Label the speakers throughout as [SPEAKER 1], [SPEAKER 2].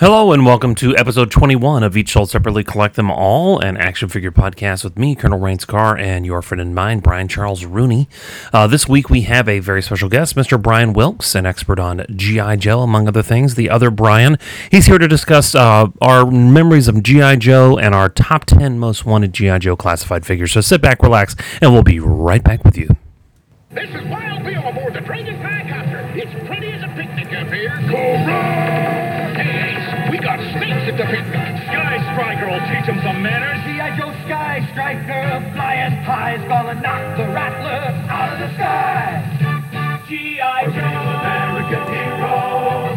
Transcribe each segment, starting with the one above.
[SPEAKER 1] Hello and welcome to episode 21 of Each Sold Separately, Collect Them All, an action figure podcast with me, Colonel Rance Carr, and your friend and mine, Brian Charles Rooney. Uh, this week we have a very special guest, Mr. Brian Wilkes, an expert on G.I. Joe, among other things. The other Brian, he's here to discuss uh, our memories of G.I. Joe and our top 10 most wanted G.I. Joe classified figures. So sit back, relax, and we'll be right back with you.
[SPEAKER 2] This is Wild Bill aboard the Dragon Helicopter. It's pretty as a picnic up here. Go Hey, Ace, we got snakes at the picnic. Sky Striker will teach them some manners.
[SPEAKER 3] G.I. Joe Sky Striker, flying high, is gonna knock the rattler out of the sky. G.I. Joe, American hero.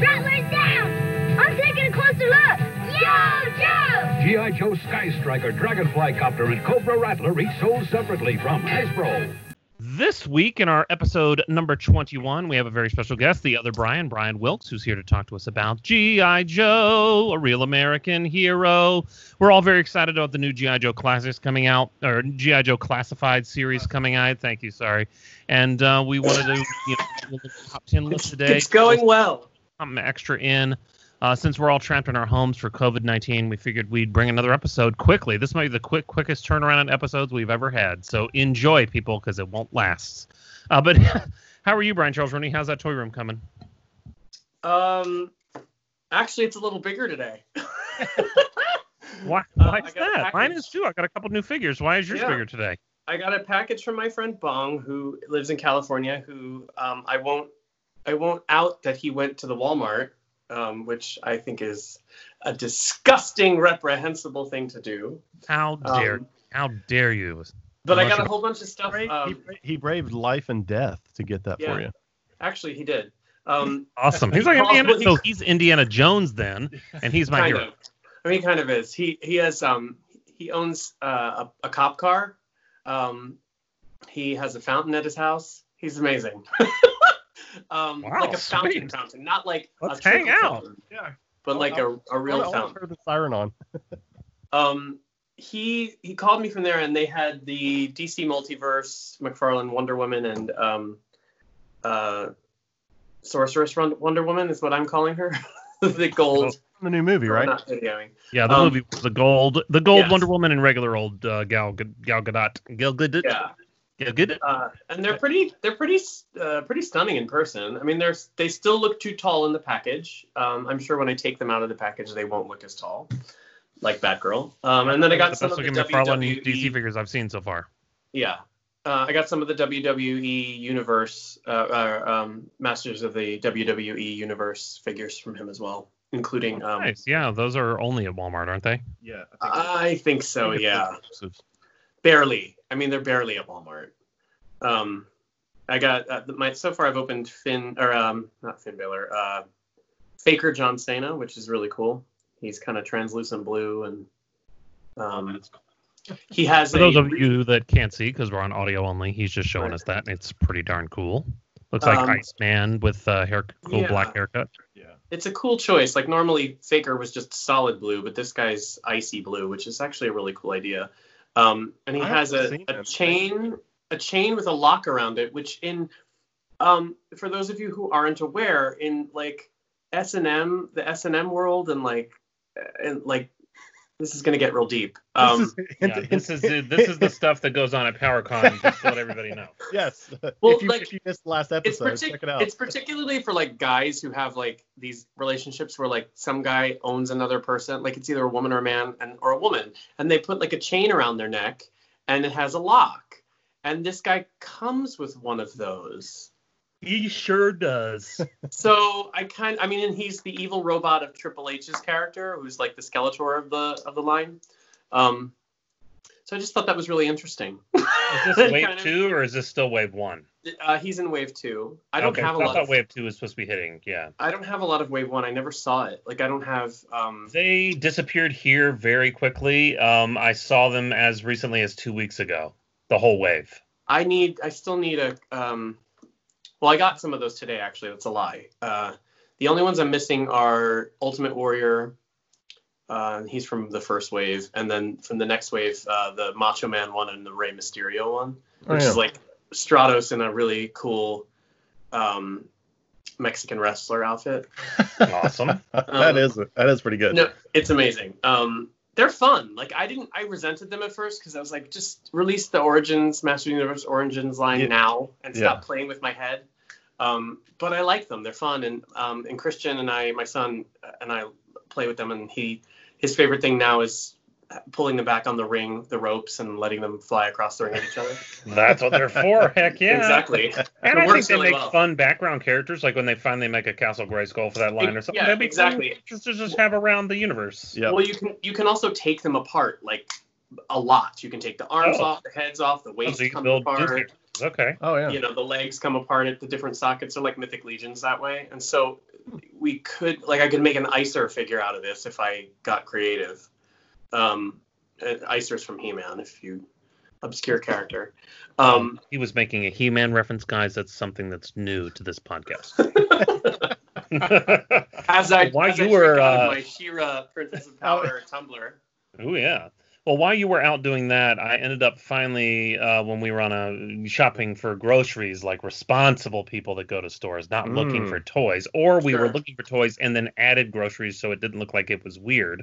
[SPEAKER 4] Rattler's down! I'm taking a closer look! Yo, Joe!
[SPEAKER 2] G.I. Joe Sky Striker, Dragonfly Copter, and Cobra Rattler each sold separately from Hasbro.
[SPEAKER 1] This week in our episode number 21, we have a very special guest, the other Brian, Brian Wilkes, who's here to talk to us about G.I. Joe, a real American hero. We're all very excited about the new G.I. Joe classics coming out, or G.I. Joe classified series coming out. Thank you, sorry. And uh, we wanted to you know, do a little top 10 list today.
[SPEAKER 5] It's going well.
[SPEAKER 1] something extra in. Uh, since we're all trapped in our homes for COVID nineteen, we figured we'd bring another episode quickly. This might be the quick quickest turnaround on episodes we've ever had. So enjoy, people, because it won't last. Uh, but how are you, Brian Charles Rooney? How's that toy room coming?
[SPEAKER 5] Um, actually, it's a little bigger today.
[SPEAKER 1] Why?
[SPEAKER 5] Uh,
[SPEAKER 1] Why's
[SPEAKER 5] I got a
[SPEAKER 1] that? Mine
[SPEAKER 5] package.
[SPEAKER 1] is too. I got a couple new figures. Why is yours
[SPEAKER 5] Yeah.
[SPEAKER 1] bigger today?
[SPEAKER 5] I got a package from my friend Bong, who lives in California. Who um, I won't, I won't out that he went to the Walmart, um, which I think is a disgusting, reprehensible thing to do.
[SPEAKER 1] How
[SPEAKER 5] Um,
[SPEAKER 1] dare? How dare you?
[SPEAKER 5] But I
[SPEAKER 1] Unless
[SPEAKER 5] got
[SPEAKER 1] you-
[SPEAKER 5] a whole bunch of stuff.
[SPEAKER 6] Bra- he,
[SPEAKER 5] Um,
[SPEAKER 6] bra- he braved life and death to get that for
[SPEAKER 5] Yeah.
[SPEAKER 6] you.
[SPEAKER 5] actually, he did. Um,
[SPEAKER 1] Awesome. He's like
[SPEAKER 5] Well,
[SPEAKER 1] Indiana.
[SPEAKER 5] he's-
[SPEAKER 1] So he's Indiana Jones then, and he's my
[SPEAKER 5] kind
[SPEAKER 1] hero.
[SPEAKER 5] of. I mean, he kind of is. He he has um he owns uh, a, a cop car. Um, he has a fountain at his house. He's amazing. um,
[SPEAKER 1] Wow,
[SPEAKER 5] like a fountain
[SPEAKER 1] sweet.
[SPEAKER 5] fountain, not like
[SPEAKER 1] Let's
[SPEAKER 5] a
[SPEAKER 1] hang
[SPEAKER 5] trickle
[SPEAKER 1] out.
[SPEAKER 5] fountain,
[SPEAKER 6] Yeah.
[SPEAKER 5] but like a, a real
[SPEAKER 6] I'll,
[SPEAKER 5] fountain.
[SPEAKER 6] turn the siren on.
[SPEAKER 5] Um, he he called me from there, and they had the DC Multiverse, McFarlane, Wonder Woman, and um, uh, Sorceress Run- Wonder Woman is what I'm calling her. the gold,
[SPEAKER 6] From the new movie, right?
[SPEAKER 5] not videoing.
[SPEAKER 1] Yeah, the
[SPEAKER 5] Um,
[SPEAKER 1] movie was the gold, the gold
[SPEAKER 5] yes.
[SPEAKER 1] Wonder Woman and regular old uh, Gal Gad- Gal Gadot. Gal Gadot.
[SPEAKER 5] Yeah.
[SPEAKER 1] Gal Gadot.
[SPEAKER 5] Uh, and they're pretty they're pretty uh, pretty stunning in person. I mean, they're they still look too tall in the package. Um, I'm sure when I take them out of the package, they won't look as tall, like Batgirl. Um, and then I got
[SPEAKER 1] That's
[SPEAKER 5] some
[SPEAKER 1] the best
[SPEAKER 5] of the E
[SPEAKER 1] looking McFarlane
[SPEAKER 5] WWE.
[SPEAKER 1] DC figures I've seen so far.
[SPEAKER 5] yeah, uh, I got some of the WWE Universe uh, uh, um, Masters of the WWE Universe figures from him as well, including. Um,
[SPEAKER 1] Oh, nice. Yeah, those are only at Walmart, aren't they?
[SPEAKER 6] Yeah.
[SPEAKER 5] I think
[SPEAKER 6] oh,
[SPEAKER 5] so. Yeah. barely. I mean, they're barely at Walmart. Um, I got uh, my so far. I've opened Finn or um, not Finn Balor, uh, Faker John Cena, which is really cool. He's kind of translucent blue, and um, he has
[SPEAKER 1] For those
[SPEAKER 5] a
[SPEAKER 1] of you that can't see because we're on audio only, he's just showing
[SPEAKER 5] Right.
[SPEAKER 1] us that. and It's pretty darn cool. Looks like
[SPEAKER 5] Um,
[SPEAKER 1] Iceman with uh, hair, cool
[SPEAKER 5] yeah.
[SPEAKER 1] black haircut.
[SPEAKER 5] It's a cool choice. Like normally Faker was just solid blue, but this guy's icy blue, which is actually a really cool idea. Um, and he
[SPEAKER 6] I
[SPEAKER 5] has
[SPEAKER 6] haven't
[SPEAKER 5] a,
[SPEAKER 6] seen
[SPEAKER 5] a
[SPEAKER 6] him.
[SPEAKER 5] chain, a chain with a lock around it, which in um, for those of you who aren't aware, in like S and M, the S and M world, and like uh, and like this is gonna get real deep. Um,
[SPEAKER 1] stuff that goes on at PowerCon. Just to let everybody know.
[SPEAKER 6] yes.
[SPEAKER 5] Well,
[SPEAKER 6] if, you,
[SPEAKER 5] like,
[SPEAKER 6] if you missed last
[SPEAKER 5] it's,
[SPEAKER 6] episode,
[SPEAKER 5] partic-
[SPEAKER 6] check it out.
[SPEAKER 5] it's particularly for like guys who have like these relationships where like some guy owns another person like it's either a woman or a man and or a woman and they put like a chain around their neck and it has a lock and this guy comes with one of those
[SPEAKER 1] He sure does.
[SPEAKER 5] so i kind i mean and he's the evil robot of triple h's character who's like the skeletor of the of the line um so i just thought that was really interesting
[SPEAKER 1] Is
[SPEAKER 5] this wave Kind of-
[SPEAKER 1] two or is this still wave one?
[SPEAKER 5] uh, he's in wave two i don't have a
[SPEAKER 1] so
[SPEAKER 5] lot of,
[SPEAKER 1] wave two was supposed to be hitting. Yeah,
[SPEAKER 5] i don't have a lot of wave one i never saw it like i don't have um
[SPEAKER 1] they disappeared here very quickly. Um, I saw them as recently as two weeks ago. The whole wave.
[SPEAKER 5] I need. I still need a. Um, well, I got some of those today. Actually, that's a lie. Uh, the only ones I'm missing are Ultimate Warrior. Uh, he's from the first wave, and then from the next wave, uh, the Macho Man one and the Rey Mysterio one,
[SPEAKER 6] Oh,
[SPEAKER 5] which
[SPEAKER 6] yeah.
[SPEAKER 5] is like Stratos in a really cool, um, Mexican wrestler outfit.
[SPEAKER 6] Awesome. that is that is pretty good.
[SPEAKER 5] um, No, it's amazing. Um, they're fun. Like I didn't, I resented them at first because I was like, just release the Origins Master Universe Origins line
[SPEAKER 6] Yeah.
[SPEAKER 5] now and
[SPEAKER 6] Yeah.
[SPEAKER 5] stop playing with my head. Um, but I like them. They're fun, and um, and Christian and I, my son uh, and I play with them, and he his favorite thing now is pulling them back on the ring, the ropes, and letting them fly across the ring at each other.
[SPEAKER 7] That's what they're for. Heck yeah.
[SPEAKER 5] Exactly.
[SPEAKER 7] And
[SPEAKER 5] It
[SPEAKER 7] I think
[SPEAKER 5] works
[SPEAKER 7] they
[SPEAKER 5] really
[SPEAKER 7] make
[SPEAKER 5] well.
[SPEAKER 7] fun background characters, like when they finally make a Castle Grayskull for that line or something.
[SPEAKER 5] yeah,
[SPEAKER 7] That'd be
[SPEAKER 5] exactly.
[SPEAKER 7] Fun characters to just have around the universe.
[SPEAKER 6] Yeah.
[SPEAKER 5] Well, you can you can also take them apart like a lot. You can take the arms
[SPEAKER 7] Oh.
[SPEAKER 5] off, the heads off, the
[SPEAKER 7] Oh,
[SPEAKER 5] waist
[SPEAKER 7] so you can
[SPEAKER 5] comes
[SPEAKER 7] build new
[SPEAKER 5] apart.
[SPEAKER 7] characters. Okay.
[SPEAKER 6] Oh yeah.
[SPEAKER 5] you know the legs come apart at the different sockets are like mythic legions that way and so we could like i could make an icer figure out of this if i got creative um uh, icer's from he-man if you obscure character um
[SPEAKER 7] He was making a He Man reference, guys. That's something that's new to this podcast.
[SPEAKER 5] as i
[SPEAKER 7] Why
[SPEAKER 5] as
[SPEAKER 7] you
[SPEAKER 5] I
[SPEAKER 7] were,
[SPEAKER 5] check out
[SPEAKER 7] uh,
[SPEAKER 5] my shira princess of power tumblr
[SPEAKER 7] Oh yeah. Well, while you were out doing that, I ended up finally uh, when we were on a shopping for groceries, like responsible people that go to stores, not looking
[SPEAKER 6] Mm.
[SPEAKER 7] for toys, or we were
[SPEAKER 5] Sure.
[SPEAKER 7] looking for toys and then added groceries so it didn't look like it was weird.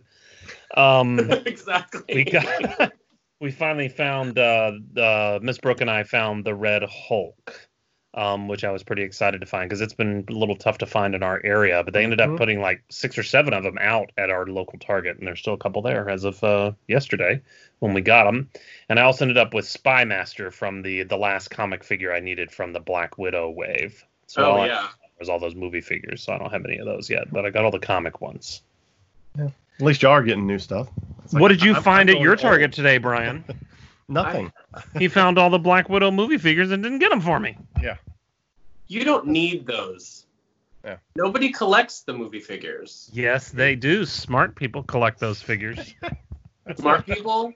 [SPEAKER 7] Um,
[SPEAKER 5] exactly
[SPEAKER 7] we got we finally found uh, uh, Miss Brooke and I found the Red Hulk, um, which I was pretty excited to find because it's been a little tough to find in our area. But they ended up
[SPEAKER 6] Mhm.
[SPEAKER 7] putting like six or seven of them out at our local Target, and there's still a couple there as of uh, yesterday when we got them. And I also ended up with Spy Master from the the last comic figure I needed from the Black Widow wave. So all
[SPEAKER 5] oh
[SPEAKER 7] I-
[SPEAKER 5] yeah
[SPEAKER 7] there's all those movie figures, so I don't have any of those yet, but I got all the comic ones.
[SPEAKER 6] At least y'all are getting new stuff. It's like,
[SPEAKER 7] what did you
[SPEAKER 6] I'm-
[SPEAKER 7] find
[SPEAKER 6] I'm
[SPEAKER 7] at your
[SPEAKER 6] going old.
[SPEAKER 7] Target today, Brian?
[SPEAKER 6] Nothing.
[SPEAKER 7] he found all the Black Widow movie figures and didn't get them for me.
[SPEAKER 5] you don't need those
[SPEAKER 6] Yeah.
[SPEAKER 5] nobody collects the movie figures
[SPEAKER 7] Yes, they do. Smart people collect those figures.
[SPEAKER 5] smart people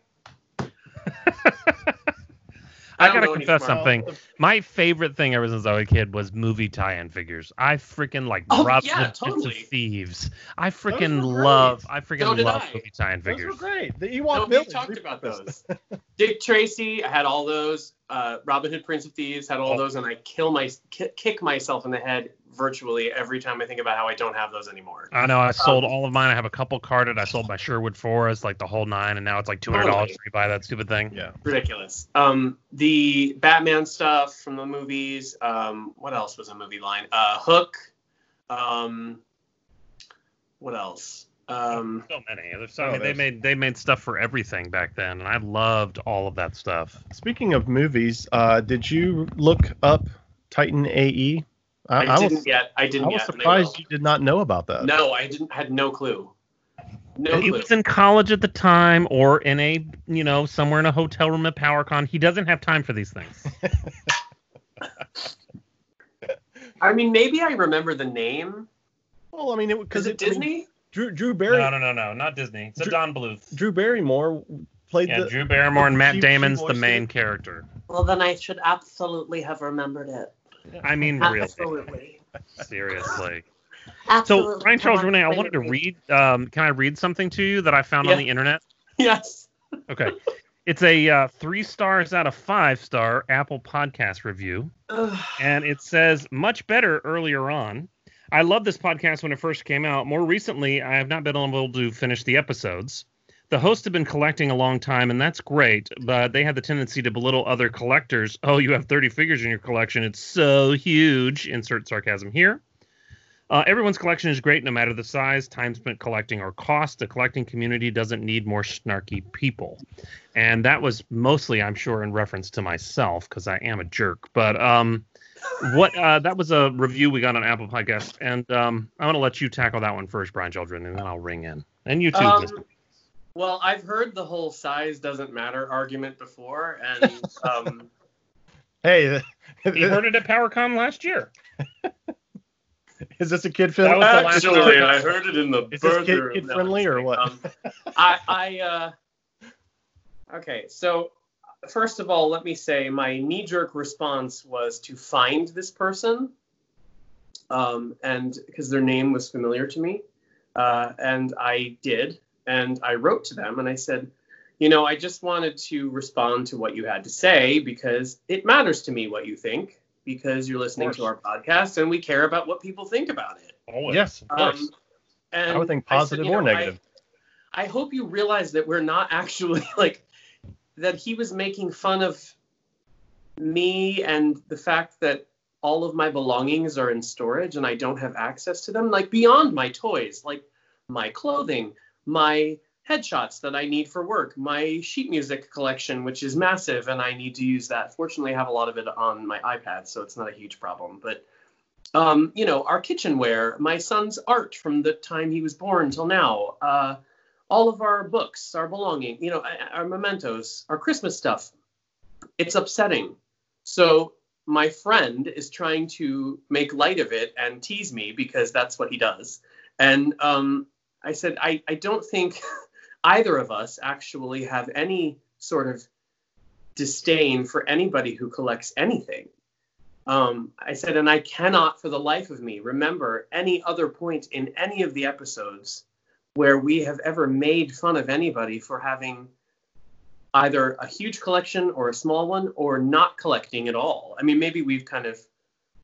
[SPEAKER 7] I,
[SPEAKER 5] don't
[SPEAKER 7] gotta
[SPEAKER 5] know any
[SPEAKER 7] confess
[SPEAKER 5] smart-
[SPEAKER 7] something. My favorite thing ever since I was a kid was movie tie-in figures. I freaking like
[SPEAKER 5] Oh,
[SPEAKER 7] Robin
[SPEAKER 5] yeah,
[SPEAKER 7] Hood, Prince of
[SPEAKER 5] totally.
[SPEAKER 7] thieves. I freaking
[SPEAKER 6] were great.
[SPEAKER 7] love. I freaking
[SPEAKER 5] So did
[SPEAKER 7] love
[SPEAKER 5] I.
[SPEAKER 7] movie tie-in
[SPEAKER 6] Those
[SPEAKER 7] figures.
[SPEAKER 6] were great. The
[SPEAKER 5] No,
[SPEAKER 6] Ewok
[SPEAKER 5] we
[SPEAKER 6] Village.
[SPEAKER 5] talked about those. Dick Tracy, I had all those. Uh, Robin Hood, Prince of Thieves, had all
[SPEAKER 7] Oh.
[SPEAKER 5] those, and I kill my ki- kick myself in the head virtually every time I think about how I don't have those anymore.
[SPEAKER 7] I
[SPEAKER 6] Um,
[SPEAKER 7] know I sold all of mine. I have a couple carded. I sold my Sherwood Forest, like the whole nine, and now it's like two hundred dollars
[SPEAKER 5] Totally.
[SPEAKER 7] to buy that stupid thing.
[SPEAKER 6] Yeah.
[SPEAKER 5] Ridiculous. Um, the Batman stuff from the movies. Um, what else was a movie line? Uh, Hook. Um, what else? Um,
[SPEAKER 7] So many. There's so- I
[SPEAKER 6] Oh,
[SPEAKER 7] mean, they
[SPEAKER 6] there's-
[SPEAKER 7] made they made stuff for everything back then, and I loved all of that stuff.
[SPEAKER 6] Speaking of movies, uh, did you look up Titan AE?
[SPEAKER 5] I,
[SPEAKER 6] was-
[SPEAKER 5] didn't yet. I
[SPEAKER 6] I
[SPEAKER 5] didn't
[SPEAKER 6] was
[SPEAKER 5] yet. and I
[SPEAKER 6] surprised
[SPEAKER 5] will.
[SPEAKER 6] you did not know about that.
[SPEAKER 5] No, I didn't. Had no clue. No
[SPEAKER 7] he
[SPEAKER 5] clue.
[SPEAKER 7] was in college at the time or in a you know somewhere in a hotel room at powercon he doesn't have time for these things
[SPEAKER 5] I mean, maybe I remember the name.
[SPEAKER 6] Well, I mean, because
[SPEAKER 5] Because it
[SPEAKER 6] I mean,
[SPEAKER 5] Disney?
[SPEAKER 6] Drew Drew
[SPEAKER 7] no
[SPEAKER 6] Barry
[SPEAKER 7] no no no not disney it's a
[SPEAKER 6] Drew-
[SPEAKER 7] don bluth
[SPEAKER 6] Drew Barrymore played
[SPEAKER 7] yeah
[SPEAKER 6] the
[SPEAKER 7] drew barrymore and matt
[SPEAKER 6] she- she
[SPEAKER 7] damon's the
[SPEAKER 6] voiced
[SPEAKER 7] main
[SPEAKER 6] it.
[SPEAKER 7] character
[SPEAKER 5] Well, then I should absolutely have remembered it.
[SPEAKER 7] i mean really
[SPEAKER 5] Absolutely.
[SPEAKER 7] seriously so
[SPEAKER 4] Absolutely.
[SPEAKER 7] ryan charles
[SPEAKER 4] Come on,
[SPEAKER 7] renee i
[SPEAKER 4] play
[SPEAKER 7] wanted to
[SPEAKER 4] with me.
[SPEAKER 7] read um, can i read something to you that i found on
[SPEAKER 5] Yeah.
[SPEAKER 7] the internet
[SPEAKER 5] Yes.
[SPEAKER 7] okay it's a uh, three stars out of five star apple podcast review
[SPEAKER 5] Ugh.
[SPEAKER 7] and it says much better earlier on. I love this podcast when it first came out. More recently, I have not been able to finish the episodes. The hosts have been collecting a long time, and that's great, but they had the tendency to belittle other collectors. Oh, you have 30 figures in your collection. It's so huge. Insert sarcasm here. Uh, everyone's collection is great no matter the size, time spent collecting, or cost. The collecting community doesn't need more snarky people. And that was mostly, I'm sure, in reference to myself because I am a jerk. But um, what uh, that was a review we got on Apple Podcasts, and um, I want to let you tackle that one first, Brian Children, and then I'll ring in. And you too,
[SPEAKER 5] Um,
[SPEAKER 7] Mr.
[SPEAKER 5] Well, I've heard the whole size doesn't matter argument before, and um,
[SPEAKER 6] Hey,
[SPEAKER 7] He heard it at PowerCon last year.
[SPEAKER 6] is this a kid
[SPEAKER 7] That
[SPEAKER 6] film?
[SPEAKER 7] was the last story.
[SPEAKER 5] I heard it in the
[SPEAKER 6] Is this kid- kid friendly or what?
[SPEAKER 5] Um, I, I uh, okay. So first of all, let me say my knee-jerk response was to find this person, um, and because their name was familiar to me, uh, and I did, and I wrote to them, and I said. You know, I just wanted to respond to what you had to say because it matters to me what you think because you're listening
[SPEAKER 6] course.
[SPEAKER 5] to our podcast and we care about what people think about it.
[SPEAKER 7] Always.
[SPEAKER 6] Yes, of course.
[SPEAKER 5] Um, and
[SPEAKER 6] I would think
[SPEAKER 5] said,
[SPEAKER 6] positive
[SPEAKER 5] you
[SPEAKER 6] or
[SPEAKER 5] know, I-
[SPEAKER 6] negative.
[SPEAKER 5] I hope you realize that we're not actually like that he was making fun of me and the fact that all of my belongings are in storage and I don't have access to them like beyond my toys like my clothing my headshots that I need for work my sheet music collection which is massive and I need to use that fortunately I have a lot of it on my iPad so it's not a huge problem but um, you know our kitchenware my son's art from the time he was born till now uh, all of our books, our belonging, you know, our mementos, our Christmas stuff. It's upsetting. So my friend is trying to make light of it and tease me because that's what he does. And um, I said, I, I don't think either of us actually have any sort of disdain for anybody who collects anything. Um, I said, and I cannot for the life of me remember any other point in any of the episodes where we have ever made fun of anybody for having either a huge collection or a small one or not collecting at all. I mean, maybe we've kind of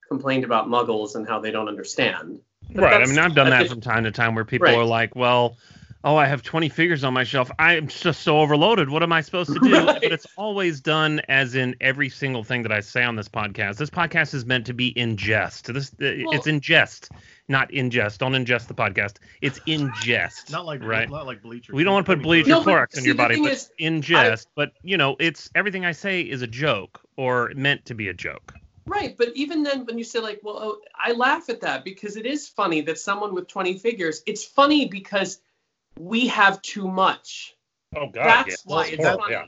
[SPEAKER 5] complained about muggles and how they don't understand. But
[SPEAKER 7] Right. I
[SPEAKER 5] that's-
[SPEAKER 7] mean, I've done
[SPEAKER 5] I
[SPEAKER 7] that
[SPEAKER 5] think-
[SPEAKER 7] from time to time where people
[SPEAKER 5] Right.
[SPEAKER 7] are like, well, oh, I have 20 figures on my shelf. I'm just so overloaded. What am I supposed to do?
[SPEAKER 5] Right.
[SPEAKER 7] But it's always done as in every single thing that I say on this podcast. This podcast is meant to be in jest. This uh, it's in jest, not ingest. Don't ingest the podcast. It's in jest.
[SPEAKER 8] Not like
[SPEAKER 7] Right.
[SPEAKER 8] not like bleachers.
[SPEAKER 7] we don't want to put bleach
[SPEAKER 5] No,
[SPEAKER 7] or
[SPEAKER 5] but
[SPEAKER 7] Clorox in
[SPEAKER 5] see,
[SPEAKER 7] your
[SPEAKER 5] the
[SPEAKER 7] body,
[SPEAKER 5] thing
[SPEAKER 7] but
[SPEAKER 5] is,
[SPEAKER 7] in jest. but you know, it's everything I say is a joke or meant to be a joke.
[SPEAKER 5] Right, but even then, when you say like, "Well, oh, I laugh at that because it is funny that someone with 20 figures." It's funny because we have too much.
[SPEAKER 7] Oh God,
[SPEAKER 5] That's why
[SPEAKER 6] Well,
[SPEAKER 5] it's
[SPEAKER 6] that-
[SPEAKER 5] funny.
[SPEAKER 7] yeah.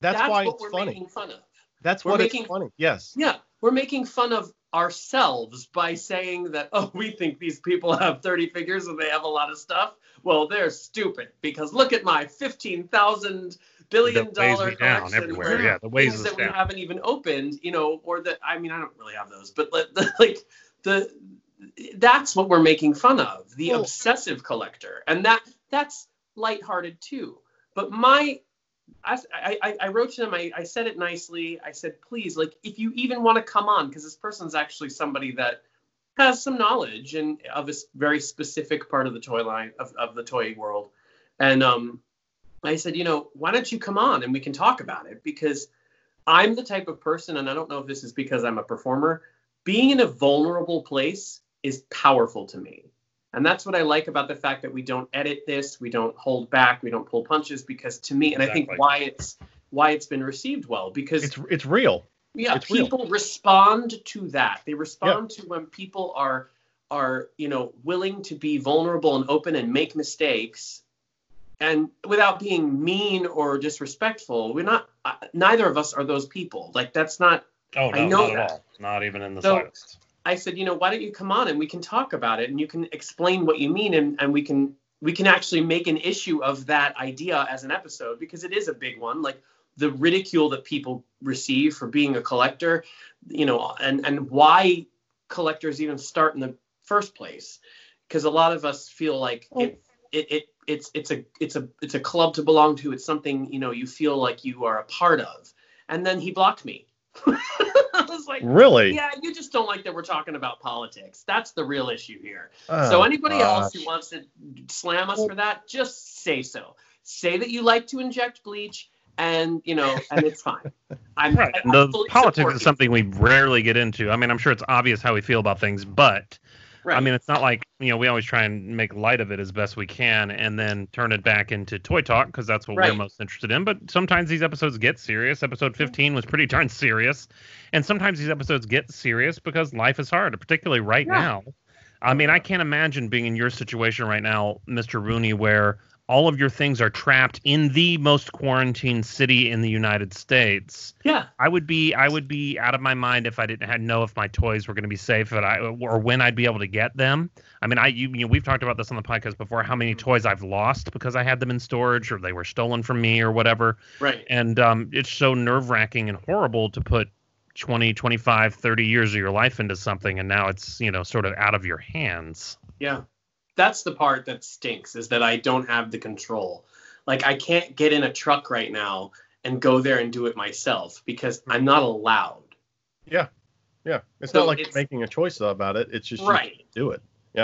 [SPEAKER 6] That's, why
[SPEAKER 5] what
[SPEAKER 6] it's
[SPEAKER 5] we're
[SPEAKER 6] funny.
[SPEAKER 5] making fun of.
[SPEAKER 6] That's
[SPEAKER 5] We're
[SPEAKER 6] what
[SPEAKER 5] making-
[SPEAKER 6] it's funny. Yes.
[SPEAKER 5] Yeah, we're making fun of ourselves by saying that, "Oh, we think these people have 30 figures and they have a lot of stuff." Well, they're stupid because look at my 15,000 billion
[SPEAKER 7] That weighs
[SPEAKER 5] dollar
[SPEAKER 7] me down
[SPEAKER 5] collection
[SPEAKER 7] everywhere.
[SPEAKER 5] where
[SPEAKER 7] Yeah, that weighs
[SPEAKER 5] things
[SPEAKER 7] us
[SPEAKER 5] that we
[SPEAKER 7] down.
[SPEAKER 5] haven't even opened, you know, or that I mean, I don't really have those, but like, the, like the that's what we're making fun of the
[SPEAKER 6] Well-
[SPEAKER 5] obsessive collector, and that that's lighthearted too. But my, I I, I wrote to them. I, I said it nicely. I said, please, like, if you even want to come on, because this person's actually somebody that has some knowledge and of a s- very specific part of the toy line of, of the toy world, and um, I said, you know, why don't you come on and we can talk about it? Because I'm the type of person, and I don't know if this is because I'm a performer, being in a vulnerable place is powerful to me. And that's what I like about the fact that we don't edit this, we don't hold back, we don't pull punches, because to me, and I
[SPEAKER 7] Exactly.
[SPEAKER 5] think why it's why it's been received well, because
[SPEAKER 6] It's it's real.
[SPEAKER 5] yeah
[SPEAKER 6] It's real.
[SPEAKER 5] people respond to that they respond to when people are are you know willing to be vulnerable and open and make mistakes and without being mean or disrespectful we're not uh, neither of us are those people like that's not
[SPEAKER 7] Oh no,
[SPEAKER 5] I know
[SPEAKER 7] not at
[SPEAKER 5] that.
[SPEAKER 7] all. Not even in the
[SPEAKER 5] So-
[SPEAKER 7] slightest.
[SPEAKER 5] i said you know why don't you come on and we can talk about it and you can explain what you mean and, and we can we can actually make an issue of that idea as an episode because it is a big one like the ridicule that people receive for being a collector you know and and why collectors even start in the first place because a lot of us feel like it, it it it's it's a it's a it's a club to belong to it's something you know you feel like you are a part of and then he blocked me i was like
[SPEAKER 6] Really.
[SPEAKER 5] yeah, you just don't like that we're talking about politics. That's the real issue here.
[SPEAKER 6] Oh,
[SPEAKER 5] so anybody else who
[SPEAKER 6] gosh.
[SPEAKER 5] wants to slam us for that, just say so. Say that you like to inject bleach, and you know, and it's fine. I'm
[SPEAKER 7] Right.
[SPEAKER 5] I- I
[SPEAKER 7] The
[SPEAKER 5] fully support
[SPEAKER 7] politics
[SPEAKER 5] you.
[SPEAKER 7] is something we rarely get into. I mean, I'm sure it's obvious how we feel about things, but
[SPEAKER 5] Right.
[SPEAKER 7] I mean, it's not like, you know, we always try and make light of it as best we can and then turn it back into toy talk because that's what
[SPEAKER 5] Right. Mm-hmm.
[SPEAKER 7] we're most interested in. But sometimes these episodes get serious. Episode 15 was pretty darn serious. And sometimes these episodes get serious because life is hard, particularly right
[SPEAKER 5] Yeah.
[SPEAKER 7] now. I mean, I can't imagine being in your situation right now, Mr. Rooney, where all of your things are trapped in the most quarantined city in the United States.
[SPEAKER 5] yeah,
[SPEAKER 7] I would be I would be out of my mind if I didn't had know if my toys were going to be safe, but I or when I'd be able to get them. I mean, I you, you know, we've talked about this on the podcast before. How
[SPEAKER 5] Mm-hmm.
[SPEAKER 7] many toys I've lost because I had them in storage or they were stolen from me or whatever.
[SPEAKER 5] right.
[SPEAKER 7] And um, it's so nerve wracking and horrible to put 20, 25, 30 years of your life into something, and now it's you know sort of out of your hands.
[SPEAKER 5] Yeah. That's the part that stinks is that I don't have the control. Like I can't get in a truck right now and go there and do it myself because I'm not allowed.
[SPEAKER 6] Yeah. Yeah, it's
[SPEAKER 5] So
[SPEAKER 6] not like
[SPEAKER 5] it's-
[SPEAKER 6] you're making a choice about it. It's just you
[SPEAKER 5] right.
[SPEAKER 6] do it.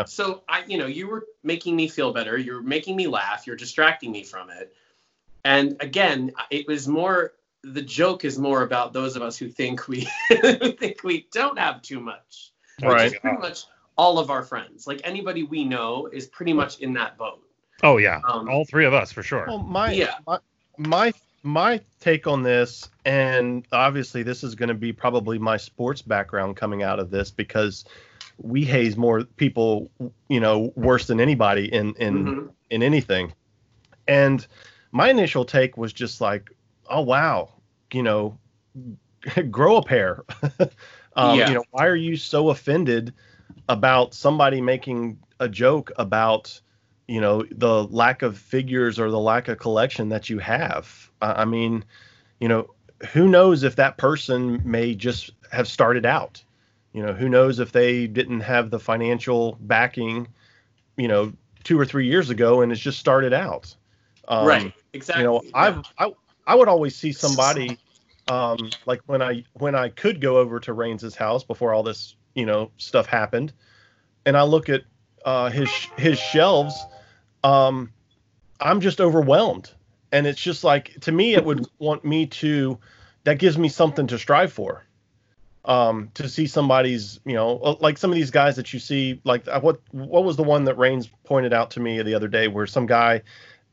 [SPEAKER 5] So I, you know, you were making me feel better. You were making me laugh. You're distracting me from it. And again, it was more. The joke is more about those of us who think we who think we don't have too much. Which is
[SPEAKER 6] Right.
[SPEAKER 5] Pretty much all of our friends, like anybody we know, is pretty much in that boat.
[SPEAKER 7] Oh yeah,
[SPEAKER 5] Um,
[SPEAKER 7] all three of us for sure.
[SPEAKER 5] Oh
[SPEAKER 6] Well, my
[SPEAKER 5] Yeah.
[SPEAKER 6] my my my take on this, and obviously this is going to be probably my sports background coming out of this because we haze more people, you know, worse than anybody in in
[SPEAKER 5] Mhm.
[SPEAKER 6] in anything. And my initial take was just like, oh wow, you know, grow a pair. um,
[SPEAKER 5] Yeah.
[SPEAKER 6] You know, why are you so offended about somebody making a joke about, you know, the lack of figures or the lack of collection that you have? I I mean, you know, who knows if that person may just have started out. You know, who knows if they didn't have the financial backing, you know, two or three years ago and it's just started out. Um,
[SPEAKER 5] right. Exactly.
[SPEAKER 6] you know
[SPEAKER 5] yeah.
[SPEAKER 6] i've I, I would always see somebody um like when i when i could go over to Reigns' house before all this you know stuff happened and i look at uh his his shelves um i'm just overwhelmed and it's just like to me it would want me to that gives me something to strive for um to see somebody's you know uh, like some of these guys that you see like uh, what what was the one that Reigns pointed out to me the other day where some guy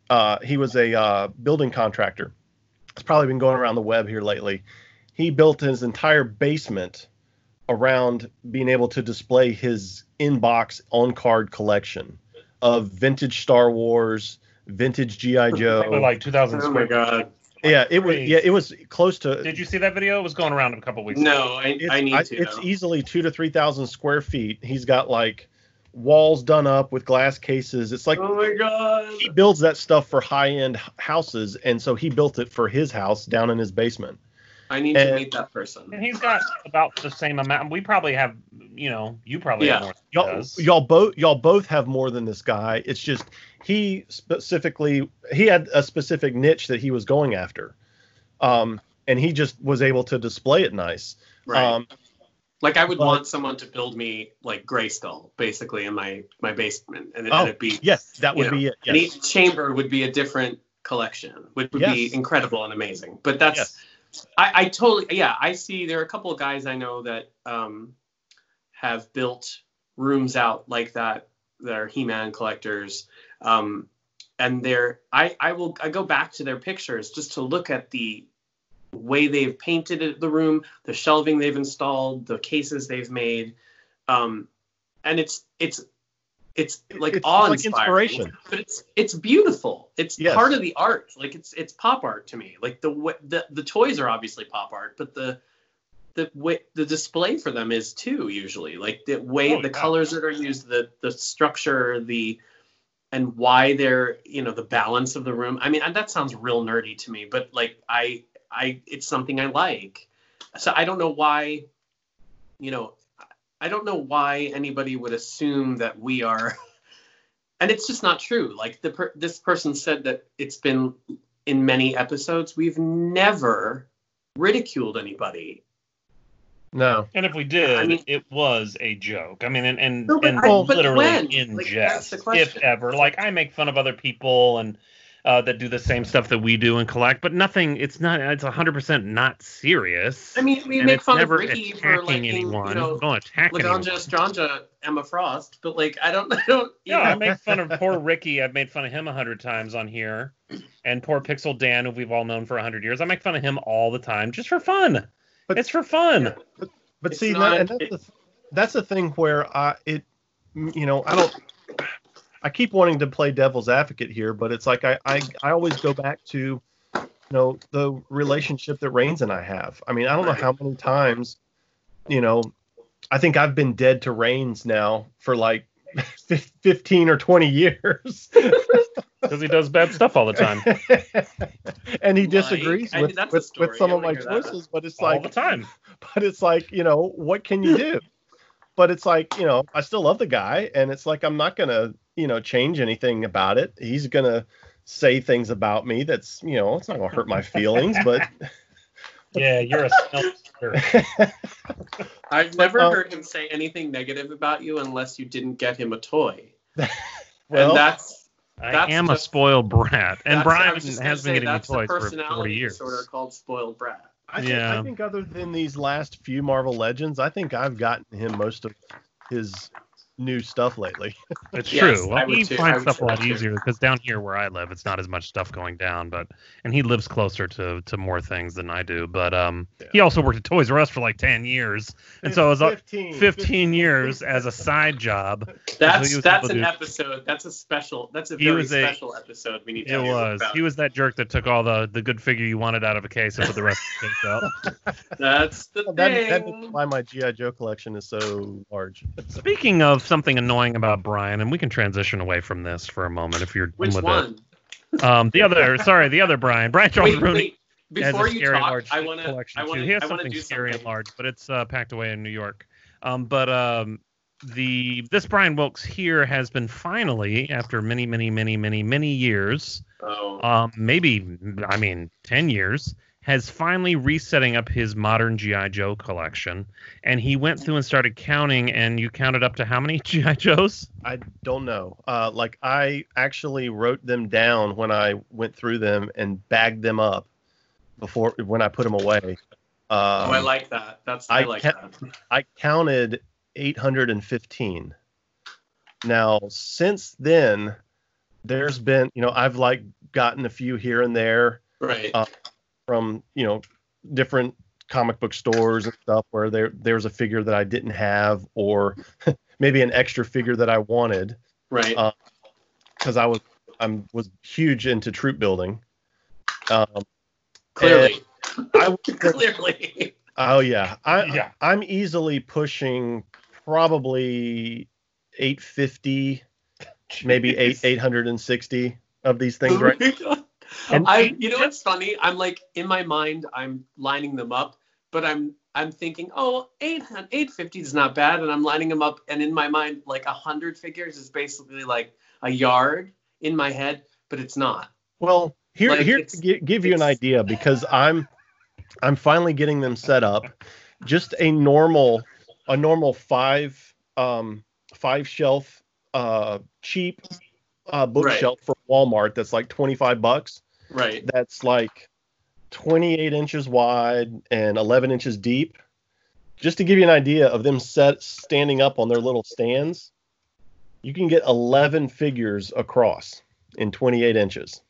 [SPEAKER 6] uh, he was a uh, building contractor. It's probably been going around the web here lately. He built his entire basement around being able to display his inbox on card collection of vintage Star Wars, vintage GI
[SPEAKER 7] Probably
[SPEAKER 6] Joe.
[SPEAKER 7] like 2,000
[SPEAKER 5] Oh my
[SPEAKER 7] square.
[SPEAKER 5] god.
[SPEAKER 6] yeah, it was.
[SPEAKER 7] Crazy.
[SPEAKER 6] Yeah, it was close to.
[SPEAKER 7] Did you see that video? It was going around a couple weeks. ago.
[SPEAKER 5] No, I,
[SPEAKER 6] it's,
[SPEAKER 5] I need
[SPEAKER 6] I-
[SPEAKER 5] to.
[SPEAKER 6] it's
[SPEAKER 5] though.
[SPEAKER 6] easily two to three thousand square feet. He's got like walls done up with glass cases. It's like
[SPEAKER 5] oh my god.
[SPEAKER 6] he builds that stuff for high end houses, and so he built it for his house down in his basement.
[SPEAKER 5] I need to
[SPEAKER 6] and-
[SPEAKER 5] meet that
[SPEAKER 7] And
[SPEAKER 5] person.
[SPEAKER 7] he's got about the same amount. We probably have, you know, you probably
[SPEAKER 5] Yeah.
[SPEAKER 7] have more. than he
[SPEAKER 6] Y'all,
[SPEAKER 7] does.
[SPEAKER 6] y'all both, y'all both have more than this guy. It's just he specifically he had a specific niche that he was going after, um, and he just was able to display it nice.
[SPEAKER 5] Right.
[SPEAKER 6] Um,
[SPEAKER 5] Like I would
[SPEAKER 6] Well-
[SPEAKER 5] want someone to build me like Grayskull, basically in my my basement, and, it
[SPEAKER 6] Oh,
[SPEAKER 5] and it'd be
[SPEAKER 6] yes, that would
[SPEAKER 5] Yeah.
[SPEAKER 6] be it.
[SPEAKER 5] and
[SPEAKER 6] Yes.
[SPEAKER 5] each chamber would be a different collection, which would
[SPEAKER 6] Yes.
[SPEAKER 5] be incredible and amazing. But that's
[SPEAKER 6] Yes.
[SPEAKER 5] I, I totally yeah I see there are a couple of guys I know that um, have built rooms out like that that are He-Man collectors, um, and they're I I will I go back to their pictures just to look at the way they've painted it, the room, the shelving they've installed, the cases they've made, um, and it's it's it's like
[SPEAKER 6] It's-
[SPEAKER 5] awe
[SPEAKER 6] it's like inspiration.
[SPEAKER 5] but it's it's beautiful. It's
[SPEAKER 6] Yes.
[SPEAKER 5] part of the art. Like it's it's pop art to me. Like the wa- the the toys are obviously pop art, but the the way the display for them is too usually. Like the way
[SPEAKER 7] Oh,
[SPEAKER 5] the
[SPEAKER 7] yeah.
[SPEAKER 5] colors that are used, the the structure, the and why they're you know the balance of the room. I mean and that sounds real nerdy to me, but like I I it's something I like. So I don't know why, you know, I don't know why anybody would assume that we are, and it's just not true. Like the per, this person said that it's been in many episodes we've never ridiculed anybody.
[SPEAKER 6] No,
[SPEAKER 7] And if we did,
[SPEAKER 5] I mean-
[SPEAKER 7] it was a joke. I mean, and and,
[SPEAKER 5] No, but
[SPEAKER 7] and
[SPEAKER 5] I- but
[SPEAKER 7] literally
[SPEAKER 5] when?
[SPEAKER 7] in
[SPEAKER 5] Like, that's
[SPEAKER 7] jest,
[SPEAKER 5] the
[SPEAKER 7] if
[SPEAKER 5] question.
[SPEAKER 7] ever. Like I make fun of other people and uh, that do the same stuff that we do and collect, but nothing. It's not. It's hundred percent not serious.
[SPEAKER 5] I mean, we
[SPEAKER 7] and
[SPEAKER 5] make
[SPEAKER 7] it's
[SPEAKER 5] fun of
[SPEAKER 7] never
[SPEAKER 5] Ricky for
[SPEAKER 7] attacking
[SPEAKER 5] like
[SPEAKER 7] anyone.
[SPEAKER 5] you
[SPEAKER 7] I
[SPEAKER 5] know
[SPEAKER 7] don't attack anyone.
[SPEAKER 5] Laganja Stranja Emma Frost, but like I don't I don't you
[SPEAKER 7] Yeah, I
[SPEAKER 5] know,
[SPEAKER 7] make fun of poor Ricky. I've made fun of him a hundred times on here, and poor Pixel Dan, who we've all known for a hundred years. I make fun of him all the time, just for fun.
[SPEAKER 6] But-
[SPEAKER 7] it's for fun.
[SPEAKER 5] Yeah.
[SPEAKER 6] but
[SPEAKER 5] It's
[SPEAKER 6] see,
[SPEAKER 5] not-
[SPEAKER 6] that, and that's, the, that's the thing where I it, you know, I don't. I keep wanting to play devil's advocate here, but it's like I I, I always go back to, you know, the relationship that Reigns and I have. I mean, I don't know how many times, you know, I think I've been dead to Reigns now for like. 15 or 20 years
[SPEAKER 7] because he does bad stuff all the time.
[SPEAKER 6] and he
[SPEAKER 5] Like,
[SPEAKER 6] disagrees
[SPEAKER 5] I mean,
[SPEAKER 6] with,
[SPEAKER 5] that's a
[SPEAKER 6] with, with
[SPEAKER 5] story.
[SPEAKER 6] some
[SPEAKER 5] I
[SPEAKER 6] of my
[SPEAKER 5] wanna hear that.
[SPEAKER 6] choices but it's
[SPEAKER 7] all
[SPEAKER 6] like
[SPEAKER 7] the time.
[SPEAKER 6] but it's like you know what can you do but it's like you know i still love the guy and it's like i'm not gonna you know change anything about it he's gonna say things about me that's you know it's not gonna hurt my feelings but
[SPEAKER 7] Yeah, you're a smelter.
[SPEAKER 5] I've never
[SPEAKER 6] Um,
[SPEAKER 5] heard him say anything negative about you unless you didn't get him a toy.
[SPEAKER 6] Well,
[SPEAKER 5] and that's
[SPEAKER 7] I
[SPEAKER 5] That's
[SPEAKER 7] am a
[SPEAKER 5] just-
[SPEAKER 7] spoiled brat,
[SPEAKER 5] that's-
[SPEAKER 7] and
[SPEAKER 5] I
[SPEAKER 7] Brian
[SPEAKER 5] was just gonna
[SPEAKER 7] has been
[SPEAKER 5] say,
[SPEAKER 7] getting me
[SPEAKER 5] that's
[SPEAKER 7] toys
[SPEAKER 5] the
[SPEAKER 7] for
[SPEAKER 5] personality
[SPEAKER 7] forty years.
[SPEAKER 5] Disorder called spoiled brat.
[SPEAKER 6] I think,
[SPEAKER 7] Yeah.
[SPEAKER 6] I think other than these last few Marvel Legends, I think I've gotten him most of his new stuff lately.
[SPEAKER 7] It's
[SPEAKER 5] Yes,
[SPEAKER 7] true.
[SPEAKER 5] I
[SPEAKER 7] Well,
[SPEAKER 5] would
[SPEAKER 7] he
[SPEAKER 5] too. I
[SPEAKER 7] finds
[SPEAKER 5] would
[SPEAKER 7] stuff a
[SPEAKER 5] say
[SPEAKER 7] lot
[SPEAKER 5] that too.
[SPEAKER 7] easier because down here where I live, it's not as much stuff going down. But and he lives closer to to more things than I do. But um, he also worked at Toys R Us for like ten years, and so it was uh,
[SPEAKER 6] 15,
[SPEAKER 7] fifteen years as a side job.
[SPEAKER 5] That's
[SPEAKER 7] was
[SPEAKER 5] that's
[SPEAKER 7] able
[SPEAKER 5] an
[SPEAKER 7] to-
[SPEAKER 5] episode. That's a special. That's a
[SPEAKER 7] He
[SPEAKER 5] very
[SPEAKER 7] was a-
[SPEAKER 5] special episode. We need to
[SPEAKER 7] It
[SPEAKER 5] hear
[SPEAKER 7] was.
[SPEAKER 5] about.
[SPEAKER 7] He was that jerk that took all the the good figure you wanted out of a case and put the rest of the case out.
[SPEAKER 5] That's the
[SPEAKER 6] That,
[SPEAKER 5] thing.
[SPEAKER 6] that is why my GI Joe collection is so large.
[SPEAKER 7] Speaking of something annoying about Brian, and we can transition away from this for a moment if you're
[SPEAKER 5] Which
[SPEAKER 7] with
[SPEAKER 5] one?
[SPEAKER 7] it. Um, the other, sorry, the other Brian, Brian Charles
[SPEAKER 5] Wait,
[SPEAKER 7] Rooney.
[SPEAKER 5] wait.
[SPEAKER 7] has
[SPEAKER 5] Before
[SPEAKER 7] a
[SPEAKER 5] you
[SPEAKER 7] scary
[SPEAKER 5] talk,
[SPEAKER 7] large
[SPEAKER 5] I want to.
[SPEAKER 7] collection
[SPEAKER 5] I want
[SPEAKER 7] too. He
[SPEAKER 5] to.
[SPEAKER 7] has
[SPEAKER 5] I want to
[SPEAKER 7] something
[SPEAKER 5] do
[SPEAKER 7] scary
[SPEAKER 5] something.
[SPEAKER 7] and large, but it's uh, packed away in New York. Um, but um, the this Brian Wilkes here has been finally, after many, many, many, many, many years,
[SPEAKER 5] Oh,
[SPEAKER 7] um, maybe I mean ten years, has finally resetting up his modern GI Joe collection, and he went through and started counting, and you counted up to how many GI Joes?
[SPEAKER 6] I don't know. Uh, like I actually wrote them down when I went through them and bagged them up before when I put them away.
[SPEAKER 5] oh,
[SPEAKER 6] Um,
[SPEAKER 5] I like that. That's I,
[SPEAKER 6] I
[SPEAKER 5] like
[SPEAKER 6] kept-
[SPEAKER 5] that.
[SPEAKER 6] I counted 815. Now, since then, there's been, you know, I've like gotten a few here and there
[SPEAKER 5] Right.
[SPEAKER 6] Uh, from, you know, different comic book stores and stuff where there there's a figure that I didn't have or maybe an extra figure that I wanted
[SPEAKER 5] right.
[SPEAKER 6] uh, because I was I'm was huge into troop building. Um,
[SPEAKER 5] Clearly.
[SPEAKER 6] I
[SPEAKER 5] Clearly.
[SPEAKER 6] Oh yeah, I,
[SPEAKER 7] Yeah.
[SPEAKER 6] I'm easily pushing probably 850, maybe eight 860 of these things right. And-
[SPEAKER 5] Oh I, you know what's funny? I'm like in my mind, I'm lining them up, but I'm I'm thinking, oh, eight eight fifty is not bad, and I'm lining them up, and in my mind, like hundred figures is basically like a yard in my head, but it's not.
[SPEAKER 6] Well, here
[SPEAKER 5] Like,
[SPEAKER 6] here
[SPEAKER 5] it's-
[SPEAKER 6] to gi- give you an
[SPEAKER 5] it's-
[SPEAKER 6] idea because I'm I'm finally getting them set up. Just a normal a normal five um five shelf uh cheap uh bookshelf from Walmart that's like 25 bucks.
[SPEAKER 5] Right.
[SPEAKER 6] that's like 28 inches wide and 11 inches deep. Just to give you an idea of them set standing up on their little stands, you can get 11 figures across in 28 inches.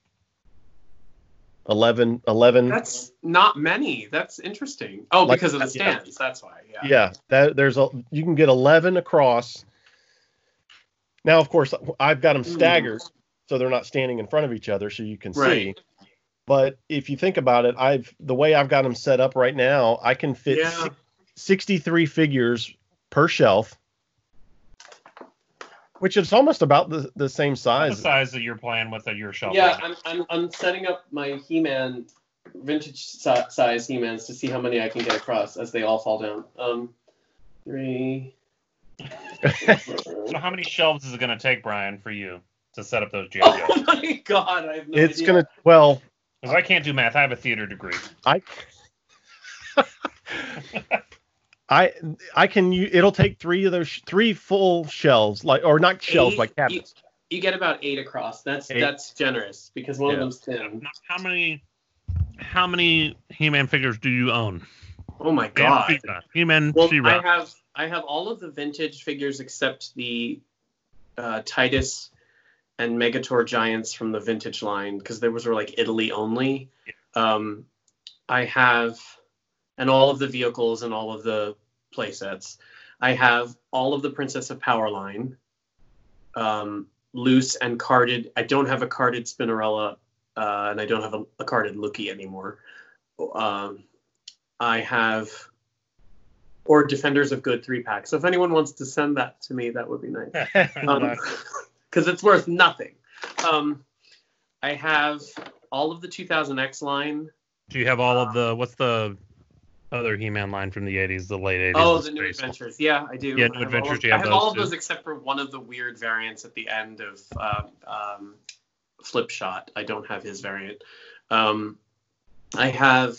[SPEAKER 6] 11, 11.
[SPEAKER 5] That's not many. That's interesting. Oh,
[SPEAKER 6] Like-
[SPEAKER 5] because of the
[SPEAKER 6] yeah.
[SPEAKER 5] stands. That's why. Yeah.
[SPEAKER 6] yeah, that there's a you can get 11 across. Now, of course, I've got them
[SPEAKER 5] Mm.
[SPEAKER 6] staggered, so they're not standing in front of each other, so you can see.
[SPEAKER 5] Right.
[SPEAKER 6] But if you think about it, I've the way I've got them set up right now, I can fit
[SPEAKER 5] Yeah.
[SPEAKER 6] si- 63 figures per shelf, which is almost about the, the same
[SPEAKER 7] The
[SPEAKER 6] size.
[SPEAKER 7] size that you're playing with at your shop.
[SPEAKER 5] Yeah,
[SPEAKER 7] right now.
[SPEAKER 5] I'm, I'm, I'm setting up my He-Man vintage si- size He-Mans to see how many I can get across as they all fall down. Um, three.
[SPEAKER 7] So how many shelves is it going to take, Brian, for you to set up those GI Joes?
[SPEAKER 5] oh my god! I have no
[SPEAKER 6] It's
[SPEAKER 5] idea.
[SPEAKER 6] gonna well,
[SPEAKER 7] Because I can't do math. I have a theater degree.
[SPEAKER 6] I I I can u- it'll take three of those sh- three full shelves like or not shelves
[SPEAKER 5] Eight-
[SPEAKER 6] like cabinets.
[SPEAKER 5] You get about eight across. That's
[SPEAKER 6] Eight.
[SPEAKER 5] that's generous because one
[SPEAKER 6] Yeah.
[SPEAKER 5] of them's thin.
[SPEAKER 7] Now, How many? How many He-Man figures do you own?
[SPEAKER 5] Oh my
[SPEAKER 7] And
[SPEAKER 5] god!
[SPEAKER 7] She-Ra. He-Man,
[SPEAKER 5] Well, I
[SPEAKER 7] She-Ra.
[SPEAKER 5] have I have all of the vintage figures except the uh, Titus and Megator giants from the vintage line because those were like Italy only. Um, I have and all of the vehicles and all of the playsets. I have all of the Princess of Power line, um, loose and carded. I don't have a carded Spinnerella, uh, and I don't have a, a carded Lookie anymore. Um, I have or Defenders of Good three pack. So if anyone wants to send that to me, that would be nice um, because it's worth nothing. Um, I have all of the 2000X line.
[SPEAKER 7] do you have all of
[SPEAKER 5] Um,
[SPEAKER 7] the? What's the other He-Man line from the '80s, the late '80s?
[SPEAKER 5] Oh,
[SPEAKER 7] It's
[SPEAKER 5] the New
[SPEAKER 7] pretty small.
[SPEAKER 5] Adventures. Yeah, I do. I
[SPEAKER 7] Yeah, New
[SPEAKER 5] have all of-
[SPEAKER 7] Adventures, you have
[SPEAKER 5] I have all
[SPEAKER 7] those
[SPEAKER 5] of
[SPEAKER 7] too.
[SPEAKER 5] those except for one of the weird variants at the end of uh, um, Flip Shot. I don't have his variant. Um, I have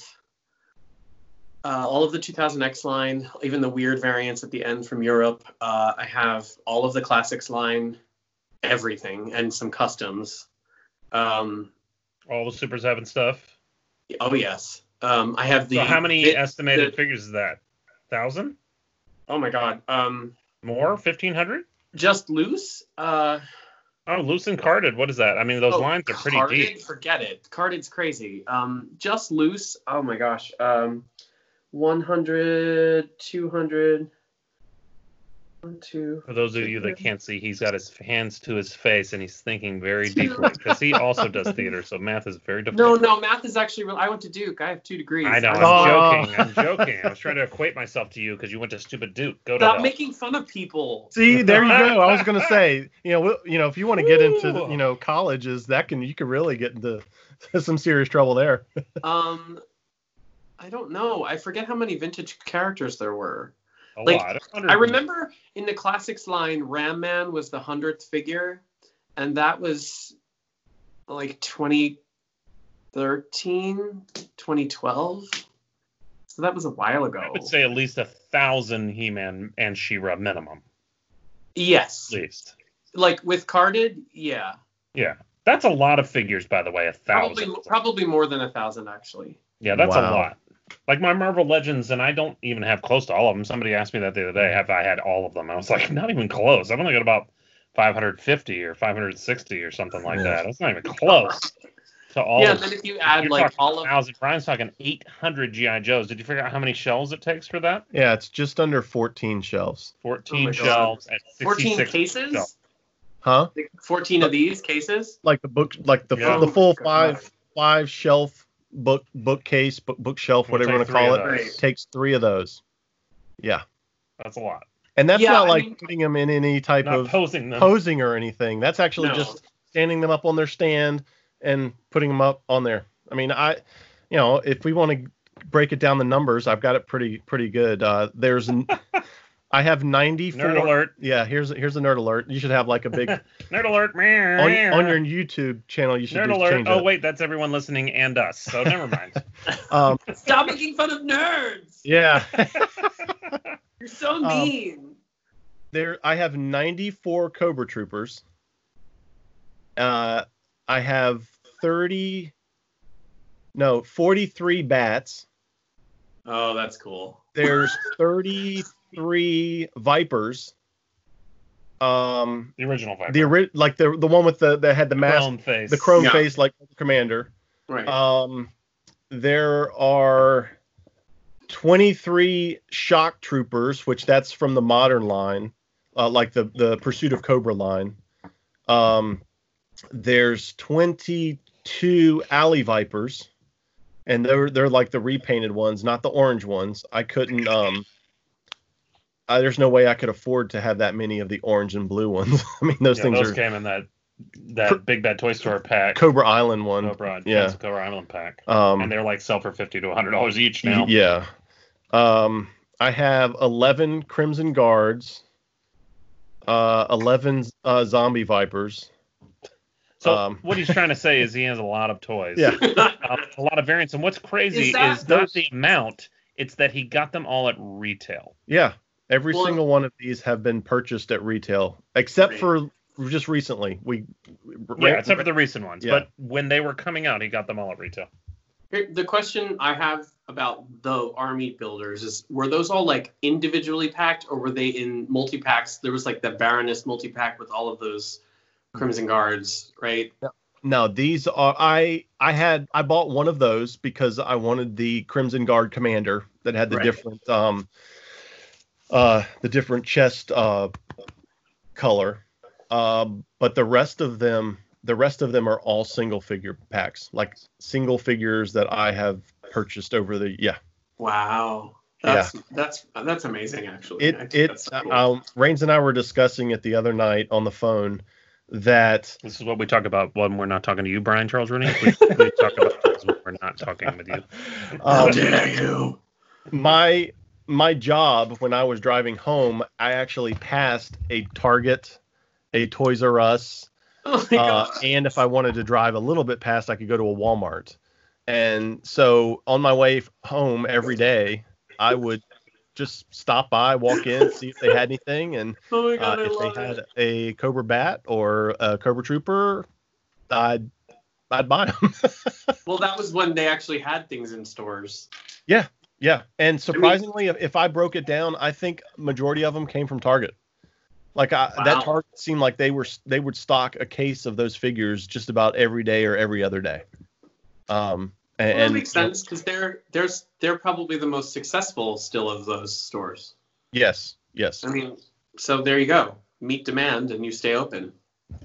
[SPEAKER 5] uh, all of the 2000X line, even the weird variants at the end from Europe. Uh, I have all of the classics line, everything, and some customs. Um,
[SPEAKER 7] All the Super Seven stuff.
[SPEAKER 5] oh yes, um, I have the.
[SPEAKER 7] so how many
[SPEAKER 5] the-
[SPEAKER 7] estimated
[SPEAKER 5] the-
[SPEAKER 7] figures is that? Thousand
[SPEAKER 5] oh my god, um,
[SPEAKER 7] more? Fifteen hundred?
[SPEAKER 5] just loose. Uh,
[SPEAKER 7] Oh, loose and carded. What is that? I mean, those
[SPEAKER 5] oh,
[SPEAKER 7] lines are pretty
[SPEAKER 5] carded?
[SPEAKER 7] deep.
[SPEAKER 5] Forget it. Carded's crazy. Um, just loose. Oh my gosh. Um, 100, 200, one, two,
[SPEAKER 7] For those of you that can't see, he's got his hands to his face and he's thinking very deeply because he also does theater, so math is very
[SPEAKER 5] No,
[SPEAKER 7] difficult.
[SPEAKER 5] no, math is actually real. I went to Duke. I have two degrees.
[SPEAKER 7] I know.
[SPEAKER 5] I'm-
[SPEAKER 7] I'm
[SPEAKER 6] Oh.
[SPEAKER 7] joking. I'm joking. I was trying to equate myself to you because you went to stupid Duke. Go to
[SPEAKER 5] Stop
[SPEAKER 7] hell.
[SPEAKER 5] making fun of people.
[SPEAKER 6] See, there you go. I was gonna say, you know, we'll- you know, if you want to get into,
[SPEAKER 7] Ooh.
[SPEAKER 6] you know, colleges, that can you can really get into some serious trouble there.
[SPEAKER 5] Um, I don't know. I forget how many vintage characters there were.
[SPEAKER 7] a
[SPEAKER 5] like,
[SPEAKER 7] lot.
[SPEAKER 5] I remember in the classics line, Ram Man was the hundredth figure, and that was like 2013, 2012. So that was a while ago.
[SPEAKER 7] I would say at least a thousand He-Man and She-Ra minimum,
[SPEAKER 5] yes.
[SPEAKER 7] at least.
[SPEAKER 5] Like with carded, yeah,
[SPEAKER 7] Yeah, that's a lot of figures, by the way. A
[SPEAKER 5] probably
[SPEAKER 7] thousand.
[SPEAKER 5] probably more than a thousand actually.
[SPEAKER 7] Yeah, that's a
[SPEAKER 6] Wow.
[SPEAKER 7] lot. Like my Marvel Legends, and I don't even have close to all of them. Somebody asked me that the other day if I had all of them. I was like, not even close. I've only got about 550 or 560 or something like that. That's not even close to all.
[SPEAKER 5] yeah,
[SPEAKER 7] of
[SPEAKER 5] and then if you add
[SPEAKER 7] You're
[SPEAKER 5] like
[SPEAKER 7] talking
[SPEAKER 5] all of
[SPEAKER 7] thousand. Brian's talking 800 GI Joes. Did you figure out how many shelves it takes for that?
[SPEAKER 6] Yeah, it's just under 14 shelves.
[SPEAKER 7] 14
[SPEAKER 5] Oh God.
[SPEAKER 7] shelves at
[SPEAKER 5] 14
[SPEAKER 7] 66
[SPEAKER 5] cases,
[SPEAKER 7] shelves.
[SPEAKER 6] Huh?
[SPEAKER 5] Like, 14 of these cases.
[SPEAKER 6] Like the book like the
[SPEAKER 7] Yeah.
[SPEAKER 6] the full
[SPEAKER 5] Oh my God.
[SPEAKER 6] five five shelf book bookcase, book bookshelf,
[SPEAKER 7] We'll
[SPEAKER 6] whatever you want
[SPEAKER 7] take
[SPEAKER 6] to
[SPEAKER 7] three
[SPEAKER 6] call
[SPEAKER 7] of
[SPEAKER 6] it,
[SPEAKER 5] those. Right.
[SPEAKER 6] takes 3 of those. Yeah.
[SPEAKER 7] That's a lot.
[SPEAKER 6] And that's
[SPEAKER 5] Yeah,
[SPEAKER 6] not
[SPEAKER 5] I
[SPEAKER 6] like
[SPEAKER 5] mean-
[SPEAKER 6] putting them in any type
[SPEAKER 7] Not
[SPEAKER 6] of
[SPEAKER 7] posing them.
[SPEAKER 6] posing or anything. That's actually
[SPEAKER 5] No.
[SPEAKER 6] just standing them up on their stand and putting them up on there. I mean, I, you know, if we want to break it down the numbers, I've got it pretty pretty good. Uh, there's, n- I have 94.
[SPEAKER 7] Nerd alert.
[SPEAKER 6] Yeah, here's here's a nerd alert. You should have like a big on,
[SPEAKER 7] Nerd alert.
[SPEAKER 6] on your YouTube channel. You should
[SPEAKER 7] Nerd
[SPEAKER 6] just
[SPEAKER 7] alert.
[SPEAKER 6] change
[SPEAKER 7] Oh,
[SPEAKER 6] it.
[SPEAKER 7] wait, that's everyone listening and us. So never mind.
[SPEAKER 6] Um,
[SPEAKER 5] Stop making fun of nerds.
[SPEAKER 6] yeah,
[SPEAKER 5] You're so
[SPEAKER 6] Um,
[SPEAKER 7] Oh.
[SPEAKER 5] mean.
[SPEAKER 6] there. I have 94 Cobra Troopers. Uh, I have 30. No, 43 bats.
[SPEAKER 5] Oh, that's cool.
[SPEAKER 6] there's 33 vipers um
[SPEAKER 7] The original Viper.
[SPEAKER 6] the ori- like the the one with the that had the mask
[SPEAKER 7] Chrome face.
[SPEAKER 6] the chrome
[SPEAKER 5] Yeah.
[SPEAKER 6] face like commander
[SPEAKER 5] Right.
[SPEAKER 6] um there are 23 shock troopers which that's from the modern line uh, like the the pursuit of cobra line um there's 22 alley vipers and they're they're like the repainted ones not the orange ones i couldn't um I, there's no way i could afford to have that many of the orange and blue ones i mean those
[SPEAKER 7] Yeah,
[SPEAKER 6] things
[SPEAKER 7] those
[SPEAKER 6] are
[SPEAKER 7] came in that that big bad toy store pack.
[SPEAKER 6] cobra island one
[SPEAKER 7] Cobra,
[SPEAKER 6] yeah.
[SPEAKER 7] yeah, Cobra Island pack,
[SPEAKER 6] um
[SPEAKER 7] and they're like sell for fifty to hundred dollars each
[SPEAKER 6] Y-
[SPEAKER 7] now.
[SPEAKER 6] Yeah. Um, I have 11 Crimson Guards, uh, 11 uh, Zombie Vipers.
[SPEAKER 7] so
[SPEAKER 6] um.
[SPEAKER 7] what he's trying to say is he has a lot of toys.
[SPEAKER 6] Yeah.
[SPEAKER 7] Um, a lot of variants. And what's crazy
[SPEAKER 5] Is
[SPEAKER 7] is,
[SPEAKER 5] that-
[SPEAKER 7] not the amount; it's that he got them all at retail.
[SPEAKER 6] Yeah. Every
[SPEAKER 5] Well-
[SPEAKER 6] single one of these have been purchased at retail, except for just recently. We,
[SPEAKER 7] Yeah, except for the recent ones.
[SPEAKER 6] Yeah.
[SPEAKER 7] But when they were coming out, he got them all at retail.
[SPEAKER 5] Here- The question I have about the army builders is: Were those all like individually packed, or were they in multi packs? There was like the Baroness multi pack with all of those Crimson Guards, right?
[SPEAKER 6] no, these are I. I had I bought one of those because I wanted the Crimson Guard Commander that had the
[SPEAKER 5] Right.
[SPEAKER 6] different um, uh, the different chest uh, color. Um, but the rest of them, the rest of them are all single figure packs, like single figures that I have purchased over the yeah.
[SPEAKER 5] Wow, that's that's that's amazing, actually. I
[SPEAKER 6] It
[SPEAKER 5] think
[SPEAKER 6] it
[SPEAKER 5] that's cool.
[SPEAKER 6] um, Reigns and I were discussing it the other night on the phone that
[SPEAKER 7] This is what we talk about when we're not talking to you, Brian Charles Rooney. We, we talk about things when we're not talking with you.
[SPEAKER 5] How
[SPEAKER 6] um,
[SPEAKER 5] dare you?
[SPEAKER 6] my my job when I was driving home, I actually passed a Target, a Toys R Us,
[SPEAKER 5] Oh my
[SPEAKER 6] uh,
[SPEAKER 5] god.
[SPEAKER 6] and if I wanted to drive a little bit past, I could go to a Walmart. And so on my way f- home every day, I would just stop by, walk in, see if they had anything, and
[SPEAKER 5] Oh my
[SPEAKER 6] uh,
[SPEAKER 5] god, I
[SPEAKER 6] if
[SPEAKER 5] love
[SPEAKER 6] they had
[SPEAKER 5] it.
[SPEAKER 6] a Cobra Bat or a Cobra Trooper, I'd I'd buy them.
[SPEAKER 5] Well, that was when they actually had things in stores.
[SPEAKER 6] yeah, and surprisingly, if, if I broke it down, I think majority of them came from Target. Like I,
[SPEAKER 5] Wow.
[SPEAKER 6] that Target seemed like they were they would stock a case of those figures just about every day or every other day. Um, and,
[SPEAKER 5] Well, that
[SPEAKER 6] and-
[SPEAKER 5] makes sense because they're they're they're probably the most successful still of those stores.
[SPEAKER 6] Yes, yes.
[SPEAKER 5] I mean, so there you go. Meet demand and you stay open.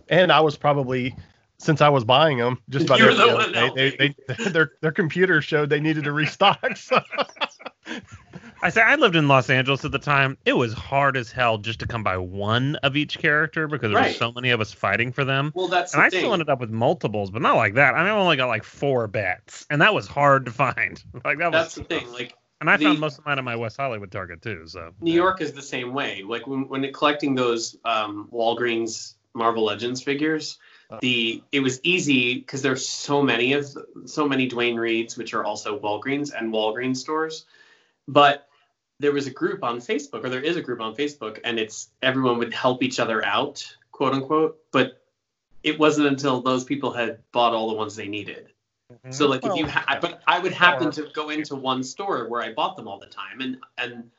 [SPEAKER 6] and I was probably since I was buying them just about
[SPEAKER 5] You were
[SPEAKER 6] every
[SPEAKER 5] the
[SPEAKER 6] other
[SPEAKER 5] one
[SPEAKER 6] day, they, they, their their computer showed they needed to restock. So.
[SPEAKER 7] I say I lived in Los Angeles at the time. It was hard as hell just to come by one of each character because there
[SPEAKER 5] Right.
[SPEAKER 7] were so many of us fighting for them.
[SPEAKER 5] Well, that's
[SPEAKER 7] And
[SPEAKER 5] the
[SPEAKER 7] I
[SPEAKER 5] thing.
[SPEAKER 7] still ended up with multiples, but not like that. I mean, I only got like four bats, and that was hard to find. Like that was
[SPEAKER 5] that's the thing. Like
[SPEAKER 7] And I
[SPEAKER 5] The-
[SPEAKER 7] found most of mine at my West Hollywood Target too. So
[SPEAKER 5] New York is the same way. Like when when it- collecting those um, Walgreens Marvel Legends figures,
[SPEAKER 7] Uh.
[SPEAKER 5] the it was easy because there's so many of so many Dwayne Reeds, which are also Walgreens and Walgreens stores. But there was a group on Facebook, or there is a group on Facebook, and it's everyone would help each other out, quote unquote. But it wasn't until those people had bought all the ones they needed. So like if you, ha- I- but I would happen to go into one store where I bought them all the time, and and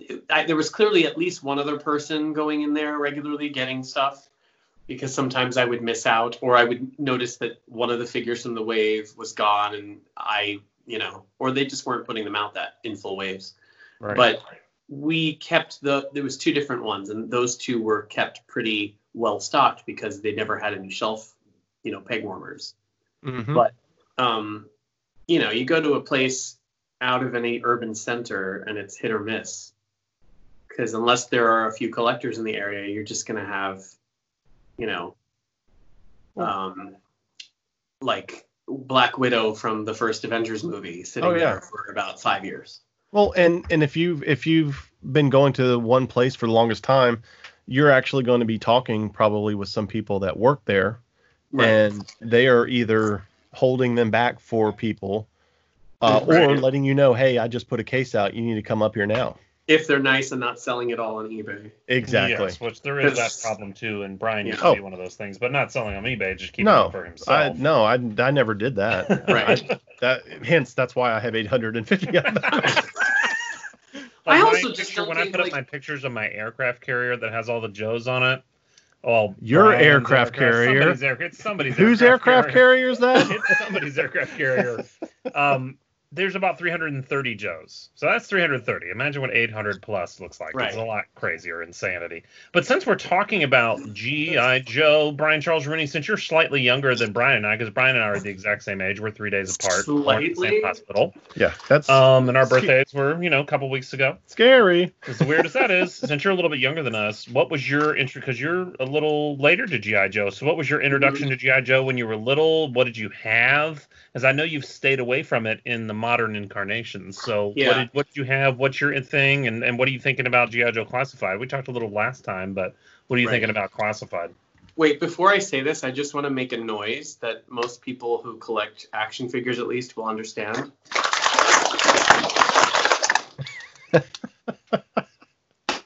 [SPEAKER 5] it- I, there was clearly at least one other person going in there regularly getting stuff, because sometimes I would miss out, or I would notice that one of the figures from the wave was gone, and I, you know, or they just weren't putting them out that in full waves.
[SPEAKER 6] Right.
[SPEAKER 5] But we kept the there was two different ones, and those two were kept pretty well stocked because they never had any shelf, you know, peg warmers
[SPEAKER 6] Mhm.
[SPEAKER 5] But- um, you know, you go to a place out of any urban center and it's hit or miss. Because unless there are a few collectors in the area, you're just going to have, you know, um, like Black Widow from the first Avengers movie sitting
[SPEAKER 6] Oh, yeah.
[SPEAKER 5] there for about five years.
[SPEAKER 6] Well, and and if you've if you've been going to one place for the longest time, you're actually going to be talking probably with some people that work there, and they are either holding them back for people, uh, or
[SPEAKER 5] Right.
[SPEAKER 6] letting you know, hey, I just put a case out. You need to come up here now.
[SPEAKER 5] If they're nice and not selling it all on eBay.
[SPEAKER 6] Exactly.
[SPEAKER 7] which there
[SPEAKER 5] is that problem,
[SPEAKER 7] too, and Brian
[SPEAKER 5] used
[SPEAKER 6] to Oh. be
[SPEAKER 7] one of those things, but not selling on eBay, just
[SPEAKER 6] keeping No, it
[SPEAKER 7] for
[SPEAKER 6] I no, I, I never did that.
[SPEAKER 5] Right.
[SPEAKER 6] That hence that's why I have 850 of them.
[SPEAKER 5] I
[SPEAKER 7] Like, my
[SPEAKER 5] also just
[SPEAKER 7] picture,
[SPEAKER 5] don't
[SPEAKER 7] when I
[SPEAKER 5] think,
[SPEAKER 7] put
[SPEAKER 5] like-
[SPEAKER 7] up my pictures of my aircraft carrier that has all the Joes on it. Well,
[SPEAKER 6] Your
[SPEAKER 7] Brian's
[SPEAKER 6] aircraft carrier?
[SPEAKER 7] Somebody's air, it's somebody's
[SPEAKER 6] Whose aircraft carrier is that?
[SPEAKER 7] it's somebody's aircraft carrier. Um, there's about 330 Joes, so that's 330. Imagine what 800 plus looks like.
[SPEAKER 5] Right.
[SPEAKER 7] It's a lot crazier insanity. But since we're talking about GI Joe, Brian Charles Rooney, since you're slightly younger than Brian and I, because Brian and I are the exact same age, we're three days apart, born in the
[SPEAKER 5] Slightly?
[SPEAKER 7] same hospital,
[SPEAKER 6] yeah, that's
[SPEAKER 7] um, and our birthdays were, you know, a couple weeks ago.
[SPEAKER 6] scary.
[SPEAKER 7] As weird as that is, since you're a little bit younger than us, what was your intro? Because you're a little later to GI Joe. So, what was your introduction to GI Joe when you were little? What did you have? As I know you've stayed away from it in the modern incarnations. So, what
[SPEAKER 5] Yeah.
[SPEAKER 7] did what did you have? What's your thing? And and what are you thinking about GI Joe Classified? We talked a little last time, but what are you
[SPEAKER 5] Right.
[SPEAKER 7] thinking about Classified?
[SPEAKER 5] Wait, before I say this, I just want to make a noise that most people who collect action figures, at least, will understand.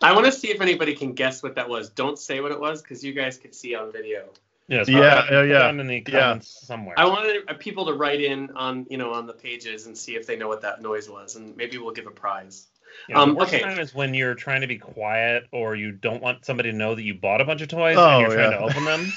[SPEAKER 5] I want to see if anybody can guess what that was. Don't say what it was because you guys could see on video.
[SPEAKER 7] Yes,
[SPEAKER 6] Yeah, yeah, yeah.
[SPEAKER 7] Down in the comments somewhere.
[SPEAKER 5] I wanted uh, people to write in on you know on the pages and see if they know what that noise was, and maybe we'll give a prize.
[SPEAKER 7] Yeah, the
[SPEAKER 5] um,
[SPEAKER 7] worst
[SPEAKER 5] okay.
[SPEAKER 7] time is when you're trying to be quiet or you don't want somebody to know that you bought a bunch of toys
[SPEAKER 6] Oh,
[SPEAKER 7] and you're trying
[SPEAKER 6] yeah.
[SPEAKER 7] to open them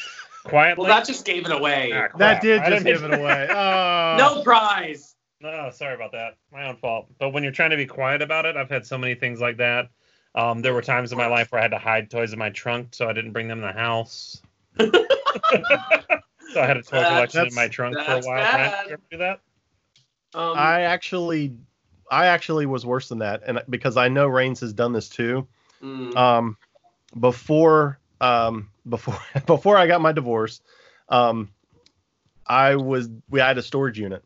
[SPEAKER 7] quietly.
[SPEAKER 5] Well, that just gave it away.
[SPEAKER 7] Ah, crap.
[SPEAKER 6] That did
[SPEAKER 7] I
[SPEAKER 6] just
[SPEAKER 7] didn't
[SPEAKER 6] give it
[SPEAKER 7] mean-
[SPEAKER 6] away. Oh.
[SPEAKER 5] No prize.
[SPEAKER 7] No, sorry about that. My own fault. But when you're trying to be quiet about it, I've had so many things like that. Um, there were times in my life where I had to hide toys in my trunk, so I didn't bring them in the house. so I had a toy
[SPEAKER 5] That-
[SPEAKER 7] collection in
[SPEAKER 6] that's-
[SPEAKER 7] my trunk for a
[SPEAKER 5] that's
[SPEAKER 7] while. Brian,
[SPEAKER 5] bad.
[SPEAKER 7] did you ever do that?
[SPEAKER 5] Um,
[SPEAKER 6] I actually I actually was worse than that and because I know Reigns has done this too.
[SPEAKER 5] mm,
[SPEAKER 6] Um before um before before I got my divorce, um I was we had a storage unit.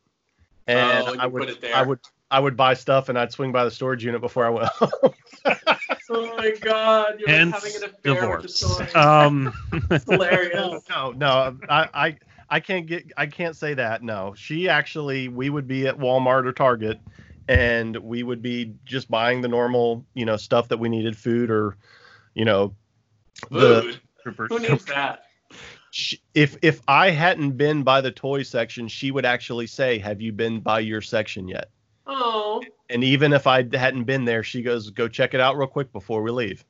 [SPEAKER 6] And
[SPEAKER 5] Oh, and
[SPEAKER 6] I
[SPEAKER 5] you
[SPEAKER 6] would
[SPEAKER 5] put it there.
[SPEAKER 6] I would I would buy stuff and I'd swing by the storage unit before I went home.
[SPEAKER 5] oh my god, you're like having
[SPEAKER 7] Hence
[SPEAKER 5] an affair
[SPEAKER 7] divorce.
[SPEAKER 5] with the toy.
[SPEAKER 7] Um,
[SPEAKER 5] It's hilarious.
[SPEAKER 6] no, no, I, I, I can't get, I can't say that. No, she actually, we would be at Walmart or Target, and we would be just buying the normal, you know, stuff that we needed, food or, you know, the-
[SPEAKER 5] Food. Who needs that?
[SPEAKER 6] sh- if if I hadn't been by the toy section, she would actually say, "Have you been by your section yet?"
[SPEAKER 5] Oh,
[SPEAKER 6] And even if I hadn't been there, she goes, "Go check it out real quick before we leave."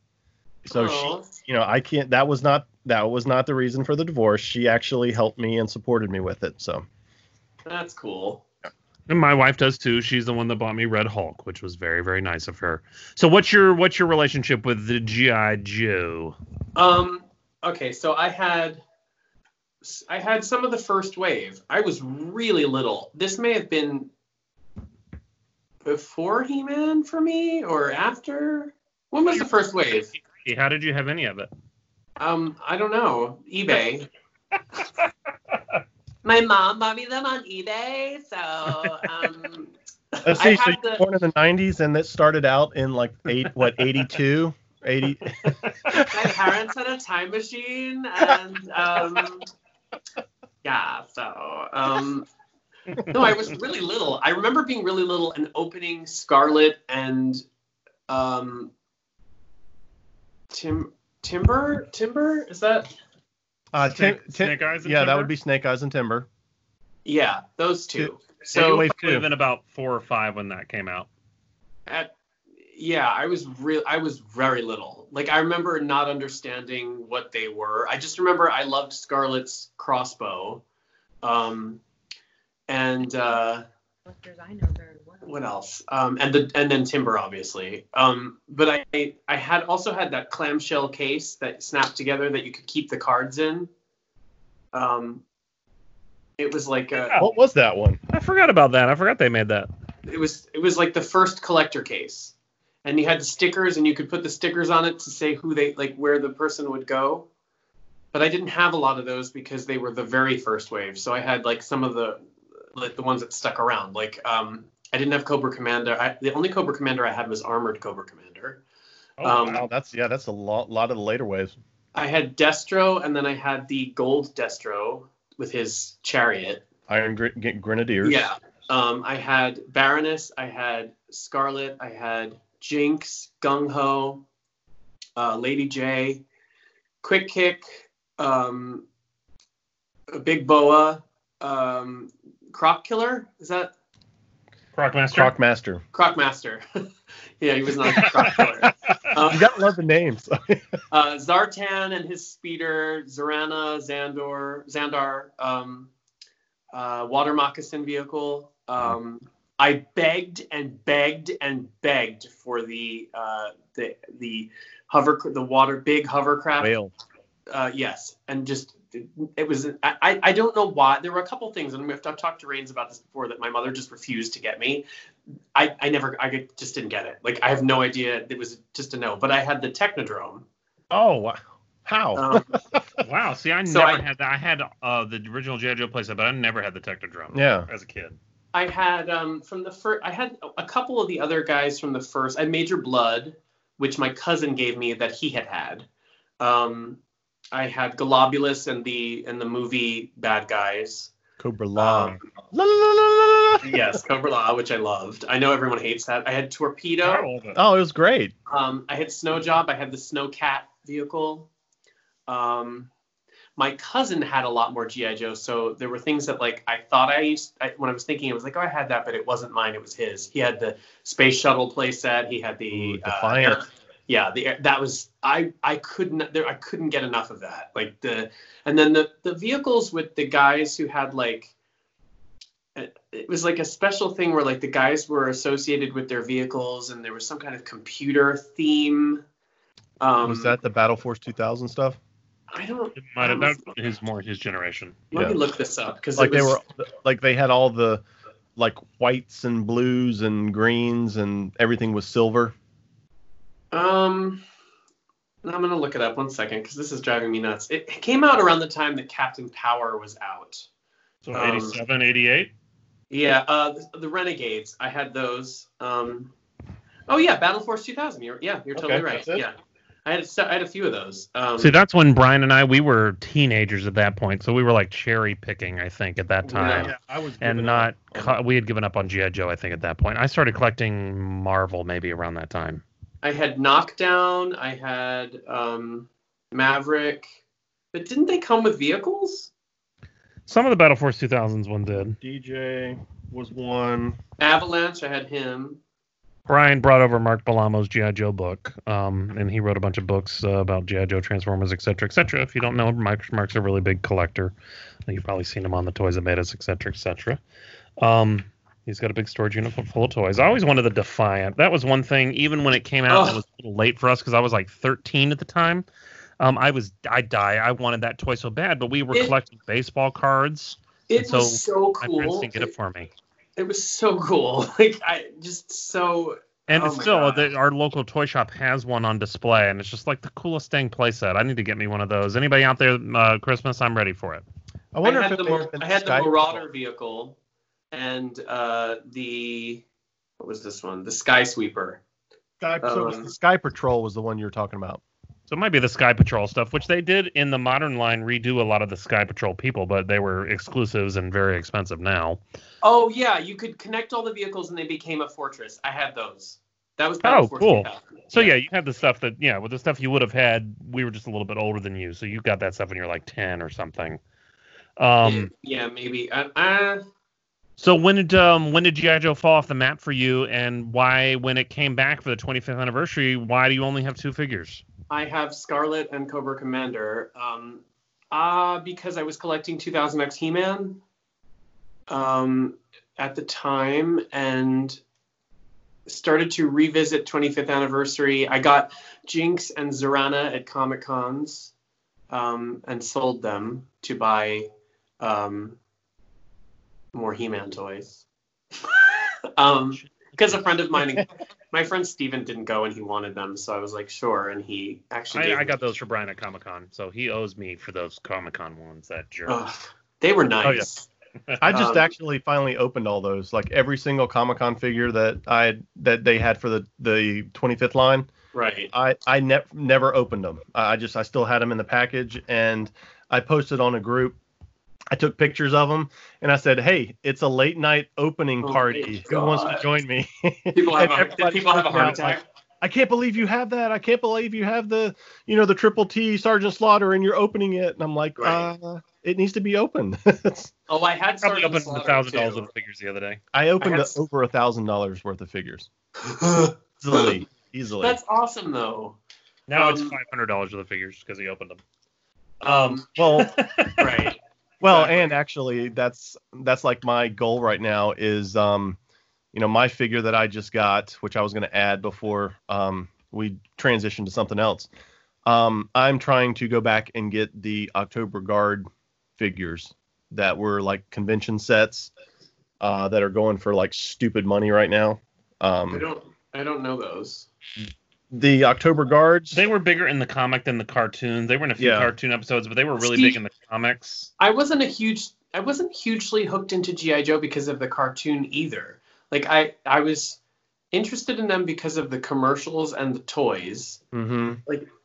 [SPEAKER 6] So
[SPEAKER 5] oh.
[SPEAKER 6] she, you know, I can't. That was not that was not the reason for the divorce. She actually helped me and supported me with it. So
[SPEAKER 5] that's cool.
[SPEAKER 7] And my wife does too. She's the one that bought me Red Hulk, which was very, very nice of her. So what's your what's your relationship with the GI Joe?
[SPEAKER 5] Um. Okay, so I had, I had some of the first wave. I was really little. This may have been before He Man for me, or after. When was the first wave?
[SPEAKER 7] How did you have any of it?
[SPEAKER 5] Um, I don't know. eBay. My mom bought me them on eBay, so um,
[SPEAKER 6] let's
[SPEAKER 5] I
[SPEAKER 6] see. So you
[SPEAKER 5] had
[SPEAKER 6] were
[SPEAKER 5] the-
[SPEAKER 6] born in the '90s, and that started out in like eight, what, 82, 80.
[SPEAKER 5] my parents had a time machine, and um, yeah, so um, no, I was really little. I remember being really little and opening Scarlet and um, Tim Timber Timber is that
[SPEAKER 6] Uh, Tim,
[SPEAKER 7] Snake-
[SPEAKER 6] Tim-
[SPEAKER 7] Snake Eyes and
[SPEAKER 6] yeah, that
[SPEAKER 7] Timber?
[SPEAKER 6] would be Snake Eyes and Timber.
[SPEAKER 5] yeah those two. So
[SPEAKER 6] Anyway,
[SPEAKER 7] I would have been about four or five when that came out.
[SPEAKER 5] at yeah i was real i was very little like i remember not understanding what they were i just remember i loved scarlet's crossbow um and uh
[SPEAKER 4] I know very well.
[SPEAKER 5] what else um and the and then timber obviously um but i i had also had that clamshell case that snapped together that you could keep the cards in um it was like a,
[SPEAKER 7] Oh.
[SPEAKER 6] What was that one?
[SPEAKER 7] I forgot about that. I forgot they made that.
[SPEAKER 5] it was it was like the first collector case and you had the stickers and you could put the stickers on it to say who they like where the person would go but i didn't have a lot of those because they were the very first wave so i had like some of the like the ones that stuck around like um i didn't have cobra commander I, the only cobra commander i had was armored cobra commander
[SPEAKER 6] Oh,
[SPEAKER 5] Um,
[SPEAKER 6] wow, that's yeah, that's a lot, lot of the later waves.
[SPEAKER 5] i had destro and then i had the gold destro with his chariot
[SPEAKER 6] Iron Gre- G- Grenadiers.
[SPEAKER 5] Yeah. Um, I had Baroness, I had Scarlet, I had Jinx, Gung Ho, uh, Lady J, Quick Kick, um, Big Boa, um, Croc Killer. Is that
[SPEAKER 7] Crocmaster.
[SPEAKER 6] Crockmaster.
[SPEAKER 5] Croc Master? yeah, he was not a Croc Killer. Um,
[SPEAKER 6] You gotta love the names.
[SPEAKER 5] uh, Zartan and his speeder, Zorana, Zandor, Zandar, um, uh, water moccasin vehicle. Um, I begged and begged and begged for the uh, the the hover the water big hovercraft.
[SPEAKER 6] Whale.
[SPEAKER 5] Uh, yes, and just it was I- I I don't know why there were a couple things and I've I've talked to Rains about this before that my mother just refused to get me. I I never I could- just didn't get it. Like I have no idea. It was just a no. But I had the Technodrome.
[SPEAKER 6] Oh wow. How?
[SPEAKER 5] Um,
[SPEAKER 7] Wow. See, I
[SPEAKER 5] So
[SPEAKER 7] never
[SPEAKER 5] I-
[SPEAKER 7] had that. I had uh, the original GI Joe playset, but I never had the Technodrome.
[SPEAKER 6] yeah.
[SPEAKER 7] As a kid.
[SPEAKER 5] I had um, from the first. I had a couple of the other guys from the first. I had Major Blood, which my cousin gave me that he had had. Um, I had Globulus and the and the movie Bad Guys.
[SPEAKER 6] Cobra Law.
[SPEAKER 5] Um,
[SPEAKER 6] La, la, la, la, la, la.
[SPEAKER 5] yes, Cobra Law, which I loved. I know everyone hates that. I had Torpedo.
[SPEAKER 6] Oh, it was great.
[SPEAKER 5] Um, I had Snow Job. I had the Snowcat vehicle. Um, my cousin had a lot more GI Joe, so there were things that like I thought I used I, when I was thinking. I was like, oh, I had that, but it wasn't mine. It was his. He had the space shuttle playset. He had the
[SPEAKER 6] Ooh,
[SPEAKER 5] uh,
[SPEAKER 6] Defiant.
[SPEAKER 5] air- yeah, the air- that was I I couldn't there I couldn't get enough of that. Like the and then the the vehicles with the guys who had like it was like a special thing where like the guys were associated with their vehicles and there was some kind of computer theme. Um,
[SPEAKER 6] was that the Battle Force 2000 stuff?
[SPEAKER 5] I don't.
[SPEAKER 7] It might have that is more his generation.
[SPEAKER 5] Let
[SPEAKER 6] Yeah.
[SPEAKER 5] me look this up because
[SPEAKER 6] Like they were, like they had all the, like whites and blues and greens and everything was silver.
[SPEAKER 5] Um, I'm gonna look it up one second because this is driving me nuts. It, it came out around the time that Captain Power was out.
[SPEAKER 7] So
[SPEAKER 5] Um,
[SPEAKER 7] 87, 88.
[SPEAKER 5] Yeah, uh, the, the Renegades. I had those. Um, oh yeah, Battle Force 2000. You're, yeah, you're totally
[SPEAKER 6] Okay,
[SPEAKER 5] right.
[SPEAKER 6] that's it.
[SPEAKER 5] Yeah, I I had a, I had a few of those. Um,
[SPEAKER 7] See, that's when Brian and I we were teenagers at that point, so we were like cherry picking, I think, at that time,
[SPEAKER 6] Yeah, I was
[SPEAKER 7] and
[SPEAKER 6] giving
[SPEAKER 7] not
[SPEAKER 6] up on
[SPEAKER 7] co- we had given up on GI Joe, I think, at that point. I started collecting Marvel maybe around that time.
[SPEAKER 5] I had Knockdown. I had um, Maverick. But didn't they come with vehicles?
[SPEAKER 7] Some of the Battle Force 2000s one did.
[SPEAKER 6] DJ was one.
[SPEAKER 5] Avalanche. I had him.
[SPEAKER 7] Brian brought over Mark Balamo's GI Joe book, um, and he wrote a bunch of books uh, about GI Joe Transformers, et cetera, et cetera. If you don't know, Mark, Mark's a really big collector. You've probably seen him on the Toys That Made Us, et cetera, et cetera. Um, he's got a big storage unit full- full of toys. I always wanted the Defiant. That was one thing. Even when it came out,
[SPEAKER 5] Ugh.
[SPEAKER 7] it was a little late for us because I was like 13 at the time. Um, I was I die. I wanted that toy so bad, but we were
[SPEAKER 5] It-
[SPEAKER 7] collecting baseball cards.
[SPEAKER 5] It
[SPEAKER 7] And so
[SPEAKER 5] was so
[SPEAKER 7] My parents
[SPEAKER 5] cool.
[SPEAKER 7] didn't get it for me.
[SPEAKER 5] It was so cool. Like I just so
[SPEAKER 7] And
[SPEAKER 5] Oh
[SPEAKER 7] it's
[SPEAKER 5] my
[SPEAKER 7] still,
[SPEAKER 5] God.
[SPEAKER 7] the, our local toy shop has one on display, and it's just like the coolest dang playset. I need to get me one of those. Anybody out there, uh, Christmas? I'm ready for it.
[SPEAKER 6] I wonder
[SPEAKER 5] I
[SPEAKER 6] if
[SPEAKER 5] had, the,
[SPEAKER 6] it may
[SPEAKER 5] Mar-
[SPEAKER 6] have been
[SPEAKER 5] I had the
[SPEAKER 6] Skype.
[SPEAKER 5] Marauder vehicle and uh, the what was this one? The Sky Sweeper.
[SPEAKER 6] Sky, so it was
[SPEAKER 5] Um,
[SPEAKER 6] the Sky Patrol was the one you were talking about.
[SPEAKER 7] So it might be the Sky Patrol stuff, which they did in the modern line redo a lot of the Sky Patrol people, but they were exclusives and very expensive now.
[SPEAKER 5] Oh yeah, you could connect all the vehicles and they became a fortress. I had those. That was
[SPEAKER 7] Oh,
[SPEAKER 5] Battle Force
[SPEAKER 7] cool.
[SPEAKER 5] 2000.
[SPEAKER 7] So yeah, you had the stuff that yeah, with the stuff you would have had. We were just a little bit older than you, so you got that stuff when you were like ten or something. Um,
[SPEAKER 5] yeah, maybe. Uh, uh,
[SPEAKER 7] So when did um, when did GI Joe fall off the map for you, and why when it came back for the 25th anniversary, why do you only have two figures?
[SPEAKER 5] I have Scarlet and Cobra Commander. Um, uh, because I was collecting 2000 X He-Man um, at the time and started to revisit 25th anniversary. I got Jinx and Zorana at Comic Cons um, and sold them to buy um, more He-Man toys. um, because a friend of mine, my friend Steven didn't go and he wanted them, so I was like, sure. And he actually,
[SPEAKER 7] I,
[SPEAKER 5] gave
[SPEAKER 7] I
[SPEAKER 5] me-
[SPEAKER 7] got those for Brian at Comic Con, so he owes me for those Comic Con ones. That jerk.
[SPEAKER 5] Ugh, they were nice.
[SPEAKER 7] Oh, yeah.
[SPEAKER 6] I just
[SPEAKER 5] Um,
[SPEAKER 6] actually finally opened all those, like every single Comic Con figure that I had, that they had for the the 25th line.
[SPEAKER 5] Right.
[SPEAKER 6] I I ne- never opened them. I I just I still had them in the package, and I posted on a group. I took pictures of them, and I said, "Hey, it's a late night opening
[SPEAKER 5] Oh my
[SPEAKER 6] party. Who wants to
[SPEAKER 5] God.
[SPEAKER 6] join me?"
[SPEAKER 5] People have
[SPEAKER 6] And
[SPEAKER 5] a, did
[SPEAKER 6] everybody
[SPEAKER 5] people have a heart
[SPEAKER 6] freaked out, like,
[SPEAKER 5] attack?
[SPEAKER 6] I can't believe you have that. I can't believe you have the, you know, the triple T Sergeant Slaughter, and you're opening it. And I'm like,
[SPEAKER 5] Right.
[SPEAKER 6] uh, it needs to be opened.
[SPEAKER 5] Oh, I had
[SPEAKER 7] Probably
[SPEAKER 5] Sergeant
[SPEAKER 7] opened a
[SPEAKER 5] Slaughter,
[SPEAKER 7] thousand dollars
[SPEAKER 5] too.
[SPEAKER 7] of figures the other day.
[SPEAKER 6] I opened
[SPEAKER 5] I had
[SPEAKER 6] up
[SPEAKER 5] s-
[SPEAKER 6] over a thousand dollars worth of figures easily. easily.
[SPEAKER 5] That's awesome though.
[SPEAKER 7] Now it's
[SPEAKER 5] Um,
[SPEAKER 7] five hundred dollars of the figures because he opened them.
[SPEAKER 5] Um,
[SPEAKER 6] well,
[SPEAKER 5] right.
[SPEAKER 6] well,
[SPEAKER 5] Exactly.
[SPEAKER 6] and actually, that's that's like my goal right now is, um, you know, my figure that I just got, which I was going to add before um, we transition to something else. Um, I'm trying to go back and get the October Guard figures that were like convention sets uh, that are going for like stupid money right now.
[SPEAKER 5] I
[SPEAKER 6] Um,
[SPEAKER 5] don't. I don't know those.
[SPEAKER 6] the October Guards.
[SPEAKER 7] They were bigger in the comic than the cartoon. They were in a few
[SPEAKER 6] Yeah.
[SPEAKER 7] cartoon episodes, but they were really
[SPEAKER 5] See-
[SPEAKER 7] big in the comics.
[SPEAKER 5] I wasn't a huge. I wasn't hugely hooked into GI Joe because of the cartoon either. Like I, I was interested in them because of the commercials and the toys.
[SPEAKER 6] hmm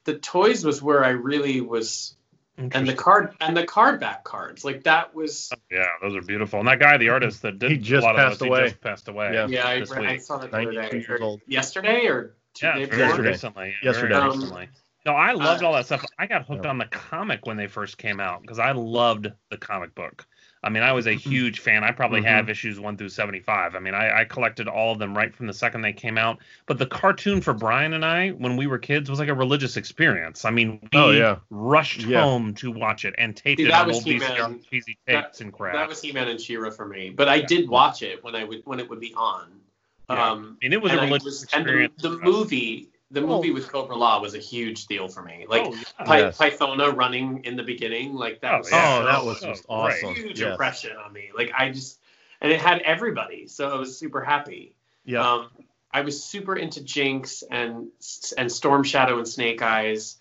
[SPEAKER 5] The toys was where I really was, and the card and the card back cards. Like that was.
[SPEAKER 7] yeah, those are beautiful. And that guy, the artist that did
[SPEAKER 6] He just
[SPEAKER 7] a lot
[SPEAKER 6] passed
[SPEAKER 7] of those,
[SPEAKER 6] away.
[SPEAKER 7] he just passed away.
[SPEAKER 6] Oh, Yeah.
[SPEAKER 5] Yeah, I,
[SPEAKER 7] this
[SPEAKER 5] re- I
[SPEAKER 7] week.
[SPEAKER 5] saw that the other
[SPEAKER 6] 92
[SPEAKER 5] day.
[SPEAKER 6] years
[SPEAKER 5] Or
[SPEAKER 6] old.
[SPEAKER 5] yesterday or two
[SPEAKER 7] Yeah,
[SPEAKER 5] day
[SPEAKER 7] very
[SPEAKER 5] before?
[SPEAKER 6] Yesterday.
[SPEAKER 7] recently. yeah,
[SPEAKER 6] Yesterday.
[SPEAKER 7] Very
[SPEAKER 5] Um,
[SPEAKER 7] recently. No, I loved
[SPEAKER 5] uh,
[SPEAKER 7] all that stuff. I got hooked
[SPEAKER 6] Yeah.
[SPEAKER 7] on the comic when they first came out because I loved the comic book. I mean, I was a
[SPEAKER 6] Mm-hmm.
[SPEAKER 7] huge fan. I probably
[SPEAKER 6] Mhm.
[SPEAKER 7] have issues one through 75. I mean, I, I collected all of them right from the second they came out. But the cartoon for Brian and I, when we were kids, was like a religious experience. I mean, we
[SPEAKER 6] Oh, yeah.
[SPEAKER 7] rushed
[SPEAKER 6] Yeah.
[SPEAKER 7] home to watch it and taped
[SPEAKER 5] Dude,
[SPEAKER 7] it
[SPEAKER 5] that
[SPEAKER 7] on
[SPEAKER 5] was
[SPEAKER 7] old
[SPEAKER 5] He-Man.
[SPEAKER 7] VCR cheesy
[SPEAKER 5] That-
[SPEAKER 7] tapes and crap.
[SPEAKER 5] That was He Man and She Ra for me, but I did watch it when I would when it would be on.
[SPEAKER 7] Yeah.
[SPEAKER 5] Um,
[SPEAKER 7] I mean, it was
[SPEAKER 5] and
[SPEAKER 7] a
[SPEAKER 5] I
[SPEAKER 7] religious
[SPEAKER 5] was- and the,
[SPEAKER 7] experience.
[SPEAKER 5] the
[SPEAKER 7] for us.
[SPEAKER 5] movie, the
[SPEAKER 6] Oh.
[SPEAKER 5] movie with Cobra Law was a huge deal for me. Like
[SPEAKER 7] Oh, yeah.
[SPEAKER 5] Py-
[SPEAKER 6] Yes.
[SPEAKER 5] Pythona running in the beginning, like that.
[SPEAKER 7] Oh,
[SPEAKER 5] was
[SPEAKER 7] yeah.
[SPEAKER 6] Oh,
[SPEAKER 5] so-
[SPEAKER 6] that was just
[SPEAKER 7] Oh, great.
[SPEAKER 5] a
[SPEAKER 6] awesome.
[SPEAKER 5] huge
[SPEAKER 6] Yes.
[SPEAKER 5] impression on me. Like I just, and it had everybody, so I was super happy.
[SPEAKER 6] Yeah.
[SPEAKER 5] Um, I was super into Jinx and and Storm Shadow and Snake Eyes.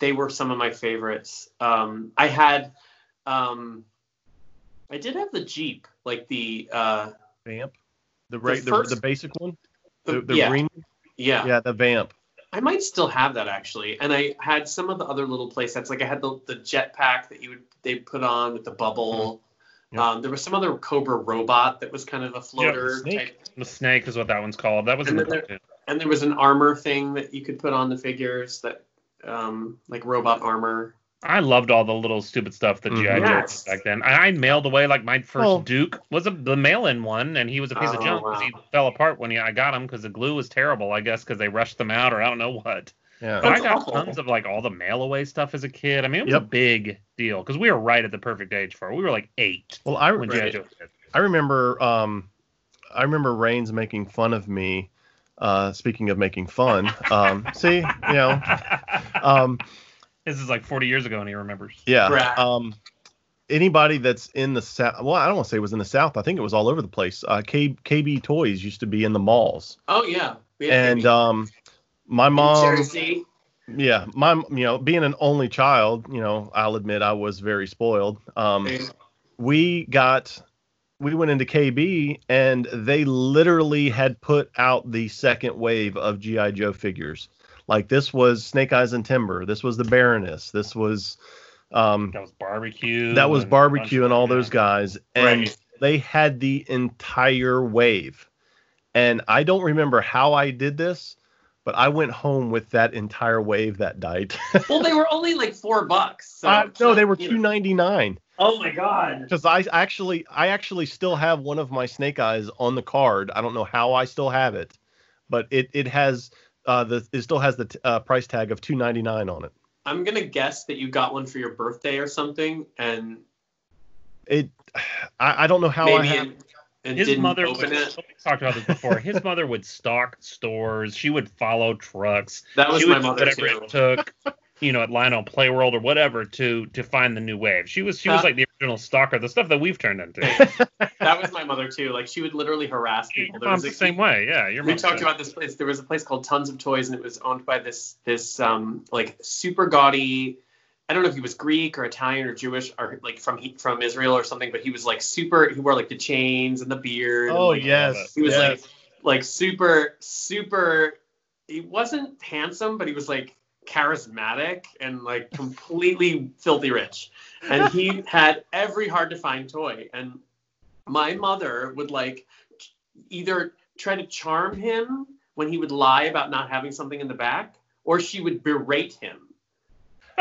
[SPEAKER 5] They were some of my favorites. Um, I had, um, I did have the Jeep, like the, uh,
[SPEAKER 6] Vamp. The, ra- the,
[SPEAKER 5] first-
[SPEAKER 6] the basic one.
[SPEAKER 5] the-
[SPEAKER 6] The, the
[SPEAKER 5] yeah,
[SPEAKER 6] green.
[SPEAKER 5] yeah,
[SPEAKER 6] Yeah, the vamp.
[SPEAKER 5] I might still have that actually, and I had some of the other little playsets. Like I had the the jet pack that you would they put on with the bubble.
[SPEAKER 7] Yeah.
[SPEAKER 5] Um, there was some other Cobra robot that was kind of a floater
[SPEAKER 6] snake.
[SPEAKER 5] type
[SPEAKER 7] The snake is what that one's called. That was
[SPEAKER 5] And
[SPEAKER 7] in the
[SPEAKER 5] then there-
[SPEAKER 7] cartoon.
[SPEAKER 5] and there was an armor thing that you could put on the figures that um like robot armor
[SPEAKER 7] I loved all the little stupid stuff that
[SPEAKER 6] Mm-hmm.
[SPEAKER 7] GI Joe did
[SPEAKER 5] Yes.
[SPEAKER 7] back then. I, I mailed away like my first
[SPEAKER 6] Oh.
[SPEAKER 7] Duke was a, the mail-in one, and he was a piece of
[SPEAKER 5] Oh,
[SPEAKER 7] junk 'cause
[SPEAKER 5] wow.
[SPEAKER 7] he fell apart when he, I got him because the glue was terrible. I guess because they rushed them out or I don't know what. But
[SPEAKER 6] Yeah.
[SPEAKER 5] That's
[SPEAKER 7] I got
[SPEAKER 5] awful.
[SPEAKER 7] tons of like all the mail away stuff as a kid. I mean, it was a
[SPEAKER 6] Yep.
[SPEAKER 7] big deal because we were right at the perfect age for it. We were like eight
[SPEAKER 6] Well, I
[SPEAKER 7] when GI Joe. was a kid.
[SPEAKER 6] I remember um, I remember Reigns making fun of me. Uh, speaking of making fun, um, see, you know, um,
[SPEAKER 7] this is like 40 years ago, and he remembers.
[SPEAKER 6] yeah,
[SPEAKER 5] Right.
[SPEAKER 6] um, anybody that's in the south. Well, I don't want to say it was in the south. I think it was all over the place. Uh, K- KB Toys used to be in the malls,
[SPEAKER 5] oh yeah We had
[SPEAKER 6] and
[SPEAKER 5] baby-
[SPEAKER 6] um, my
[SPEAKER 5] in
[SPEAKER 6] mom,
[SPEAKER 5] Jersey.
[SPEAKER 6] yeah, my, you know, being an only child, you know, I'll admit I was very spoiled. Um, we got we went into KB and they literally had put out the second wave of GI Joe figures. Like this was Snake Eyes and Timber. This was the Baroness. This was um,
[SPEAKER 7] That was barbecue.
[SPEAKER 6] that was
[SPEAKER 7] and a bunch
[SPEAKER 6] Barbecue
[SPEAKER 7] of-
[SPEAKER 6] and all
[SPEAKER 7] yeah.
[SPEAKER 6] those guys, and
[SPEAKER 5] Right.
[SPEAKER 6] they had the entire wave. And I don't remember how I did this, but I went home with that entire wave that night.
[SPEAKER 5] well they were only like four bucks so
[SPEAKER 6] Uh, no, they were
[SPEAKER 5] you
[SPEAKER 6] two
[SPEAKER 5] know.
[SPEAKER 6] ninety nine.
[SPEAKER 5] Oh my god
[SPEAKER 6] because I actually I actually still have one of my snake eyes on the card. I don't know how I still have it, but it it has uh the it still has the t- uh, price tag of two ninety nine on it.
[SPEAKER 5] i'm gonna guess that you got one for your birthday or something and
[SPEAKER 6] It I, I don't know how I
[SPEAKER 5] maybe
[SPEAKER 6] have,
[SPEAKER 5] it, it
[SPEAKER 7] his
[SPEAKER 5] didn't
[SPEAKER 7] mother
[SPEAKER 5] open
[SPEAKER 7] would-
[SPEAKER 5] it
[SPEAKER 7] we talked about this before. His mother would stock stores. She would follow trucks.
[SPEAKER 5] that was
[SPEAKER 7] she
[SPEAKER 5] my
[SPEAKER 7] would do
[SPEAKER 5] mother
[SPEAKER 7] whatever
[SPEAKER 5] too
[SPEAKER 7] it took, you know, at Lionel Playworld or whatever to to find the new wave. She was she was
[SPEAKER 5] Huh?
[SPEAKER 7] like the original stalker, the stuff that we've turned into.
[SPEAKER 5] that was my mother too like she would literally harass people
[SPEAKER 7] Your
[SPEAKER 5] there was
[SPEAKER 7] mom's
[SPEAKER 5] a,
[SPEAKER 7] the same way, yeah. Your
[SPEAKER 5] we
[SPEAKER 7] mom's
[SPEAKER 5] talked
[SPEAKER 7] the-
[SPEAKER 5] about this place. There was a place called Tons of Toys, and it was owned by this this um, like super gaudy. I don't know if he was Greek or Italian or Jewish or like from he- from Israel or something, but he was like super. He wore like the chains and the beard. and,
[SPEAKER 6] Oh
[SPEAKER 5] like,
[SPEAKER 6] yes,
[SPEAKER 5] he was
[SPEAKER 6] yes.
[SPEAKER 5] like like super super. He wasn't handsome, but he was like charismatic and like completely filthy rich. And he had every hard to find toy. And my mother would like either try to charm him when he would lie about not having something in the back, or she would berate him.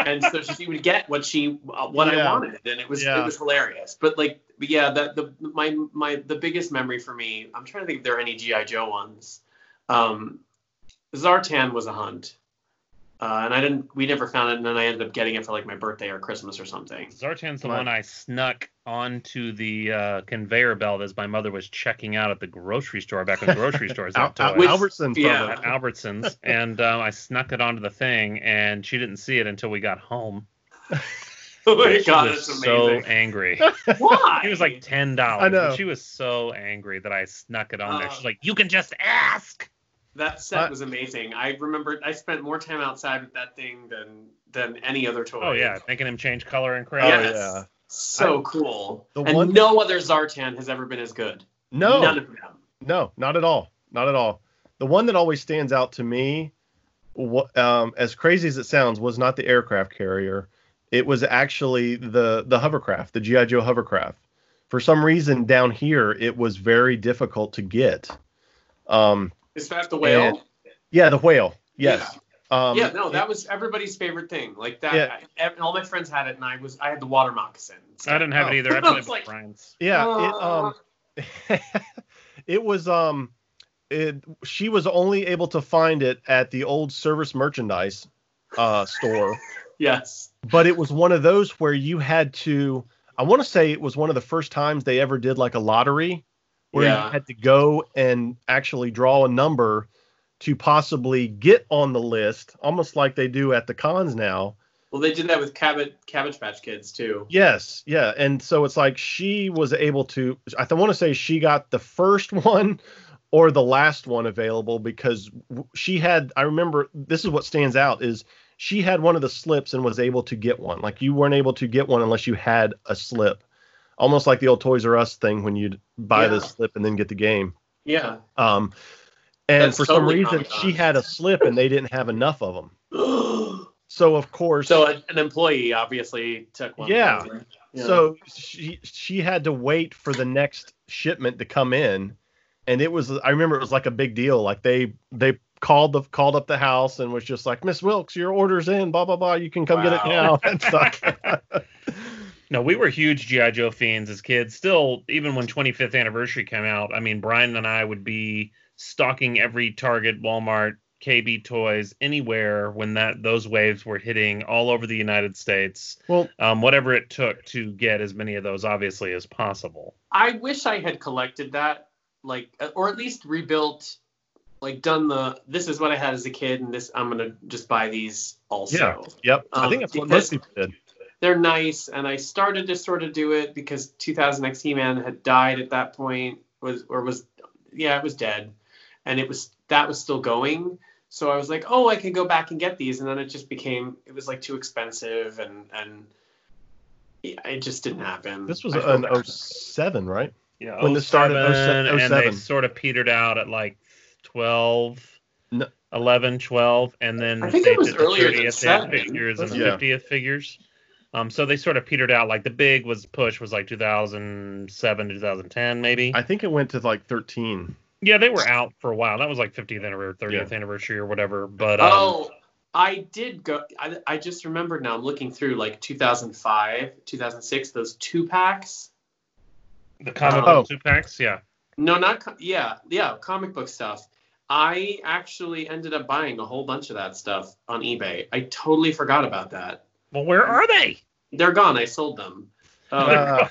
[SPEAKER 5] And so she would get what she uh, what I
[SPEAKER 6] Yeah.
[SPEAKER 5] wanted, and it was it
[SPEAKER 6] Yeah.
[SPEAKER 5] was hilarious. But like, but yeah, that the my my the biggest memory for me. I'm trying to think if there are any GI Joe ones. Um, Zartan was a hunt, uh, and I didn't. We never found it, and then I ended up getting it for like my birthday or Christmas or something.
[SPEAKER 7] Zartan's the
[SPEAKER 6] Right.
[SPEAKER 7] one I snuck onto the uh, conveyor belt as my mother was checking out at the grocery store back when grocery stores
[SPEAKER 6] Al-
[SPEAKER 7] had
[SPEAKER 6] Al-
[SPEAKER 7] toys.
[SPEAKER 6] Albertson's
[SPEAKER 5] yeah.
[SPEAKER 6] brother.
[SPEAKER 7] at Albertsons, and um, I snuck it onto the thing, and she didn't see it until we got home.
[SPEAKER 5] Oh my
[SPEAKER 7] she
[SPEAKER 5] god,
[SPEAKER 7] was
[SPEAKER 5] that's
[SPEAKER 7] so
[SPEAKER 5] amazing!
[SPEAKER 7] angry.
[SPEAKER 5] Why?
[SPEAKER 7] It was like ten dollars.
[SPEAKER 6] I know.
[SPEAKER 7] She was so angry that I snuck it on there.
[SPEAKER 5] Oh.
[SPEAKER 7] She's like, "You can just ask."
[SPEAKER 5] That set
[SPEAKER 6] I-
[SPEAKER 5] was amazing. I remember I spent more time outside with that thing than than any other toy.
[SPEAKER 7] Oh yeah, making him change color and crap.
[SPEAKER 6] Oh,
[SPEAKER 5] Yes.
[SPEAKER 6] yeah.
[SPEAKER 5] So cool.
[SPEAKER 6] The
[SPEAKER 5] and
[SPEAKER 6] one-
[SPEAKER 5] no other Zartan has ever been as good.
[SPEAKER 6] No,
[SPEAKER 5] None of them.
[SPEAKER 6] No, not at all. Not at all. The one that always stands out to me, wha- um, as crazy as it sounds, was not the aircraft carrier. It was actually the the hovercraft, the GI Joe hovercraft. For some reason, down here, it was very difficult to get. Um,
[SPEAKER 5] Is that the whale?
[SPEAKER 6] And- yeah, the whale. Yes. Um,
[SPEAKER 5] yeah, no, that was everybody's favorite thing. Like that,
[SPEAKER 6] Yeah.
[SPEAKER 5] I- ev- all my friends had it, and I was I had the water moccasin.
[SPEAKER 7] I didn't have
[SPEAKER 6] Oh.
[SPEAKER 7] it either. I
[SPEAKER 5] I
[SPEAKER 7] played
[SPEAKER 5] was
[SPEAKER 7] with
[SPEAKER 5] like-
[SPEAKER 7] Brian's.
[SPEAKER 6] Yeah,
[SPEAKER 5] Ah.
[SPEAKER 6] it um it was um it she was only able to find it at the old service merchandise uh store,
[SPEAKER 5] Yes.
[SPEAKER 6] but it was one of those where you had to I want to say it was one of the first times they ever did like a lottery where
[SPEAKER 5] Yeah.
[SPEAKER 6] you had to go and actually draw a number to possibly get on the list, almost like they do at the cons now.
[SPEAKER 5] Well, they did that with Cabbage Cabbage Patch Kids too.
[SPEAKER 6] Yes, yeah, and so it's like she was able to. I want to say she got the first one or the last one available because w- she had. I remember this is what stands out is she had one of the slips and was able to get one. Like you weren't able to get one unless you had a slip, almost like the old Toys R Us thing when you'd buy the
[SPEAKER 5] Yeah.
[SPEAKER 6] slip and then get the game.
[SPEAKER 5] Yeah.
[SPEAKER 6] Um, and
[SPEAKER 5] That's
[SPEAKER 6] for
[SPEAKER 5] totally
[SPEAKER 6] some reason,
[SPEAKER 5] Comic-Con.
[SPEAKER 6] she had a slip, and they didn't have enough of them.
[SPEAKER 5] so
[SPEAKER 6] So of course,
[SPEAKER 5] an an employee obviously took one.
[SPEAKER 6] Yeah.
[SPEAKER 5] Yeah.
[SPEAKER 6] So she she had to wait for the next shipment to come in, and it was I remember it was like a big deal. Like they they called the called up the house and was just like Miss Wilkes, your order's in, blah blah blah. You can come get it now.
[SPEAKER 5] Wow.
[SPEAKER 6] And stuff.
[SPEAKER 7] No, we were huge GI Joe fans as kids. Still, even when 25th anniversary came out, I mean, Brian and I would be stalking every Target, Walmart, KB Toys, anywhere when that those waves were hitting all over the United States.
[SPEAKER 6] well,
[SPEAKER 7] Um, whatever it took to get as many of those, obviously, as possible.
[SPEAKER 5] I wish I had collected that, like, uh, or at least rebuilt, like, done the. This is what I had as a kid, and this I'm gonna just buy these also.
[SPEAKER 6] yeah, yep. I
[SPEAKER 5] Um,
[SPEAKER 6] think that's what
[SPEAKER 5] this-
[SPEAKER 6] most people did.
[SPEAKER 5] They're nice, and I started to sort of do it because 2000 X He-Man had died at that point, was or was, yeah, it was dead, and it was that was still going. So I was like, oh, I can go back and get these, and then it just became it was like too expensive, and and yeah, it just didn't happen.
[SPEAKER 6] This was
[SPEAKER 5] I feel
[SPEAKER 6] an
[SPEAKER 5] bad.
[SPEAKER 6] 07, right?
[SPEAKER 7] Yeah,
[SPEAKER 6] When this started,
[SPEAKER 7] 07, and they
[SPEAKER 6] 07.
[SPEAKER 7] sort of petered out at like 12,
[SPEAKER 6] No.
[SPEAKER 7] 11, 12, and then
[SPEAKER 5] I think
[SPEAKER 7] they
[SPEAKER 5] it was
[SPEAKER 7] did the
[SPEAKER 5] earlier than
[SPEAKER 7] 30th
[SPEAKER 5] seven,
[SPEAKER 7] figures and the
[SPEAKER 6] wasn't it?
[SPEAKER 7] 50th figures. Um, so they sort of petered out. Like the big was push was like 2007, 2010, maybe.
[SPEAKER 6] I think it went to like 13.
[SPEAKER 7] yeah, they were out for a while. That was like 50th anniversary, 30th anniversary, or whatever. But um,
[SPEAKER 5] Oh, I did go. I, I just remembered now. I'm looking through like 2005, 2006. Those two packs.
[SPEAKER 7] the comic
[SPEAKER 6] Oh.
[SPEAKER 7] book two packs, yeah.
[SPEAKER 5] No, not co- yeah, yeah, comic book stuff. I actually ended up buying a whole bunch of that stuff on eBay. I totally forgot about that.
[SPEAKER 7] Well, where are they?
[SPEAKER 5] They're gone. I sold them. Um,
[SPEAKER 6] Uh,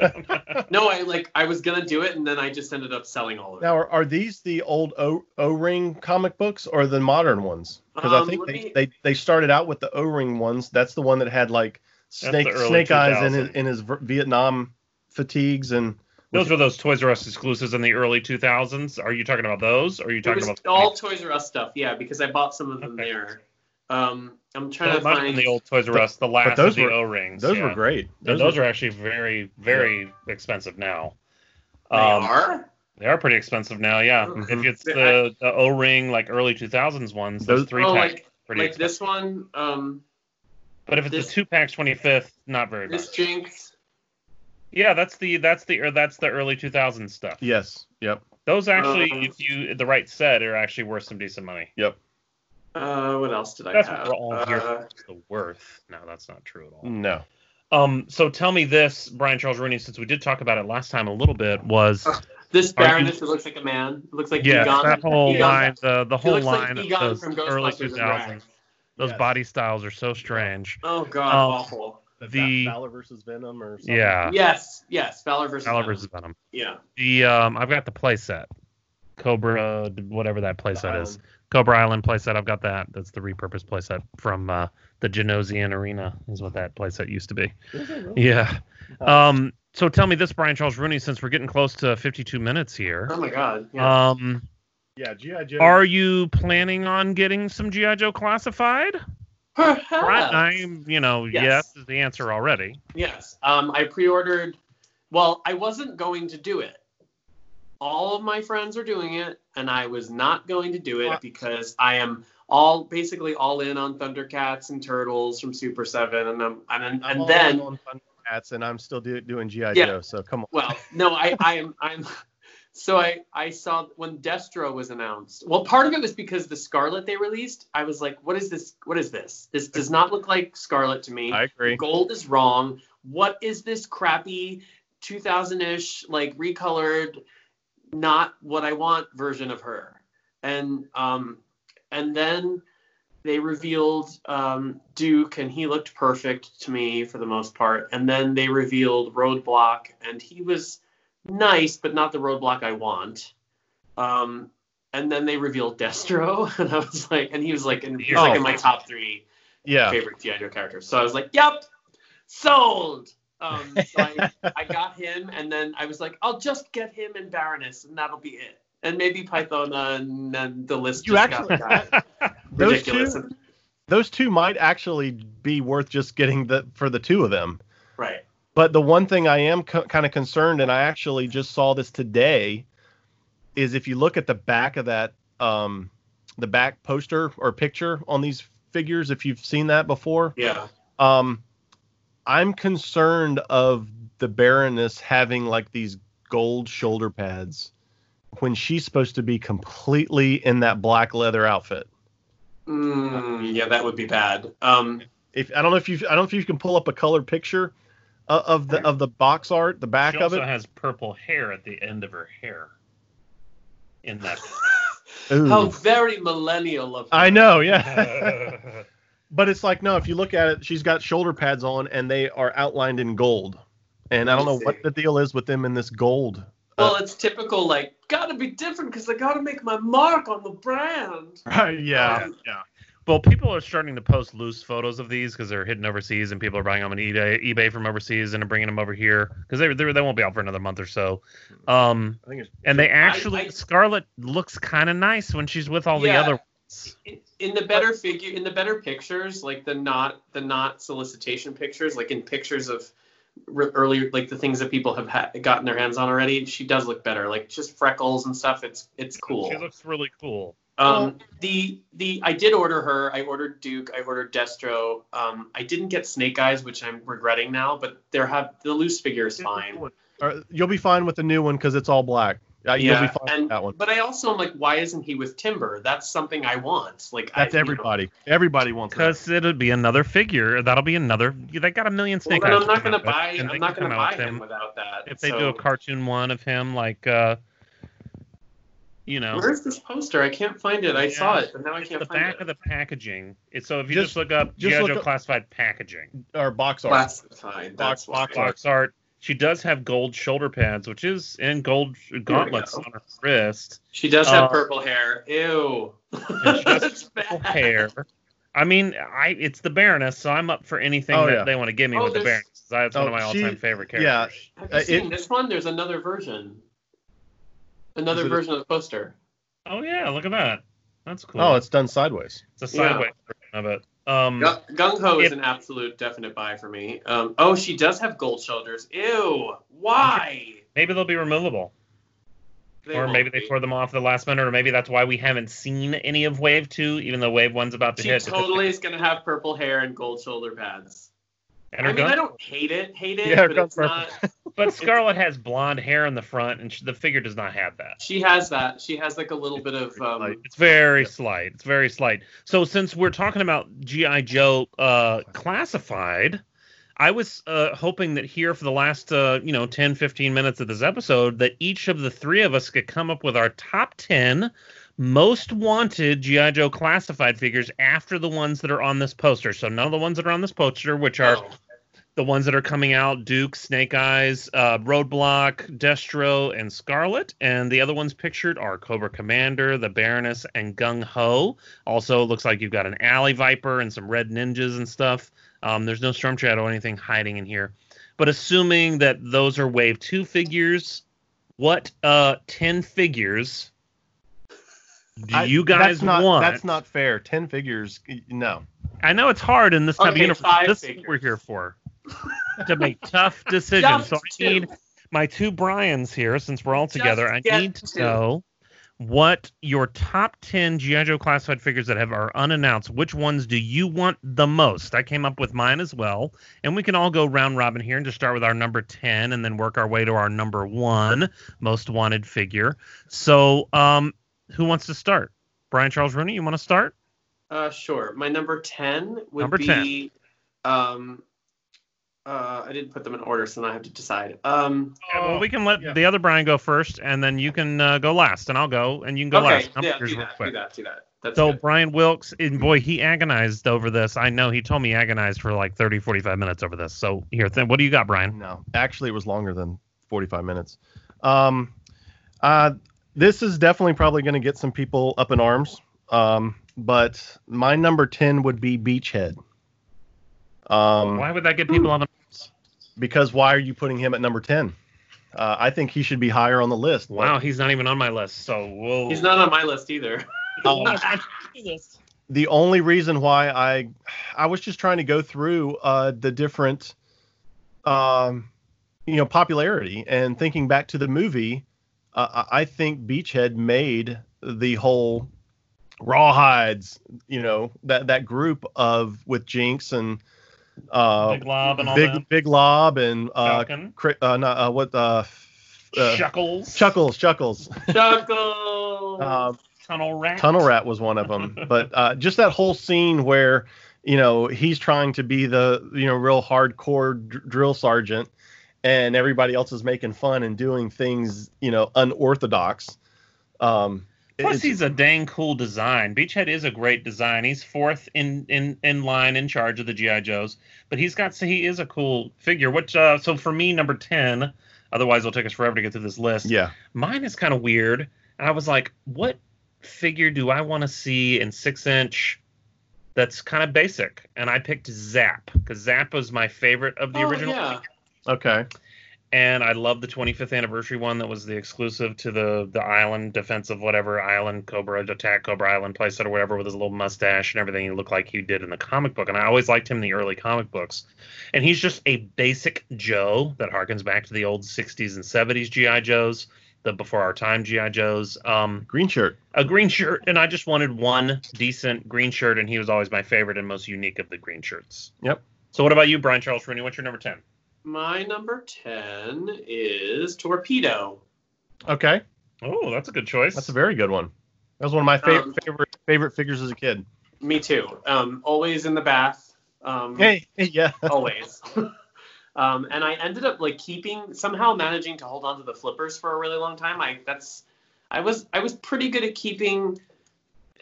[SPEAKER 7] Uh,
[SPEAKER 5] no, I like. I was gonna do it, and then I just ended up selling all of it.
[SPEAKER 6] now, are, are these the old O O ring comic books or the modern ones? Because
[SPEAKER 5] Um,
[SPEAKER 6] I think
[SPEAKER 5] let
[SPEAKER 6] they,
[SPEAKER 5] me-
[SPEAKER 6] they they started out with the O ring ones. That's the one that had like
[SPEAKER 7] the
[SPEAKER 6] snake
[SPEAKER 7] early
[SPEAKER 6] snake eyes in his,
[SPEAKER 7] 2000.
[SPEAKER 6] in his v- Vietnam fatigues and
[SPEAKER 7] Those were those Toys R Us exclusives in the early 2000s. Are you talking about those? Or are you
[SPEAKER 5] It
[SPEAKER 7] talking
[SPEAKER 5] was
[SPEAKER 7] about
[SPEAKER 5] all Toys R Us stuff. Yeah, because I bought some of them
[SPEAKER 7] Okay.
[SPEAKER 5] there. Um, I'm trying
[SPEAKER 7] Well,
[SPEAKER 5] to
[SPEAKER 7] it must have
[SPEAKER 5] find
[SPEAKER 7] been the old Toys R Us, the last
[SPEAKER 6] those
[SPEAKER 7] of the
[SPEAKER 6] were-
[SPEAKER 7] O rings.
[SPEAKER 6] those were great.
[SPEAKER 7] Those,
[SPEAKER 6] were-
[SPEAKER 7] those are actually very, very expensive now.
[SPEAKER 5] They
[SPEAKER 7] Um,
[SPEAKER 5] are.
[SPEAKER 7] they are pretty expensive now. Yeah,
[SPEAKER 5] Mhm.
[SPEAKER 7] if it's
[SPEAKER 5] They-
[SPEAKER 7] the, the O ring like early 2000s ones, those,
[SPEAKER 6] Those-
[SPEAKER 7] three
[SPEAKER 5] oh,
[SPEAKER 7] packs
[SPEAKER 5] like
[SPEAKER 7] are pretty
[SPEAKER 5] like
[SPEAKER 7] expensive.
[SPEAKER 5] this one. Um,
[SPEAKER 7] But if it's
[SPEAKER 5] this-
[SPEAKER 7] the two packs 25th, not very
[SPEAKER 5] This
[SPEAKER 7] much.
[SPEAKER 5] Jinx.
[SPEAKER 7] Yeah, that's the that's the or that's the early 2000s stuff.
[SPEAKER 6] yes, yep.
[SPEAKER 7] Those actually,
[SPEAKER 5] Um,
[SPEAKER 7] if you the right set, are actually worth some decent money.
[SPEAKER 5] Uh, what else did I
[SPEAKER 7] That's
[SPEAKER 5] have?
[SPEAKER 7] what we're all here
[SPEAKER 5] Uh,
[SPEAKER 7] for. The worth. No, that's not true at all.
[SPEAKER 6] No,
[SPEAKER 7] Um, so tell me this, Brian Charles Rooney, since we did talk about it last time a little bit, was
[SPEAKER 5] Uh, this
[SPEAKER 7] Are you-
[SPEAKER 5] Baroness who looks like a man. Looks like
[SPEAKER 7] yeah,
[SPEAKER 5] Egon.
[SPEAKER 7] that whole
[SPEAKER 5] Egon-
[SPEAKER 7] line, the the
[SPEAKER 5] He
[SPEAKER 7] whole
[SPEAKER 5] looks like
[SPEAKER 7] line of
[SPEAKER 5] Egon
[SPEAKER 7] those
[SPEAKER 5] from
[SPEAKER 7] early
[SPEAKER 5] Ghostbusters. and
[SPEAKER 7] 2000s.
[SPEAKER 5] Rag.
[SPEAKER 7] Those
[SPEAKER 6] Yes.
[SPEAKER 7] body styles are so strange.
[SPEAKER 5] Oh god,
[SPEAKER 7] Um,
[SPEAKER 5] awful.
[SPEAKER 7] The-
[SPEAKER 6] Valor versus Venom or something.
[SPEAKER 7] Yeah,
[SPEAKER 5] Yes, yes. Valor versus.
[SPEAKER 7] Valor
[SPEAKER 5] Venom.
[SPEAKER 7] versus Venom.
[SPEAKER 5] Yeah.
[SPEAKER 7] The um, I've got the playset, Cobra, whatever that playset is,
[SPEAKER 6] Island.
[SPEAKER 7] Cobra Island playset. I've got that. That's the repurposed playset from uh, the Genosian Arena, is what that playset used to be.
[SPEAKER 6] Is it really?
[SPEAKER 7] Yeah. Um. So tell me this, Brian Charles Rooney, since we're getting close to 52 minutes here.
[SPEAKER 5] Oh my god. Yeah.
[SPEAKER 7] Um.
[SPEAKER 6] Yeah, GI Joe.
[SPEAKER 7] Are you planning on getting some GI Joe classified? Uh,
[SPEAKER 5] Perhaps.
[SPEAKER 7] Right, I'm, you know, yes.
[SPEAKER 5] Yes.
[SPEAKER 7] is the answer already.
[SPEAKER 5] Yes. Um, I pre-ordered. Well, I wasn't going to do it. All of my friends are doing it, and I was not going to do it because I am all basically all in on Thundercats and Turtles from Super Seven, and I'm, and then-
[SPEAKER 6] I'm
[SPEAKER 5] and
[SPEAKER 6] all
[SPEAKER 5] then
[SPEAKER 6] in on Thundercats, and I'm still do, doing GI
[SPEAKER 5] Yeah.
[SPEAKER 6] Joe. So come on.
[SPEAKER 5] well, no, I I am I'm. So I I saw when Destro was announced. Well, part of it was because the Scarlet they released. I was like, what is this? What is this? This does not look like Scarlet to me.
[SPEAKER 6] I agree.
[SPEAKER 5] Gold is wrong. What is this crappy 2000-ish like recolored not what I want version of her? And um and then they revealed um, Duke, and he looked perfect to me for the most part. And then they revealed Roadblock, and he was nice, but not the Roadblock I want. Um, and then they revealed Destro, and I was like, and he was like, and he was like in my top three
[SPEAKER 6] Yeah.
[SPEAKER 5] favorite G.I. Joe characters. So I was like, yep, sold. Um, so I, I got him, and then I was like, I'll just get him and Baroness, and that'll be it. And maybe Pythona, and, and the list
[SPEAKER 6] You
[SPEAKER 5] just
[SPEAKER 6] actually-
[SPEAKER 5] got got
[SPEAKER 6] Those
[SPEAKER 5] ridiculous.
[SPEAKER 6] two-
[SPEAKER 5] And-
[SPEAKER 6] Those two might actually be worth just getting the for the two of them.
[SPEAKER 5] right.
[SPEAKER 6] But the one thing I am co- kind of concerned, and I actually just saw this today, is if you look at the back of that um the back poster or picture on these figures if you've seen that before
[SPEAKER 5] Yeah.
[SPEAKER 6] um i'm concerned of the baroness having like these gold shoulder pads when she's supposed to be completely in that black leather outfit
[SPEAKER 5] Mm, yeah, that would be bad. Um,
[SPEAKER 6] if i don't know if you i don't know if you can pull up a colored picture uh, of the of the box art the back
[SPEAKER 8] She
[SPEAKER 6] of
[SPEAKER 8] also
[SPEAKER 6] it
[SPEAKER 8] has purple hair at the end of her hair. In that,
[SPEAKER 6] Ooh.
[SPEAKER 5] how very millennial of her.
[SPEAKER 6] i know yeah But it's like no, if you look at it, she's got shoulder pads on and they are outlined in gold. And I don't know what the deal is with them in this gold.
[SPEAKER 5] Well, it's typical. Like, gotta be different because I gotta make my mark on the brand.
[SPEAKER 6] Right?
[SPEAKER 5] yeah,
[SPEAKER 6] yeah.
[SPEAKER 7] Um, Well, people are starting to post loose photos of these because they're hidden overseas, and people are buying them on eBay, eBay from overseas, and are bringing them over here because they, they they won't be out for another month or so. Um,
[SPEAKER 6] I think it's
[SPEAKER 7] and they actually
[SPEAKER 5] I-
[SPEAKER 7] Scarlet looks kind of nice when she's with all
[SPEAKER 5] Yeah.
[SPEAKER 7] the other.
[SPEAKER 5] In, in the better figure, in the better pictures, like the not the not solicitation pictures, like in pictures of re- earlier, like the things that people have ha- gotten their hands on already, she does look better. Like just freckles and stuff. It's it's cool.
[SPEAKER 7] She looks really cool.
[SPEAKER 5] Um, the the I did order her. I ordered Duke. I ordered Destro. Um, I didn't get Snake Eyes, which I'm regretting now. But there have the loose figure is fine.
[SPEAKER 6] Or you'll be fine with the new one because it's all black. Uh, You'll be
[SPEAKER 5] Yeah,
[SPEAKER 6] fine with
[SPEAKER 5] and
[SPEAKER 6] that one.
[SPEAKER 5] but I also am like, why isn't he with Timber? That's something I want. Like I-
[SPEAKER 6] That's
[SPEAKER 5] you know.
[SPEAKER 6] everybody. Everybody wants that.
[SPEAKER 7] Because it'll be another figure. That'll be another. They got a
[SPEAKER 5] Well,
[SPEAKER 7] million snake
[SPEAKER 5] then
[SPEAKER 7] eyes.
[SPEAKER 5] I'm not gonna
[SPEAKER 7] coming out,
[SPEAKER 5] buy.
[SPEAKER 7] and they
[SPEAKER 5] I'm
[SPEAKER 7] can
[SPEAKER 5] not gonna
[SPEAKER 7] come out
[SPEAKER 5] buy
[SPEAKER 7] with
[SPEAKER 5] him without that.
[SPEAKER 7] if they
[SPEAKER 5] So-
[SPEAKER 7] do a cartoon one of him, like uh, you know,
[SPEAKER 5] Where's this poster? I can't find it. I
[SPEAKER 7] Yeah.
[SPEAKER 5] saw it, but now I
[SPEAKER 7] it's
[SPEAKER 5] can't
[SPEAKER 7] the
[SPEAKER 5] find
[SPEAKER 7] back
[SPEAKER 5] it.
[SPEAKER 7] of the packaging. It's so if you
[SPEAKER 6] Just-
[SPEAKER 7] just, look up
[SPEAKER 6] just
[SPEAKER 7] G.I.
[SPEAKER 6] look
[SPEAKER 7] Joe
[SPEAKER 6] up-
[SPEAKER 7] classified packaging,
[SPEAKER 6] Or box art.
[SPEAKER 5] That's fine. That's
[SPEAKER 6] Box- box
[SPEAKER 5] why.
[SPEAKER 6] art.
[SPEAKER 7] box art. She does have gold shoulder pads, which is and gold gauntlets
[SPEAKER 5] go.
[SPEAKER 7] on her wrist,
[SPEAKER 5] She does have
[SPEAKER 7] Uh,
[SPEAKER 5] purple hair. Ew.
[SPEAKER 7] and she
[SPEAKER 5] That's
[SPEAKER 7] does
[SPEAKER 5] bad.
[SPEAKER 7] have hair. I mean, I it's the Baroness, so I'm up for anything
[SPEAKER 6] Oh,
[SPEAKER 7] that
[SPEAKER 6] yeah.
[SPEAKER 7] they want to give me
[SPEAKER 5] Oh,
[SPEAKER 7] with the
[SPEAKER 5] there's-
[SPEAKER 7] Baroness. That's one of
[SPEAKER 6] Oh,
[SPEAKER 7] my
[SPEAKER 6] she-
[SPEAKER 7] all-time favorite
[SPEAKER 6] yeah.
[SPEAKER 7] characters.
[SPEAKER 5] Have
[SPEAKER 6] Uh,
[SPEAKER 5] you
[SPEAKER 6] it-
[SPEAKER 5] seen this one? There's another version.
[SPEAKER 6] Is
[SPEAKER 5] Another
[SPEAKER 6] it a-
[SPEAKER 5] version of the poster.
[SPEAKER 7] Oh yeah, look at that. That's cool.
[SPEAKER 6] Oh, it's done sideways.
[SPEAKER 7] it's a
[SPEAKER 5] yeah.
[SPEAKER 7] sideways version of it. Um,
[SPEAKER 5] Gung Ho is
[SPEAKER 7] If-
[SPEAKER 5] an absolute definite buy for me. Um, oh, she does have gold shoulders. Ew. Why?
[SPEAKER 7] maybe they'll be removable.
[SPEAKER 5] They
[SPEAKER 7] or
[SPEAKER 5] won't
[SPEAKER 7] maybe they
[SPEAKER 5] be.
[SPEAKER 7] tore them off at the last minute, or maybe that's why we haven't seen any of Wave Two, even though Wave One's about to
[SPEAKER 5] She
[SPEAKER 7] hit.
[SPEAKER 5] totally is gonna have purple hair and gold shoulder pads.
[SPEAKER 7] And
[SPEAKER 5] I
[SPEAKER 7] her
[SPEAKER 5] mean,
[SPEAKER 7] gun-
[SPEAKER 5] I don't hate it, hate it,
[SPEAKER 6] Yeah, her
[SPEAKER 5] but
[SPEAKER 6] gun's
[SPEAKER 5] it's not.
[SPEAKER 7] but Scarlet has blonde hair in the front, and she, the figure does not have that.
[SPEAKER 5] She has that. She has like a little bit of um,
[SPEAKER 6] Like-
[SPEAKER 7] It's very slight. It's very slight. So since we're talking about GI Joe uh, classified, I was uh, hoping that here for the last uh, you know 10, 15 minutes of this episode that each of the three of us could come up with our top ten most wanted GI Joe classified figures after the ones that are on this poster. So none of the ones that are on this poster, which are
[SPEAKER 5] oh,
[SPEAKER 7] the ones that are coming out Duke, Snake Eyes, uh, Roadblock, Destro, and Scarlet. And the other ones pictured are Cobra Commander, the Baroness, and Gung Ho. Also, looks like you've got an Alley Viper and some Red Ninjas and stuff. Um, there's no Storm Shadow or anything hiding in here. But assuming that those are Wave 2 figures, what uh, 10 figures do
[SPEAKER 6] I-
[SPEAKER 7] you guys
[SPEAKER 6] that's not,
[SPEAKER 7] want?
[SPEAKER 6] That's not fair. Ten figures. y- No.
[SPEAKER 7] I know it's hard in this type
[SPEAKER 5] Okay,
[SPEAKER 7] of universe.
[SPEAKER 5] five
[SPEAKER 7] This is what we're here for to make tough decisions.
[SPEAKER 5] Just
[SPEAKER 7] So I need my two Brian's here since we're all together. I
[SPEAKER 5] get
[SPEAKER 7] need to
[SPEAKER 5] two.
[SPEAKER 7] know what your top ten GI Joe classified figures that have are unannounced. Which ones do you want the most? I came up with mine as well, and we can all go round robin here and just start with our number ten, and then work our way to our number one most wanted figure. So, um, who wants to start? Brian Charles Rooney, you want to start?
[SPEAKER 5] Uh, sure. My number ten would
[SPEAKER 7] Number
[SPEAKER 5] be. Um, uh, I didn't put them in order, so now I have to decide. Um,
[SPEAKER 7] Oh, Yeah, well, we can let
[SPEAKER 6] yeah.
[SPEAKER 7] the other Brian go first, and then you can uh, go last, and I'll go, and you can go
[SPEAKER 5] okay,
[SPEAKER 7] last. I'm
[SPEAKER 5] yeah,
[SPEAKER 7] yours
[SPEAKER 5] do
[SPEAKER 7] real
[SPEAKER 5] that, do
[SPEAKER 7] quick.
[SPEAKER 5] that, do that. That's
[SPEAKER 7] So
[SPEAKER 5] good.
[SPEAKER 7] Brian Wilkes, and boy, he agonized over this. I know he told me he agonized for like 30, 45 minutes over this. So here, then, what do you got, Brian?
[SPEAKER 6] No, actually, it was longer than 45 minutes. Um, uh, this is definitely probably going to get some people up in arms. Um, but my number 10 would be Beachhead. Um,
[SPEAKER 7] Why would that get people on
[SPEAKER 5] Hmm.
[SPEAKER 7] the?
[SPEAKER 6] because why are you putting him at number 10? Uh, I think he should be higher on the list. but,
[SPEAKER 7] Wow, he's not even on my list. So whoa.
[SPEAKER 5] He's not on my list either.
[SPEAKER 6] um, the only reason why I I was just trying to go through uh, the different um, you know popularity and thinking back to the movie uh, I I think Beachhead made the whole Rawhides, you know, that that group of with Jinx and uh,
[SPEAKER 8] Big Lob and all
[SPEAKER 6] Big
[SPEAKER 8] that.
[SPEAKER 6] Big Lob and uh,
[SPEAKER 8] Falcon.
[SPEAKER 6] cri- uh, not, uh what uh, f- uh,
[SPEAKER 8] Shuckles.
[SPEAKER 6] Chuckles Chuckles
[SPEAKER 5] Chuckle.
[SPEAKER 7] Uh,
[SPEAKER 6] um,
[SPEAKER 8] Tunnel Rat.
[SPEAKER 6] Tunnel Rat was one of them. But uh, just that whole scene where you know he's trying to be the you know real hardcore dr- drill sergeant, and everybody else is making fun and doing things you know unorthodox. Um,
[SPEAKER 7] Plus,
[SPEAKER 6] it's-
[SPEAKER 7] he's a dang cool design. Beachhead is a great design. He's fourth in in in line in charge of the GI Joes, but he's got so he is a cool figure. Which uh, so for me, number ten. Otherwise, it'll take us forever to get through this list.
[SPEAKER 6] yeah,
[SPEAKER 7] Mine is kind of weird, and I was like, what figure do I want to see in six inch? That's kind of basic, and I picked Zap because Zap was my favorite of the
[SPEAKER 5] Oh,
[SPEAKER 7] original.
[SPEAKER 5] Yeah.
[SPEAKER 6] okay,
[SPEAKER 7] and I love the 25th anniversary one that was the exclusive to the the island defensive whatever island Cobra attack Cobra Island playset or whatever with his little mustache and everything he looked like he did in the comic book and I always liked him in the early comic books and he's just a basic Joe that harkens back to the old 60s and 70s GI Joes the before our time GI Joes um
[SPEAKER 6] green shirt.
[SPEAKER 7] a green shirt and I just wanted one decent green shirt and he was always my favorite and most unique of the green shirts
[SPEAKER 6] Yep.
[SPEAKER 7] so what about you Brian Charles Rooney what's your number 10
[SPEAKER 5] My number 10 is Torpedo.
[SPEAKER 6] Okay,
[SPEAKER 7] oh that's a good choice
[SPEAKER 6] that's a very good one. That was one of my favorite
[SPEAKER 5] Um,
[SPEAKER 6] favorite favorite figures as a kid.
[SPEAKER 5] Me too. Um, always in the bath. Um,
[SPEAKER 6] Hey, hey, yeah,
[SPEAKER 5] always. um, and I ended up like keeping somehow managing to hold on to the flippers for a really long time. I that's I was I was pretty good at keeping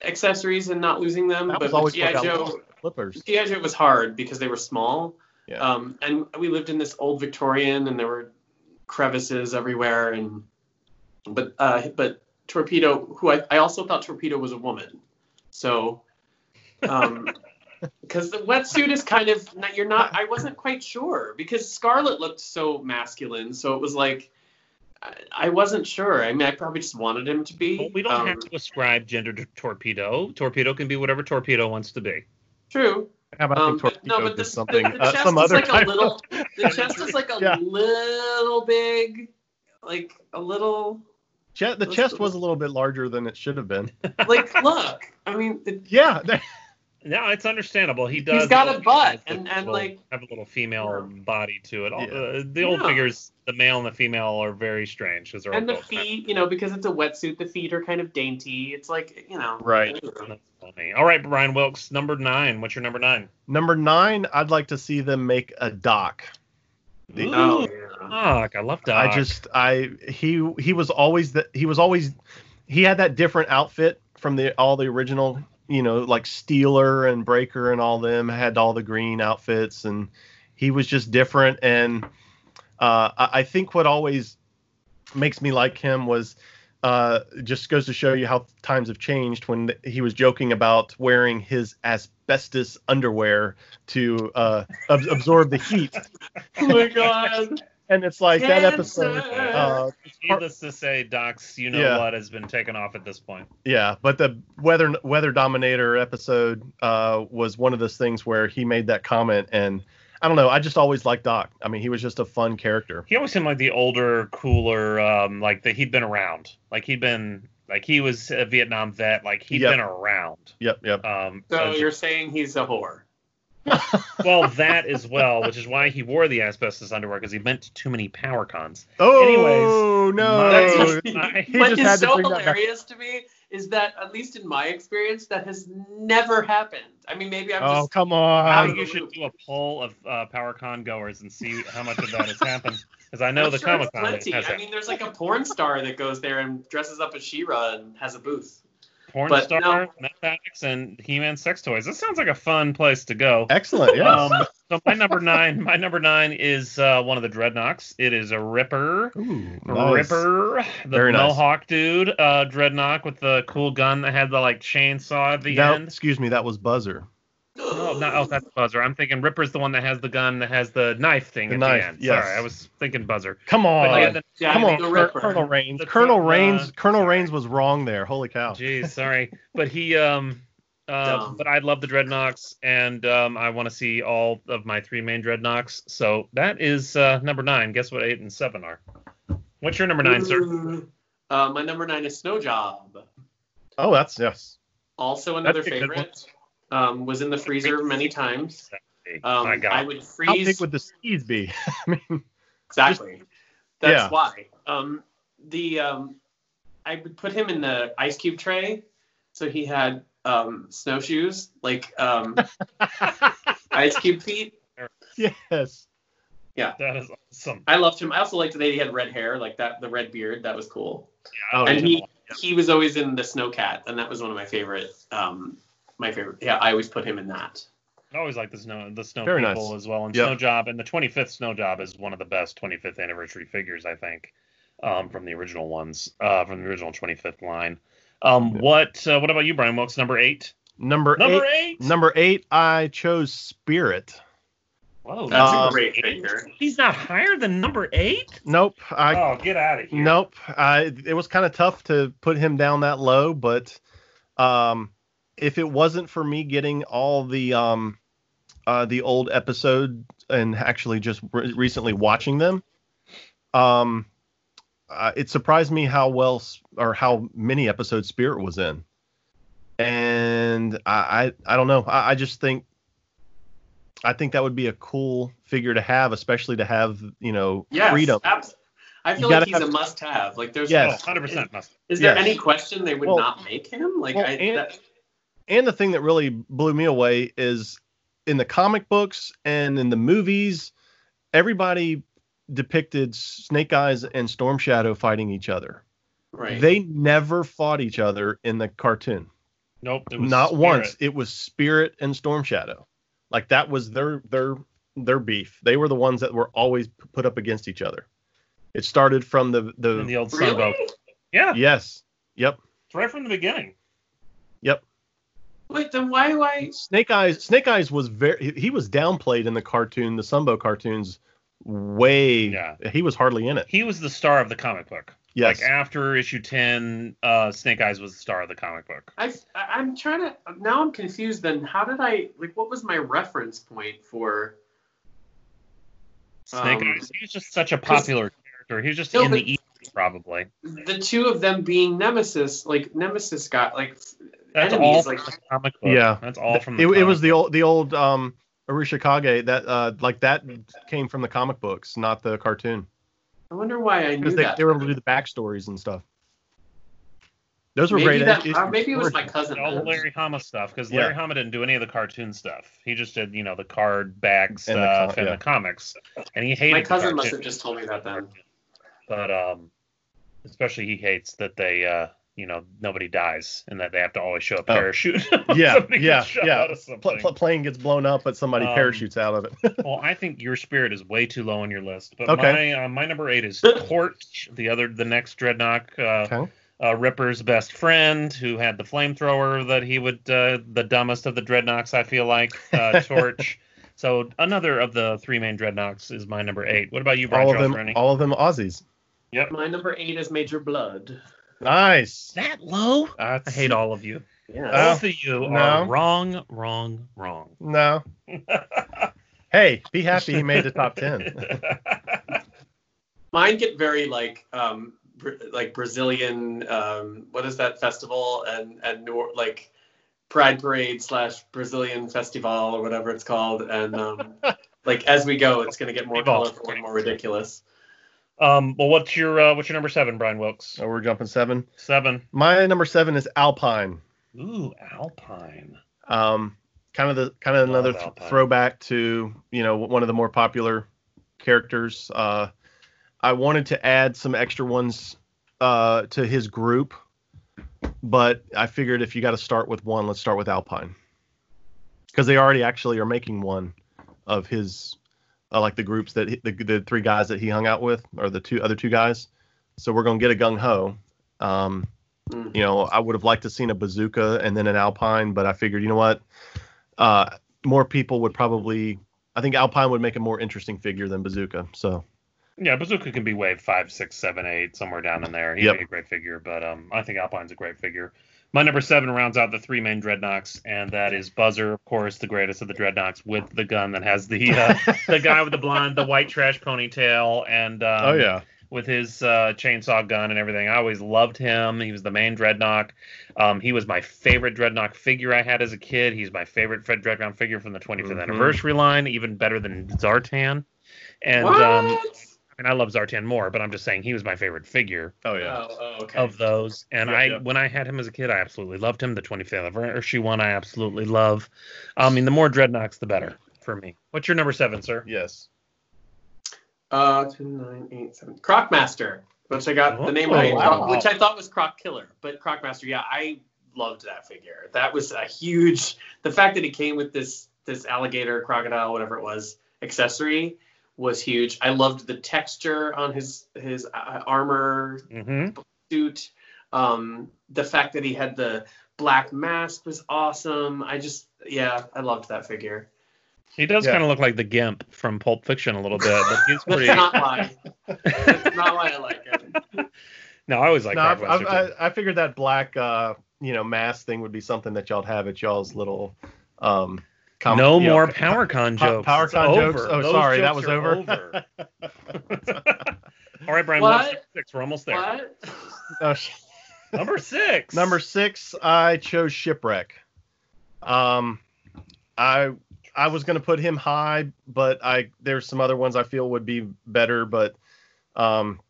[SPEAKER 5] accessories and not losing them.
[SPEAKER 6] that
[SPEAKER 5] but
[SPEAKER 6] was
[SPEAKER 5] with
[SPEAKER 6] always
[SPEAKER 5] GI
[SPEAKER 6] what got
[SPEAKER 5] Joe,
[SPEAKER 6] lost, flippers.
[SPEAKER 5] GI Joe was hard because they were small.
[SPEAKER 6] Yeah.
[SPEAKER 5] Um, and we lived in this old Victorian, and there were crevices everywhere. And but uh, but torpedo, who I, I also thought torpedo was a woman, so um, because the wetsuit is kind of you're not. I wasn't quite sure because Scarlet looked so masculine, so it was like. I- I wasn't sure. I mean, I probably just wanted him to be.
[SPEAKER 7] Well, we don't
[SPEAKER 5] um,
[SPEAKER 7] have to ascribe gender to torpedo. Torpedo can be whatever torpedo wants to be.
[SPEAKER 5] True.
[SPEAKER 6] How about
[SPEAKER 5] Um,
[SPEAKER 6] the torpedo
[SPEAKER 5] but- no, but
[SPEAKER 6] did
[SPEAKER 5] the,
[SPEAKER 6] something?
[SPEAKER 5] the, the
[SPEAKER 6] uh,
[SPEAKER 5] chest
[SPEAKER 6] some
[SPEAKER 5] is
[SPEAKER 6] other
[SPEAKER 5] like
[SPEAKER 6] type
[SPEAKER 5] a
[SPEAKER 6] of-
[SPEAKER 5] little. The chest is like a
[SPEAKER 6] Yeah.
[SPEAKER 5] little big, like a little.
[SPEAKER 6] Che- the
[SPEAKER 5] Let's
[SPEAKER 6] chest
[SPEAKER 5] go.
[SPEAKER 6] was a little bit larger than it should have been.
[SPEAKER 5] Like look, I mean, it,
[SPEAKER 6] Yeah, there-
[SPEAKER 7] No, it's understandable. He does.
[SPEAKER 5] he's got a butt,
[SPEAKER 7] have
[SPEAKER 5] and
[SPEAKER 7] a
[SPEAKER 5] and
[SPEAKER 7] little-
[SPEAKER 5] like
[SPEAKER 7] have a little female body to it. All,
[SPEAKER 6] Yeah.
[SPEAKER 7] uh, the old
[SPEAKER 5] Yeah.
[SPEAKER 7] figures, the male and the female, are very strange. 'cause they're
[SPEAKER 5] and the
[SPEAKER 7] both men.
[SPEAKER 5] feet, you know, because it's a wetsuit, the feet are kind of dainty. It's like you know.
[SPEAKER 6] Right.
[SPEAKER 7] That's funny. All right, Brian Wilkes, number nine. What's your number nine?
[SPEAKER 6] Number nine, I'd like to see them make a doc. The-
[SPEAKER 5] Oh,
[SPEAKER 7] Ooh,
[SPEAKER 5] yeah.
[SPEAKER 7] Doc. I love Doc.
[SPEAKER 6] I just I he he was always that he was always he had that different outfit from the all the original, you know, like Steeler and Breaker and all them had all the green outfits and he was just different and uh I, I think what always makes me like him was uh, just goes to show you how times have changed when th- he was joking about wearing his asbestos underwear to uh, ab- absorb the heat.
[SPEAKER 5] oh my god.
[SPEAKER 6] And it's like that episode.
[SPEAKER 5] Cancer.
[SPEAKER 6] Uh,
[SPEAKER 7] Needless to say, Doc's you know
[SPEAKER 6] Yeah.
[SPEAKER 7] what has been taken off at this point.
[SPEAKER 6] yeah, but the weather weather dominator episode uh, was one of those things where he made that comment, and I don't know. I just always liked Doc. I mean, he was just a fun character.
[SPEAKER 7] he always seemed like the older, cooler, um, like that he'd been around. Like he'd been like he was a Vietnam vet, like he had
[SPEAKER 6] Yep.
[SPEAKER 7] been around.
[SPEAKER 6] Yep, yep.
[SPEAKER 7] Um
[SPEAKER 5] So
[SPEAKER 7] as-
[SPEAKER 5] you're saying he's a whore?
[SPEAKER 7] well that as well, which is why he wore the asbestos underwear because he meant too many power cons.
[SPEAKER 6] Oh
[SPEAKER 7] my-
[SPEAKER 6] no!
[SPEAKER 7] I-
[SPEAKER 6] He
[SPEAKER 5] what
[SPEAKER 6] just
[SPEAKER 5] is
[SPEAKER 6] had to
[SPEAKER 5] so
[SPEAKER 6] bring that back.
[SPEAKER 5] hilarious to me is that, at least in my experience, that has never happened. I mean, maybe I'm
[SPEAKER 6] Oh
[SPEAKER 5] just
[SPEAKER 6] come
[SPEAKER 7] I
[SPEAKER 6] on!
[SPEAKER 7] think you should do a poll of uh, power con goers and see how much of that has happened. Because I know
[SPEAKER 5] I'm
[SPEAKER 7] the
[SPEAKER 5] sure it's
[SPEAKER 7] Comic Con has
[SPEAKER 5] plenty. I
[SPEAKER 7] that.
[SPEAKER 5] mean, there's like a porn star that goes there and dresses up as She-Ra and has a booth.
[SPEAKER 7] Porn
[SPEAKER 5] but
[SPEAKER 7] star,
[SPEAKER 5] no.
[SPEAKER 7] meth addicts, and He-Man sex toys. That sounds like a fun place to go.
[SPEAKER 6] Excellent. Yeah.
[SPEAKER 7] Um, so my number nine, my number nine is uh, one of the Dreadnoks. It is a Ripper.
[SPEAKER 6] Nice.
[SPEAKER 7] Um, Ripper, the
[SPEAKER 6] Very nice.
[SPEAKER 7] Mohawk dude, uh, Dreadnought with the cool gun that had the like chainsaw at the
[SPEAKER 6] Now-
[SPEAKER 7] end.
[SPEAKER 6] excuse me, that was Buzzer.
[SPEAKER 7] Oh, no, oh, that's Buzzer. I'm thinking Ripper's the one that has the gun that has the knife thing
[SPEAKER 6] The
[SPEAKER 7] at
[SPEAKER 6] knife,
[SPEAKER 7] the end.
[SPEAKER 6] yes.
[SPEAKER 7] Sorry, I was thinking Buzzer.
[SPEAKER 6] Come
[SPEAKER 7] But yeah,
[SPEAKER 6] on.
[SPEAKER 7] the-
[SPEAKER 5] Jack
[SPEAKER 6] Come on,
[SPEAKER 5] the
[SPEAKER 6] Col-
[SPEAKER 5] Ripper.
[SPEAKER 6] Colonel Rains.
[SPEAKER 7] The
[SPEAKER 6] Colonel
[SPEAKER 7] top, uh,
[SPEAKER 6] Rains. Colonel
[SPEAKER 7] sorry.
[SPEAKER 6] Rains was wrong there. Holy cow!
[SPEAKER 7] Geez, sorry, but he um, uh,
[SPEAKER 5] Dumb.
[SPEAKER 7] but I love the dreadnoughts, and um, I want to see all of my three main dreadnoughts. So that is uh, number nine. Guess what? Eight and seven are. What's your number nine, sir?
[SPEAKER 5] Mm. Uh, my number nine is Snow Job.
[SPEAKER 6] Oh, that's yes.
[SPEAKER 5] Also another
[SPEAKER 7] a good
[SPEAKER 5] favorite. Um, was in the freezer many times. Um,
[SPEAKER 7] My God.
[SPEAKER 5] I would
[SPEAKER 6] How big
[SPEAKER 5] freeze
[SPEAKER 6] would the skis be? I mean,
[SPEAKER 5] exactly. That's
[SPEAKER 6] Yeah.
[SPEAKER 5] why. Um, the um, I would put him in the ice cube tray, so he had um, snowshoes like um, ice cube feet.
[SPEAKER 6] yes.
[SPEAKER 7] That is awesome.
[SPEAKER 5] I loved him. I also liked that he had red hair, like that the red beard. That was cool.
[SPEAKER 6] Oh,
[SPEAKER 5] and
[SPEAKER 6] yeah.
[SPEAKER 5] he he was always in the snowcat, and that was one of my favorite. Um, my favorite. Yeah, I always put him in that.
[SPEAKER 7] I always like the snow the snow
[SPEAKER 6] Very
[SPEAKER 7] people
[SPEAKER 6] nice.
[SPEAKER 7] as well. And
[SPEAKER 6] Yep.
[SPEAKER 7] snow job and the 25th snow job is one of the best 25th anniversary figures I think um, from the original ones uh, from the original 25th line. Um,
[SPEAKER 6] Yeah.
[SPEAKER 7] What uh, what about you, Brian Wilkes? Number eight.
[SPEAKER 6] number
[SPEAKER 7] Number
[SPEAKER 6] eight.
[SPEAKER 7] eight.
[SPEAKER 6] Number eight. I chose Spirit.
[SPEAKER 7] Whoa,
[SPEAKER 5] That's
[SPEAKER 6] Um,
[SPEAKER 5] a great figure.
[SPEAKER 7] He's not higher than number eight.
[SPEAKER 6] Nope. I
[SPEAKER 7] oh, get out of here.
[SPEAKER 6] Nope. I, it was kind of tough to put him down that low, but um, if it wasn't for me getting all the um, uh, the old episode and actually just re- recently watching them, um, uh, it surprised me how well s- or how many episodes Spirit was in, and I I, I don't know. I, I just think. I think that would be a cool figure to have, especially to have, you know,
[SPEAKER 5] Yes,
[SPEAKER 6] freedom.
[SPEAKER 5] abs- I
[SPEAKER 6] You
[SPEAKER 5] feel like
[SPEAKER 6] gotta
[SPEAKER 5] he's
[SPEAKER 6] have-
[SPEAKER 5] a must-have. Like there's
[SPEAKER 7] Oh,
[SPEAKER 6] Yes.
[SPEAKER 7] 100% must.
[SPEAKER 5] Is there
[SPEAKER 6] Yes.
[SPEAKER 5] any question they would
[SPEAKER 6] Well-
[SPEAKER 5] not make him? Like
[SPEAKER 6] Well,
[SPEAKER 5] I,
[SPEAKER 6] and-
[SPEAKER 5] that,
[SPEAKER 6] and the thing that really blew me away is in the comic books and in the movies, everybody depicted Snake Eyes and Storm Shadow fighting each other.
[SPEAKER 5] right.
[SPEAKER 6] They never fought each other in the cartoon.
[SPEAKER 7] Nope. It was
[SPEAKER 6] Not
[SPEAKER 7] Spirit.
[SPEAKER 6] once. It was Spirit and Storm Shadow. Like that was their their their beef. They were the ones that were always p- put up against each other. It started from the
[SPEAKER 7] In the
[SPEAKER 6] the
[SPEAKER 7] old
[SPEAKER 5] Really?
[SPEAKER 7] Sunbow. Yeah,
[SPEAKER 6] yes. Yep.
[SPEAKER 7] it's right from the beginning.
[SPEAKER 5] Wait, then why do I?
[SPEAKER 6] Snake Eyes Snake Eyes was very he- he was downplayed in the cartoon, the Sunbow cartoons way
[SPEAKER 7] Yeah.
[SPEAKER 6] he was hardly in it.
[SPEAKER 7] He was the star of the comic book.
[SPEAKER 6] Yes.
[SPEAKER 7] Like after issue 10, uh, Snake Eyes was the star of the comic book.
[SPEAKER 5] I, I- I'm trying to. Now I'm confused. Then how did I? Like, what was my reference point for?
[SPEAKER 7] Snake
[SPEAKER 5] Um,
[SPEAKER 7] Eyes, he was just such a
[SPEAKER 5] 'cause-
[SPEAKER 7] popular character. He was just
[SPEAKER 5] No,
[SPEAKER 7] in
[SPEAKER 5] but-
[SPEAKER 7] the East, probably.
[SPEAKER 5] the two of them being nemesis like nemesis got like
[SPEAKER 7] That's
[SPEAKER 5] Enemies,
[SPEAKER 7] all
[SPEAKER 5] like-
[SPEAKER 7] from the comic book.
[SPEAKER 6] Yeah.
[SPEAKER 7] That's all from the
[SPEAKER 6] it, it
[SPEAKER 7] comic
[SPEAKER 6] was the
[SPEAKER 7] book.
[SPEAKER 6] old the old um Arusha Kage that uh like that came from the comic books, not the cartoon.
[SPEAKER 5] i wonder why i knew
[SPEAKER 6] Because they,
[SPEAKER 5] that
[SPEAKER 6] they were able to do the backstories and stuff. Those were
[SPEAKER 5] maybe,
[SPEAKER 6] great.
[SPEAKER 5] that,
[SPEAKER 6] issues.
[SPEAKER 5] uh, maybe it was my cousin
[SPEAKER 7] all
[SPEAKER 5] then.
[SPEAKER 7] Larry Hama stuff because
[SPEAKER 6] Yeah.
[SPEAKER 7] Larry Hama didn't do any of the cartoon stuff. He just did, you know, the card back
[SPEAKER 6] the
[SPEAKER 7] stuff
[SPEAKER 6] com-
[SPEAKER 7] and the,
[SPEAKER 6] yeah.
[SPEAKER 7] comics, and he hated.
[SPEAKER 5] my
[SPEAKER 7] the
[SPEAKER 5] cousin must
[SPEAKER 7] cartoon.
[SPEAKER 5] have just told me that then
[SPEAKER 7] But um, especially he hates that they, uh, you know, nobody dies and that they have to always show a parachute.
[SPEAKER 6] Oh. Yeah,
[SPEAKER 7] Somebody gets
[SPEAKER 6] yeah,
[SPEAKER 7] shot
[SPEAKER 6] yeah.
[SPEAKER 7] out of
[SPEAKER 6] Pl-
[SPEAKER 7] something.
[SPEAKER 6] pl- plane gets blown up, but somebody
[SPEAKER 7] Um,
[SPEAKER 6] parachutes out of it.
[SPEAKER 7] well, I think your spirit is way too low on your list. But
[SPEAKER 6] Okay.
[SPEAKER 7] my uh, my number eight is Torch, the other, the next Dreadnought. Uh,
[SPEAKER 6] okay.
[SPEAKER 7] uh, Ripper's best friend, who had the flamethrower that he would, uh, the dumbest of the dreadnoughts, I feel like, uh, Torch. so another of the three main dreadnoughts is my number eight. What about you, Brian
[SPEAKER 6] All of
[SPEAKER 7] Charles
[SPEAKER 6] them
[SPEAKER 7] Rennie?
[SPEAKER 6] all of them Aussies.
[SPEAKER 5] my number eight is major blood
[SPEAKER 6] Nice.
[SPEAKER 7] that low? I hate all of you.
[SPEAKER 5] yeah
[SPEAKER 7] Both of you are
[SPEAKER 6] Uh, no.
[SPEAKER 7] wrong, wrong, wrong.
[SPEAKER 6] No. Hey, be happy he made the top ten.
[SPEAKER 5] mine get very like um Bra- like brazilian um what is that festival and and New Or- like pride parade slash brazilian festival or whatever it's called and um like as we go it's going to get more
[SPEAKER 7] Evolve.
[SPEAKER 5] colorful and more ridiculous
[SPEAKER 7] um, well, what's your uh, what's your number seven, Brian Wilkes?
[SPEAKER 6] So Oh, we're jumping seven.
[SPEAKER 7] Seven.
[SPEAKER 6] My number seven is Alpine.
[SPEAKER 7] Ooh, Alpine.
[SPEAKER 6] Um, kind of the kind of
[SPEAKER 7] Love
[SPEAKER 6] another th-
[SPEAKER 7] Alpine.
[SPEAKER 6] throwback to you know one of the more popular characters. Uh, I wanted to add some extra ones uh, to his group, but I figured if you got to start with one, let's start with Alpine because they already actually are making one of his uh, like the groups that he, the, the three guys that he hung out with or the two other two guys. So we're gonna get a gung ho. Um,
[SPEAKER 5] Mm.
[SPEAKER 6] you know, I would have liked to seen a bazooka and then an Alpine, but I figured, you know what? Uh, more people would probably. I think Alpine would make a more interesting figure than bazooka. So
[SPEAKER 7] Yeah, Bazooka can be wave five, six, seven, eight, somewhere down in there. He'd
[SPEAKER 6] Yep.
[SPEAKER 7] be a great figure, but um, I think Alpine's a great figure. My number seven rounds out the three main dreadnoughts, and that is Buzzer, of course, the greatest of the dreadnoughts, with the gun that has the uh, the guy with the blonde, the white trash ponytail, and um,
[SPEAKER 6] oh yeah,
[SPEAKER 7] with his uh, chainsaw gun and everything. I always loved him. He was the main Dreadnought. Um, he was my favorite Dreadnought figure I had as a kid. He's my favorite Fred Dreadnought figure from the 25th
[SPEAKER 6] Mm-hmm.
[SPEAKER 5] Mhm.
[SPEAKER 7] anniversary line, even better than Zartan. And
[SPEAKER 5] what?
[SPEAKER 7] um, I mean, I love Zartan more, but I'm just saying he was my favorite figure
[SPEAKER 5] oh, oh, okay.
[SPEAKER 7] of those. And
[SPEAKER 5] Yeah,
[SPEAKER 7] I,
[SPEAKER 5] yeah.
[SPEAKER 7] when I had him as a kid, I absolutely loved him. The 25th anniversary one, I absolutely love. I mean, the more dreadnoughts, the better for me. What's your number seven, sir?
[SPEAKER 6] Yes.
[SPEAKER 5] Uh, two, nine, eight, seven. Crocmaster, which I got
[SPEAKER 7] Oh,
[SPEAKER 5] the name right,
[SPEAKER 6] wow.
[SPEAKER 5] which I thought was Croc Killer, but Crocmaster. Yeah, I loved that figure. That was a huge. The fact that it came with this this alligator, crocodile, whatever it was, accessory was huge. I loved the texture on his his uh, armor
[SPEAKER 7] Mm-hmm.
[SPEAKER 5] suit. Um, the fact that he had the black mask was awesome. I just, yeah, I loved that figure.
[SPEAKER 7] He does
[SPEAKER 6] Yeah.
[SPEAKER 7] kind of look like the Gimp from Pulp Fiction a little bit, but
[SPEAKER 5] That's
[SPEAKER 7] he's pretty.
[SPEAKER 5] not why. That's not why I like it.
[SPEAKER 7] no, I always like
[SPEAKER 6] No, I've,
[SPEAKER 7] Crocmaster,
[SPEAKER 6] I've,
[SPEAKER 7] too.
[SPEAKER 6] I, I figured that black, uh, you know, mask thing would be something that y'all have at y'all's little. Um, com-
[SPEAKER 7] no
[SPEAKER 6] you know,
[SPEAKER 7] more power con
[SPEAKER 6] Po-
[SPEAKER 7] jokes.
[SPEAKER 6] power
[SPEAKER 7] It's
[SPEAKER 6] con
[SPEAKER 7] over.
[SPEAKER 6] jokes? Oh,
[SPEAKER 7] Those
[SPEAKER 6] sorry, that
[SPEAKER 7] jokes
[SPEAKER 6] was
[SPEAKER 7] are
[SPEAKER 6] over.
[SPEAKER 7] All right, Brian.
[SPEAKER 5] What?
[SPEAKER 7] what's number six. We're almost there.
[SPEAKER 5] What?
[SPEAKER 6] Oh, sh-
[SPEAKER 7] Number six.
[SPEAKER 6] Number six, I chose Shipwreck. Um, I I was gonna put him high, but I there's some other ones I feel would be better, but um,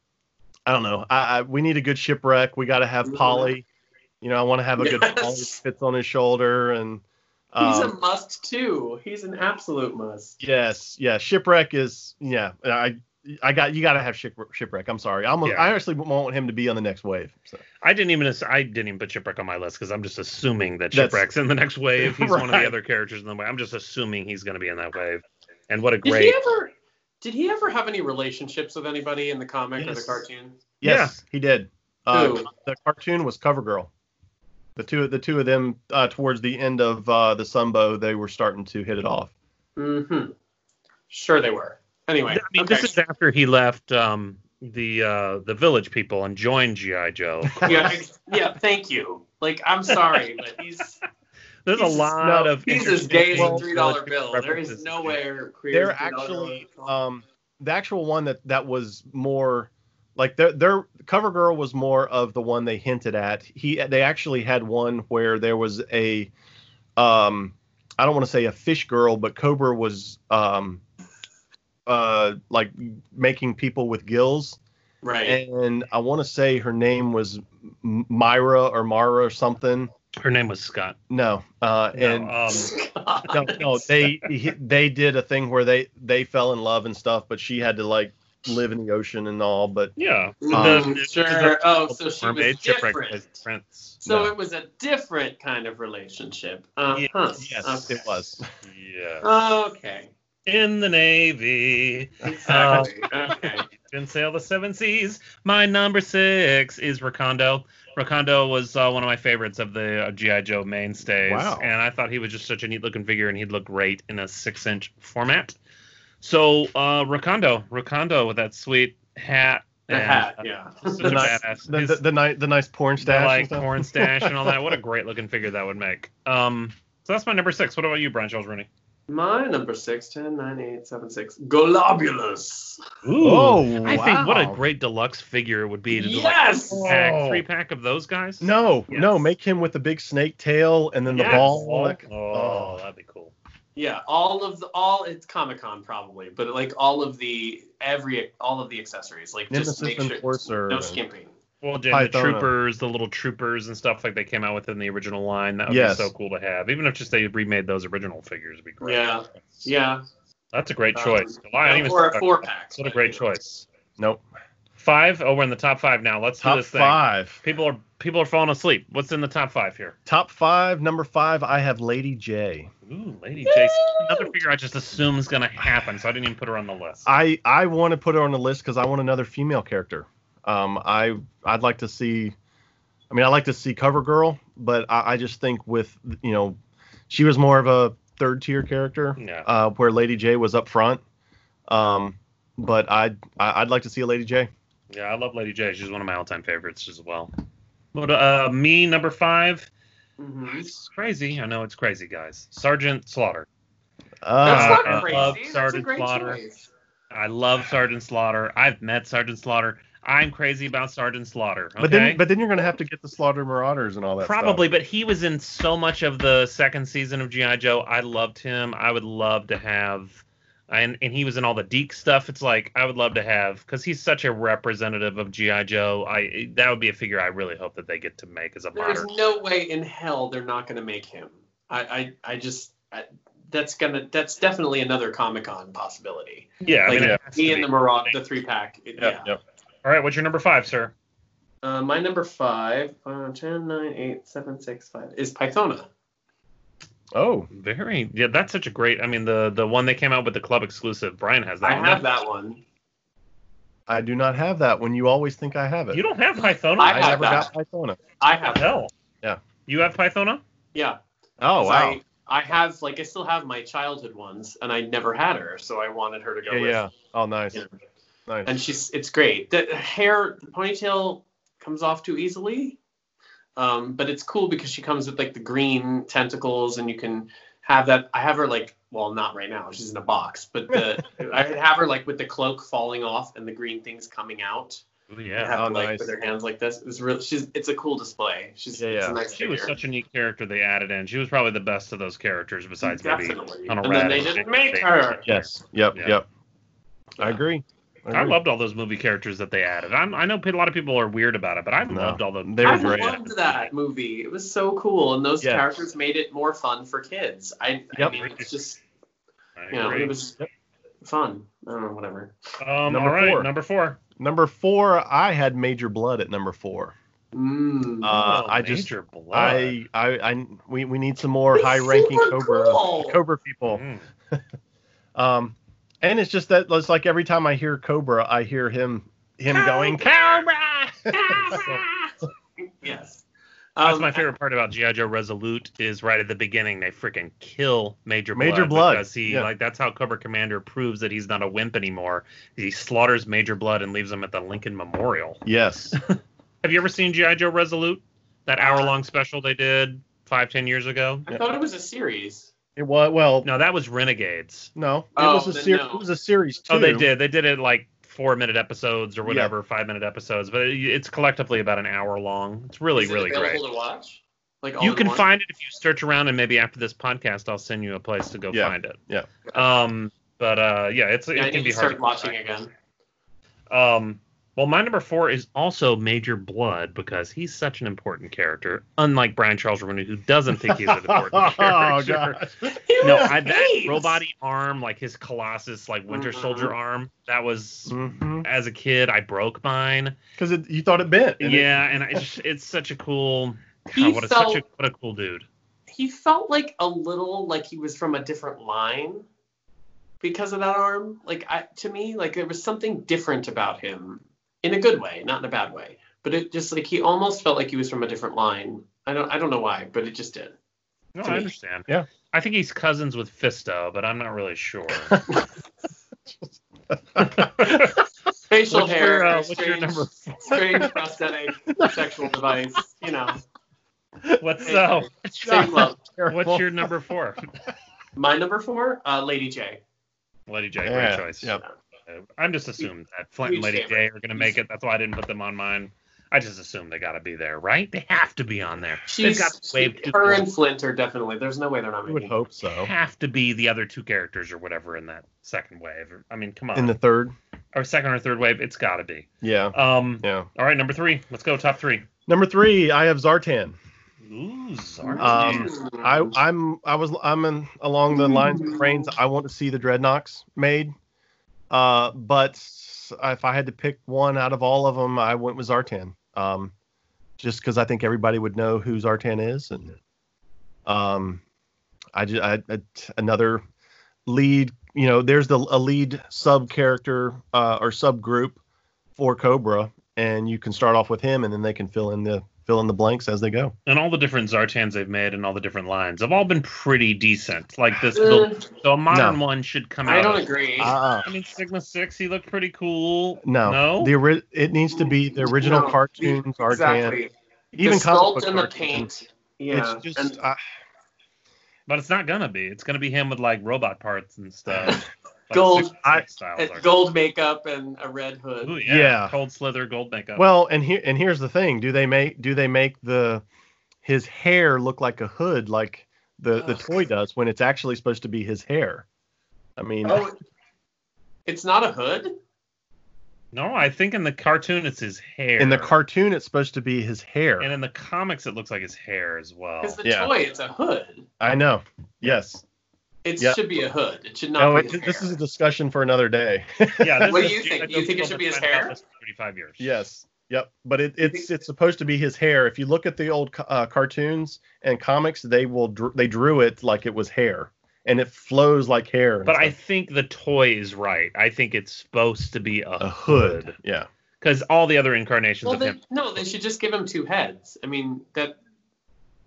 [SPEAKER 6] I don't know. I, I we need a good Shipwreck. We got to have Polly. You know, I want to have a good
[SPEAKER 5] Yes.
[SPEAKER 6] Polly that fits on his shoulder, and
[SPEAKER 5] He's
[SPEAKER 6] um,
[SPEAKER 5] a must too. He's an absolute must.
[SPEAKER 6] yes, yeah, Shipwreck is yeah. I I got you got to have Shipwreck. Shipwreck. I'm sorry. I'm
[SPEAKER 7] Yeah.
[SPEAKER 6] I actually want him to be on the next wave. So.
[SPEAKER 7] I didn't even. ass- I didn't even put Shipwreck on my list because I'm just assuming that
[SPEAKER 6] That's-
[SPEAKER 7] Shipwreck's in the next wave. He's one of
[SPEAKER 6] Right.
[SPEAKER 7] the other characters in the wave. I'm just assuming he's going to be in that wave. And what a
[SPEAKER 5] Did
[SPEAKER 7] great.
[SPEAKER 5] he ever? Did he ever have any relationships with anybody in the comic or the
[SPEAKER 6] Yes.
[SPEAKER 5] cartoon?
[SPEAKER 6] Yes, he did. Uh,
[SPEAKER 5] Who?
[SPEAKER 6] the cartoon was CoverGirl. The two, the two of them uh, towards the end of uh, the Sunbow, they were starting to hit it off.
[SPEAKER 5] Mm-hmm. Sure, they were. Anyway,
[SPEAKER 7] I mean,
[SPEAKER 5] okay.
[SPEAKER 7] this is after he left um, the uh, the village people and joined GI Joe.
[SPEAKER 5] yeah, I- yeah. Thank you. Like, I'm sorry, but he's
[SPEAKER 7] There's a
[SPEAKER 5] He's-
[SPEAKER 7] lot
[SPEAKER 6] no,
[SPEAKER 7] of
[SPEAKER 5] he's as
[SPEAKER 7] interesting
[SPEAKER 5] gay as a
[SPEAKER 7] Village
[SPEAKER 5] three dollar
[SPEAKER 7] People
[SPEAKER 5] bill. There is
[SPEAKER 7] references.
[SPEAKER 5] nowhere. creative
[SPEAKER 6] They're
[SPEAKER 5] $3 bill.
[SPEAKER 6] actually, um, the actual one that that was more like their their CoverGirl was more of the one they hinted at. He they actually had one where there was a, um, I don't want to say a fish girl, but Cobra was um, uh, like making people with gills.
[SPEAKER 5] right.
[SPEAKER 6] and I want to say her name was M- Myra or Mara or something.
[SPEAKER 7] Her name was Scott.
[SPEAKER 6] No, uh,
[SPEAKER 7] No,
[SPEAKER 6] and
[SPEAKER 7] um,
[SPEAKER 6] no, no, they he- they did a thing where they they fell in love and stuff, but she had to like live in the ocean and all. But
[SPEAKER 7] yeah.
[SPEAKER 5] Um,
[SPEAKER 7] The-
[SPEAKER 5] sure.
[SPEAKER 7] the-
[SPEAKER 5] oh, so she
[SPEAKER 7] Mermaid
[SPEAKER 5] was
[SPEAKER 7] Shipwreck
[SPEAKER 5] different.
[SPEAKER 7] was Prince.
[SPEAKER 5] So
[SPEAKER 6] No.
[SPEAKER 5] it was a different kind of relationship. Uh huh.
[SPEAKER 6] yes, it was.
[SPEAKER 7] Yeah.
[SPEAKER 5] Okay.
[SPEAKER 7] In the Navy.
[SPEAKER 5] Exactly.
[SPEAKER 7] Oh.
[SPEAKER 5] okay.
[SPEAKER 7] Didn't sail the seven seas. My number six is Rakondo. Rakondo was uh, one of my favorites of the uh, GI Joe mainstays,
[SPEAKER 6] Wow.
[SPEAKER 7] and I thought he was just such a neat looking figure, and he'd look great in a six inch format. So uh, Rakondo, Rakondo with that sweet hat,
[SPEAKER 5] The
[SPEAKER 7] and,
[SPEAKER 5] hat.
[SPEAKER 7] uh,
[SPEAKER 5] Yeah.
[SPEAKER 7] just such
[SPEAKER 6] The
[SPEAKER 7] a
[SPEAKER 6] nice-
[SPEAKER 7] badass.
[SPEAKER 6] The,
[SPEAKER 7] His-
[SPEAKER 6] the, the nice the nice porn
[SPEAKER 7] the,
[SPEAKER 6] stash. and
[SPEAKER 7] like
[SPEAKER 6] stuff.
[SPEAKER 7] horn stash and all that. What a great looking figure that would make. Um, so that's my number six. What about you, Brian Charles Rooney?
[SPEAKER 5] My number six, 10, 9, 8, 7, 6. Globulus.
[SPEAKER 7] Ooh,
[SPEAKER 6] Oh,
[SPEAKER 7] I think what a
[SPEAKER 6] wow.
[SPEAKER 7] great deluxe figure it would be to do like
[SPEAKER 5] Yes.
[SPEAKER 7] pack,
[SPEAKER 6] Oh.
[SPEAKER 7] three pack of those guys.
[SPEAKER 6] No,
[SPEAKER 7] Yes.
[SPEAKER 6] no, make him with the big snake tail and then the
[SPEAKER 7] Yes.
[SPEAKER 6] ball. all that-
[SPEAKER 7] Oh, that'd be cool.
[SPEAKER 5] Yeah. All of the all it's Comic Con probably, but like all of the every all of the accessories. Like
[SPEAKER 6] Nemesis
[SPEAKER 5] just make sure
[SPEAKER 6] Enforcer.
[SPEAKER 5] no skimping.
[SPEAKER 7] Well, Jim, the
[SPEAKER 6] Pythona.
[SPEAKER 7] troopers, the little troopers and stuff like they came out with in the original line. That would
[SPEAKER 6] Yes.
[SPEAKER 7] be so cool to have. Even if just they remade those original figures, would be great.
[SPEAKER 5] Yeah. Yeah.
[SPEAKER 7] That's a great
[SPEAKER 5] Um,
[SPEAKER 7] choice. Why I didn't even
[SPEAKER 5] or a
[SPEAKER 7] think
[SPEAKER 5] four
[SPEAKER 7] about
[SPEAKER 5] pack.
[SPEAKER 7] that. What a great choice.
[SPEAKER 6] Nope.
[SPEAKER 7] Five. Oh, we're in the top five now. Let's do
[SPEAKER 6] Top
[SPEAKER 7] this thing.
[SPEAKER 6] five.
[SPEAKER 7] People are people are falling asleep. What's in the top five here?
[SPEAKER 6] Top five. Number five. I have Lady J.
[SPEAKER 7] Ooh, Lady Jason. Another figure I just assume is gonna happen, so I didn't even put her on the list.
[SPEAKER 6] I I want to put her on the list because I want another female character. Um, I I'd like to see. I mean, I like to see Cover Girl, but I, I just think with you know, she was more of a third tier character,
[SPEAKER 7] yeah.
[SPEAKER 6] uh, where Lady J was up front. Um, but I'd I- I'd like to see a Lady J.
[SPEAKER 7] Yeah, I love Lady J. She's one of my all-time favorites as well. But uh, me number five.
[SPEAKER 5] Mhm.
[SPEAKER 7] It's crazy. I know it's crazy, guys. Sergeant Slaughter.
[SPEAKER 5] That's
[SPEAKER 6] Uh,
[SPEAKER 7] Uh, I
[SPEAKER 5] not crazy.
[SPEAKER 7] love
[SPEAKER 5] That's a
[SPEAKER 7] Sergeant
[SPEAKER 5] great
[SPEAKER 7] Slaughter.
[SPEAKER 5] choice.
[SPEAKER 7] I love Sergeant Slaughter. I've met Sergeant Slaughter. I'm crazy about Sergeant Slaughter. Okay?
[SPEAKER 6] But then, but then you're gonna have to get the Slaughter Marauders and all that. stuff.
[SPEAKER 7] Probably, but he was in so much of the second season of GI Joe. I loved him. I would love to have, and and he was in all the Deke stuff. It's like I would love to have because he's such a representative of GI Joe. I that would be a figure I really hope that they get to make as a
[SPEAKER 5] There's
[SPEAKER 7] modern.
[SPEAKER 5] no way in hell they're not going to make him. I, I, I just I, that's gonna that's definitely another Comic Con possibility.
[SPEAKER 7] Yeah, I
[SPEAKER 5] Like
[SPEAKER 7] mean, it has to
[SPEAKER 5] he and
[SPEAKER 7] be.
[SPEAKER 5] the Maraud, the three pack. it-
[SPEAKER 7] Yep,
[SPEAKER 5] yeah.
[SPEAKER 7] yep. All right, what's your number five, sir?
[SPEAKER 5] Uh, my number five, uh, 10, 9, 8, 7, 6, 5, is Pythona.
[SPEAKER 6] Oh,
[SPEAKER 7] Very yeah, that's such a great. I mean, the the one they came out with the club exclusive. Brian has that.
[SPEAKER 5] I
[SPEAKER 7] one.
[SPEAKER 5] have that one.
[SPEAKER 6] I do not have that. When you always think I have it,
[SPEAKER 7] You don't have Pythona.
[SPEAKER 5] I
[SPEAKER 6] I
[SPEAKER 5] have
[SPEAKER 6] never
[SPEAKER 5] that.
[SPEAKER 6] got Pythona.
[SPEAKER 5] I have that.
[SPEAKER 7] Hell.
[SPEAKER 6] Yeah.
[SPEAKER 7] You have Pythona?
[SPEAKER 5] Yeah.
[SPEAKER 6] Oh
[SPEAKER 5] 'Cause
[SPEAKER 6] wow.
[SPEAKER 5] I, I have like I still have my childhood ones, and I never had her, so I wanted her to go
[SPEAKER 6] yeah,
[SPEAKER 5] with.
[SPEAKER 6] yeah. Oh, nice,
[SPEAKER 5] Yeah.
[SPEAKER 6] nice.
[SPEAKER 5] and she's it's great. The hair the ponytail comes off too easily, um, but it's cool because she comes with like the green tentacles, and you can have that. I have her like well, not right now. She's in a box, but the I have her like with the cloak falling off and the green things coming out. I
[SPEAKER 7] Yeah.
[SPEAKER 5] have
[SPEAKER 6] oh,
[SPEAKER 5] her, like
[SPEAKER 6] nice.
[SPEAKER 5] with her hands like this. It's real. She's it's a cool display. She's
[SPEAKER 6] Yeah,
[SPEAKER 5] It's a
[SPEAKER 6] yeah.
[SPEAKER 5] nice
[SPEAKER 7] She was
[SPEAKER 5] figure.
[SPEAKER 7] such a neat character they added in. She was probably the best of those characters besides maybe
[SPEAKER 5] Definitely.
[SPEAKER 7] on a
[SPEAKER 5] And then they
[SPEAKER 7] Radish.
[SPEAKER 5] didn't make her.
[SPEAKER 6] yes. Yep.
[SPEAKER 7] Yeah.
[SPEAKER 6] Yep. I agree.
[SPEAKER 7] I
[SPEAKER 6] agree.
[SPEAKER 7] loved all those movie characters that they added. I'm, I know a lot of people are weird about it, but I
[SPEAKER 6] No.
[SPEAKER 7] loved all the.
[SPEAKER 6] They were
[SPEAKER 5] I
[SPEAKER 6] great.
[SPEAKER 5] loved that movie. It was so cool, and those
[SPEAKER 6] Yes.
[SPEAKER 5] characters made it more fun for kids. I, I
[SPEAKER 6] Yep.
[SPEAKER 5] mean, it's just
[SPEAKER 7] I
[SPEAKER 5] you know,
[SPEAKER 7] agree.
[SPEAKER 5] it was fun. I don't know, whatever.
[SPEAKER 7] um,
[SPEAKER 6] Number
[SPEAKER 7] all right,
[SPEAKER 6] four.
[SPEAKER 7] number four.
[SPEAKER 6] Number four, I had Major Blood at number four.
[SPEAKER 5] Mm.
[SPEAKER 6] Uh,
[SPEAKER 7] Oh,
[SPEAKER 6] I just,
[SPEAKER 7] Major Blood.
[SPEAKER 6] I, I, I, we, we need some more
[SPEAKER 5] He's
[SPEAKER 6] high-ranking
[SPEAKER 5] super
[SPEAKER 6] Cobra,
[SPEAKER 5] cool.
[SPEAKER 6] Cobra people.
[SPEAKER 7] Mm. Mm-hmm.
[SPEAKER 6] Um, and it's just that it's like every time I hear Cobra, I hear him, him going Cobra.
[SPEAKER 5] yes.
[SPEAKER 7] That's
[SPEAKER 5] Um,
[SPEAKER 7] my favorite part about GI Joe Resolute is right at the beginning they freaking kill Major Blood.
[SPEAKER 6] Major Blood,
[SPEAKER 7] because he
[SPEAKER 6] yeah.
[SPEAKER 7] like that's how Cobra Commander proves that he's not a wimp anymore. He slaughters Major Blood and leaves him at the Lincoln Memorial.
[SPEAKER 6] Yes.
[SPEAKER 7] Have you ever seen GI Joe Resolute? That hour long special they did five ten years ago.
[SPEAKER 5] I thought it was a series.
[SPEAKER 6] It was well. No.
[SPEAKER 7] No, that was Renegades.
[SPEAKER 6] it
[SPEAKER 5] Oh,
[SPEAKER 6] was a
[SPEAKER 5] then
[SPEAKER 6] series.
[SPEAKER 5] no.
[SPEAKER 6] It was a series two.
[SPEAKER 7] Oh, they did. They did it like four minute episodes or
[SPEAKER 6] Yeah.
[SPEAKER 7] whatever, five minute episodes. But it, it's collectively about an hour long. It's really
[SPEAKER 5] Is it
[SPEAKER 7] really great.
[SPEAKER 5] available to watch? Like all
[SPEAKER 7] you
[SPEAKER 5] in
[SPEAKER 7] can
[SPEAKER 5] one?
[SPEAKER 7] find it if you search around and maybe after this podcast i'll send you a place to go
[SPEAKER 6] Yeah,
[SPEAKER 7] find it
[SPEAKER 6] yeah.
[SPEAKER 7] um but uh yeah it's
[SPEAKER 5] Yeah, I
[SPEAKER 7] it can
[SPEAKER 5] need
[SPEAKER 7] be
[SPEAKER 5] to start
[SPEAKER 7] hard to
[SPEAKER 5] watching
[SPEAKER 7] find.
[SPEAKER 5] again.
[SPEAKER 7] um well my number four is also major blood because he's such an important character unlike brian charles rooney who doesn't think he's an important
[SPEAKER 6] oh
[SPEAKER 7] character
[SPEAKER 6] god.
[SPEAKER 7] no I, that
[SPEAKER 5] Please.
[SPEAKER 7] robot arm like his colossus like winter
[SPEAKER 5] Mhm.
[SPEAKER 7] soldier arm that was
[SPEAKER 6] Because
[SPEAKER 7] as a kid i broke mine
[SPEAKER 6] you thought Mm-hmm. it bent. and it-
[SPEAKER 7] yeah and I just, it's such a cool
[SPEAKER 5] He
[SPEAKER 7] God, what, a, such a,
[SPEAKER 5] felt-
[SPEAKER 7] what a cool dude
[SPEAKER 5] He felt like a little like he was from a different line because of that arm. Like I, to me, like there was something different about him in a good way, not in a bad way. But it just like he almost felt like he was from a different line. I don't I don't know why, but it just did.
[SPEAKER 7] No,
[SPEAKER 5] to
[SPEAKER 7] I
[SPEAKER 5] me.
[SPEAKER 7] understand.
[SPEAKER 6] Yeah.
[SPEAKER 7] I think he's cousins with Fisto, but I'm not really sure.
[SPEAKER 5] Facial
[SPEAKER 7] What's
[SPEAKER 5] hair.
[SPEAKER 7] your, uh, what's your
[SPEAKER 5] strange,
[SPEAKER 7] number
[SPEAKER 5] strange prosthetic sexual device. You know.
[SPEAKER 7] What's
[SPEAKER 5] Hey,
[SPEAKER 7] uh, what's your,
[SPEAKER 5] Same love.
[SPEAKER 7] what's your number four?
[SPEAKER 5] My number four, uh, Lady J.
[SPEAKER 7] Lady J,
[SPEAKER 6] Yeah,
[SPEAKER 7] great choice.
[SPEAKER 6] yep.
[SPEAKER 7] Uh, I'm just assumed that Flint
[SPEAKER 5] Huge
[SPEAKER 7] and Lady J
[SPEAKER 5] favorite.
[SPEAKER 7] are going to make it. That's why I didn't put them on mine. I just assume they got to be there, right? They have to be on there.
[SPEAKER 5] She's
[SPEAKER 7] They've got to wave
[SPEAKER 5] she-
[SPEAKER 7] two
[SPEAKER 5] her
[SPEAKER 7] points.
[SPEAKER 5] and Flint are definitely. There's no way they're not
[SPEAKER 6] I would
[SPEAKER 5] making. it.
[SPEAKER 6] hope so.
[SPEAKER 7] have to be the other two characters or whatever in that second wave. Or- I mean, come on.
[SPEAKER 6] In the third.
[SPEAKER 7] or second or third wave, it's got to be.
[SPEAKER 6] Yeah.
[SPEAKER 7] Um,
[SPEAKER 6] Yeah.
[SPEAKER 7] All right, number three. Let's go top three.
[SPEAKER 6] Number three, I have Zartan.
[SPEAKER 7] Ooh, Zartan.
[SPEAKER 6] Um, I
[SPEAKER 5] Mm-hmm.
[SPEAKER 6] I'm I was I'm in, along the lines of Reigns. I want to see the Dreadnoks made, uh, but if I had to pick one out of all of them, I went with Zartan. Um, just because I think everybody would know who Zartan is, and um, I just I, I- another lead. You know, there's the a lead sub character uh, or subgroup for Cobra, and you can start off with him, and then they can fill in the fill in the blanks as they go.
[SPEAKER 7] and all the different Zartans they've made and all the different lines have all been pretty decent. Like this,
[SPEAKER 5] Uh,
[SPEAKER 7] so a modern one should come out.
[SPEAKER 5] I don't
[SPEAKER 7] of-
[SPEAKER 5] agree.
[SPEAKER 6] Uh,
[SPEAKER 7] I mean, Sigma Six, he looked pretty cool.
[SPEAKER 6] No,
[SPEAKER 7] no,
[SPEAKER 6] The ori- it needs to be the original
[SPEAKER 5] No,
[SPEAKER 6] cartoons, Zartan,
[SPEAKER 5] exactly.
[SPEAKER 6] even
[SPEAKER 5] the
[SPEAKER 6] comic
[SPEAKER 5] sculpt
[SPEAKER 6] book
[SPEAKER 5] and the
[SPEAKER 6] cartoons.
[SPEAKER 5] paint. Yeah,
[SPEAKER 6] It's just uh,
[SPEAKER 5] and
[SPEAKER 6] I-
[SPEAKER 7] but it's not gonna be. It's gonna be him with like robot parts and stuff. Like
[SPEAKER 5] Gold.
[SPEAKER 7] six- six styles
[SPEAKER 5] And
[SPEAKER 7] are-
[SPEAKER 5] gold makeup and a red hood.
[SPEAKER 7] Ooh, yeah.
[SPEAKER 6] Yeah.
[SPEAKER 7] Cold slither, gold makeup.
[SPEAKER 6] Well, and here and here's the thing: do they make do they make the his hair look like a hood like the the
[SPEAKER 5] Ugh.
[SPEAKER 6] toy does when it's actually supposed to be his hair? I mean,
[SPEAKER 5] Oh, it's not a hood.
[SPEAKER 7] no, I think in the cartoon it's his hair.
[SPEAKER 6] in the cartoon, it's supposed to be his hair.
[SPEAKER 7] and in the comics it looks like his hair as well.
[SPEAKER 5] It's the
[SPEAKER 6] yeah.
[SPEAKER 5] toy. It's a hood.
[SPEAKER 6] I know. Yes.
[SPEAKER 5] It
[SPEAKER 6] Yeah.
[SPEAKER 5] should be a hood. It should not
[SPEAKER 6] No,
[SPEAKER 5] be.
[SPEAKER 6] it,
[SPEAKER 5] his hair.
[SPEAKER 6] this is a discussion for another day.
[SPEAKER 7] Yeah.
[SPEAKER 5] What
[SPEAKER 7] this
[SPEAKER 5] do
[SPEAKER 7] is-
[SPEAKER 5] you think?
[SPEAKER 7] I know
[SPEAKER 5] You think it
[SPEAKER 7] people
[SPEAKER 5] should be
[SPEAKER 7] have
[SPEAKER 5] his
[SPEAKER 7] been talking about
[SPEAKER 5] hair?
[SPEAKER 7] this for Thirty-five years.
[SPEAKER 6] Yes. Yep. But it, it's it's supposed to be his hair. If you look at the old co- uh, cartoons and comics, they will dr- they drew it like it was hair, and it flows like hair. and
[SPEAKER 7] But I
[SPEAKER 6] stuff.
[SPEAKER 7] think the toy is right. I think it's supposed to be a,
[SPEAKER 6] a
[SPEAKER 7] hood
[SPEAKER 6] hood. Yeah.
[SPEAKER 7] because all the other incarnations
[SPEAKER 5] Well,
[SPEAKER 7] of
[SPEAKER 5] they,
[SPEAKER 7] him.
[SPEAKER 5] no, they should just give him two heads. I mean that.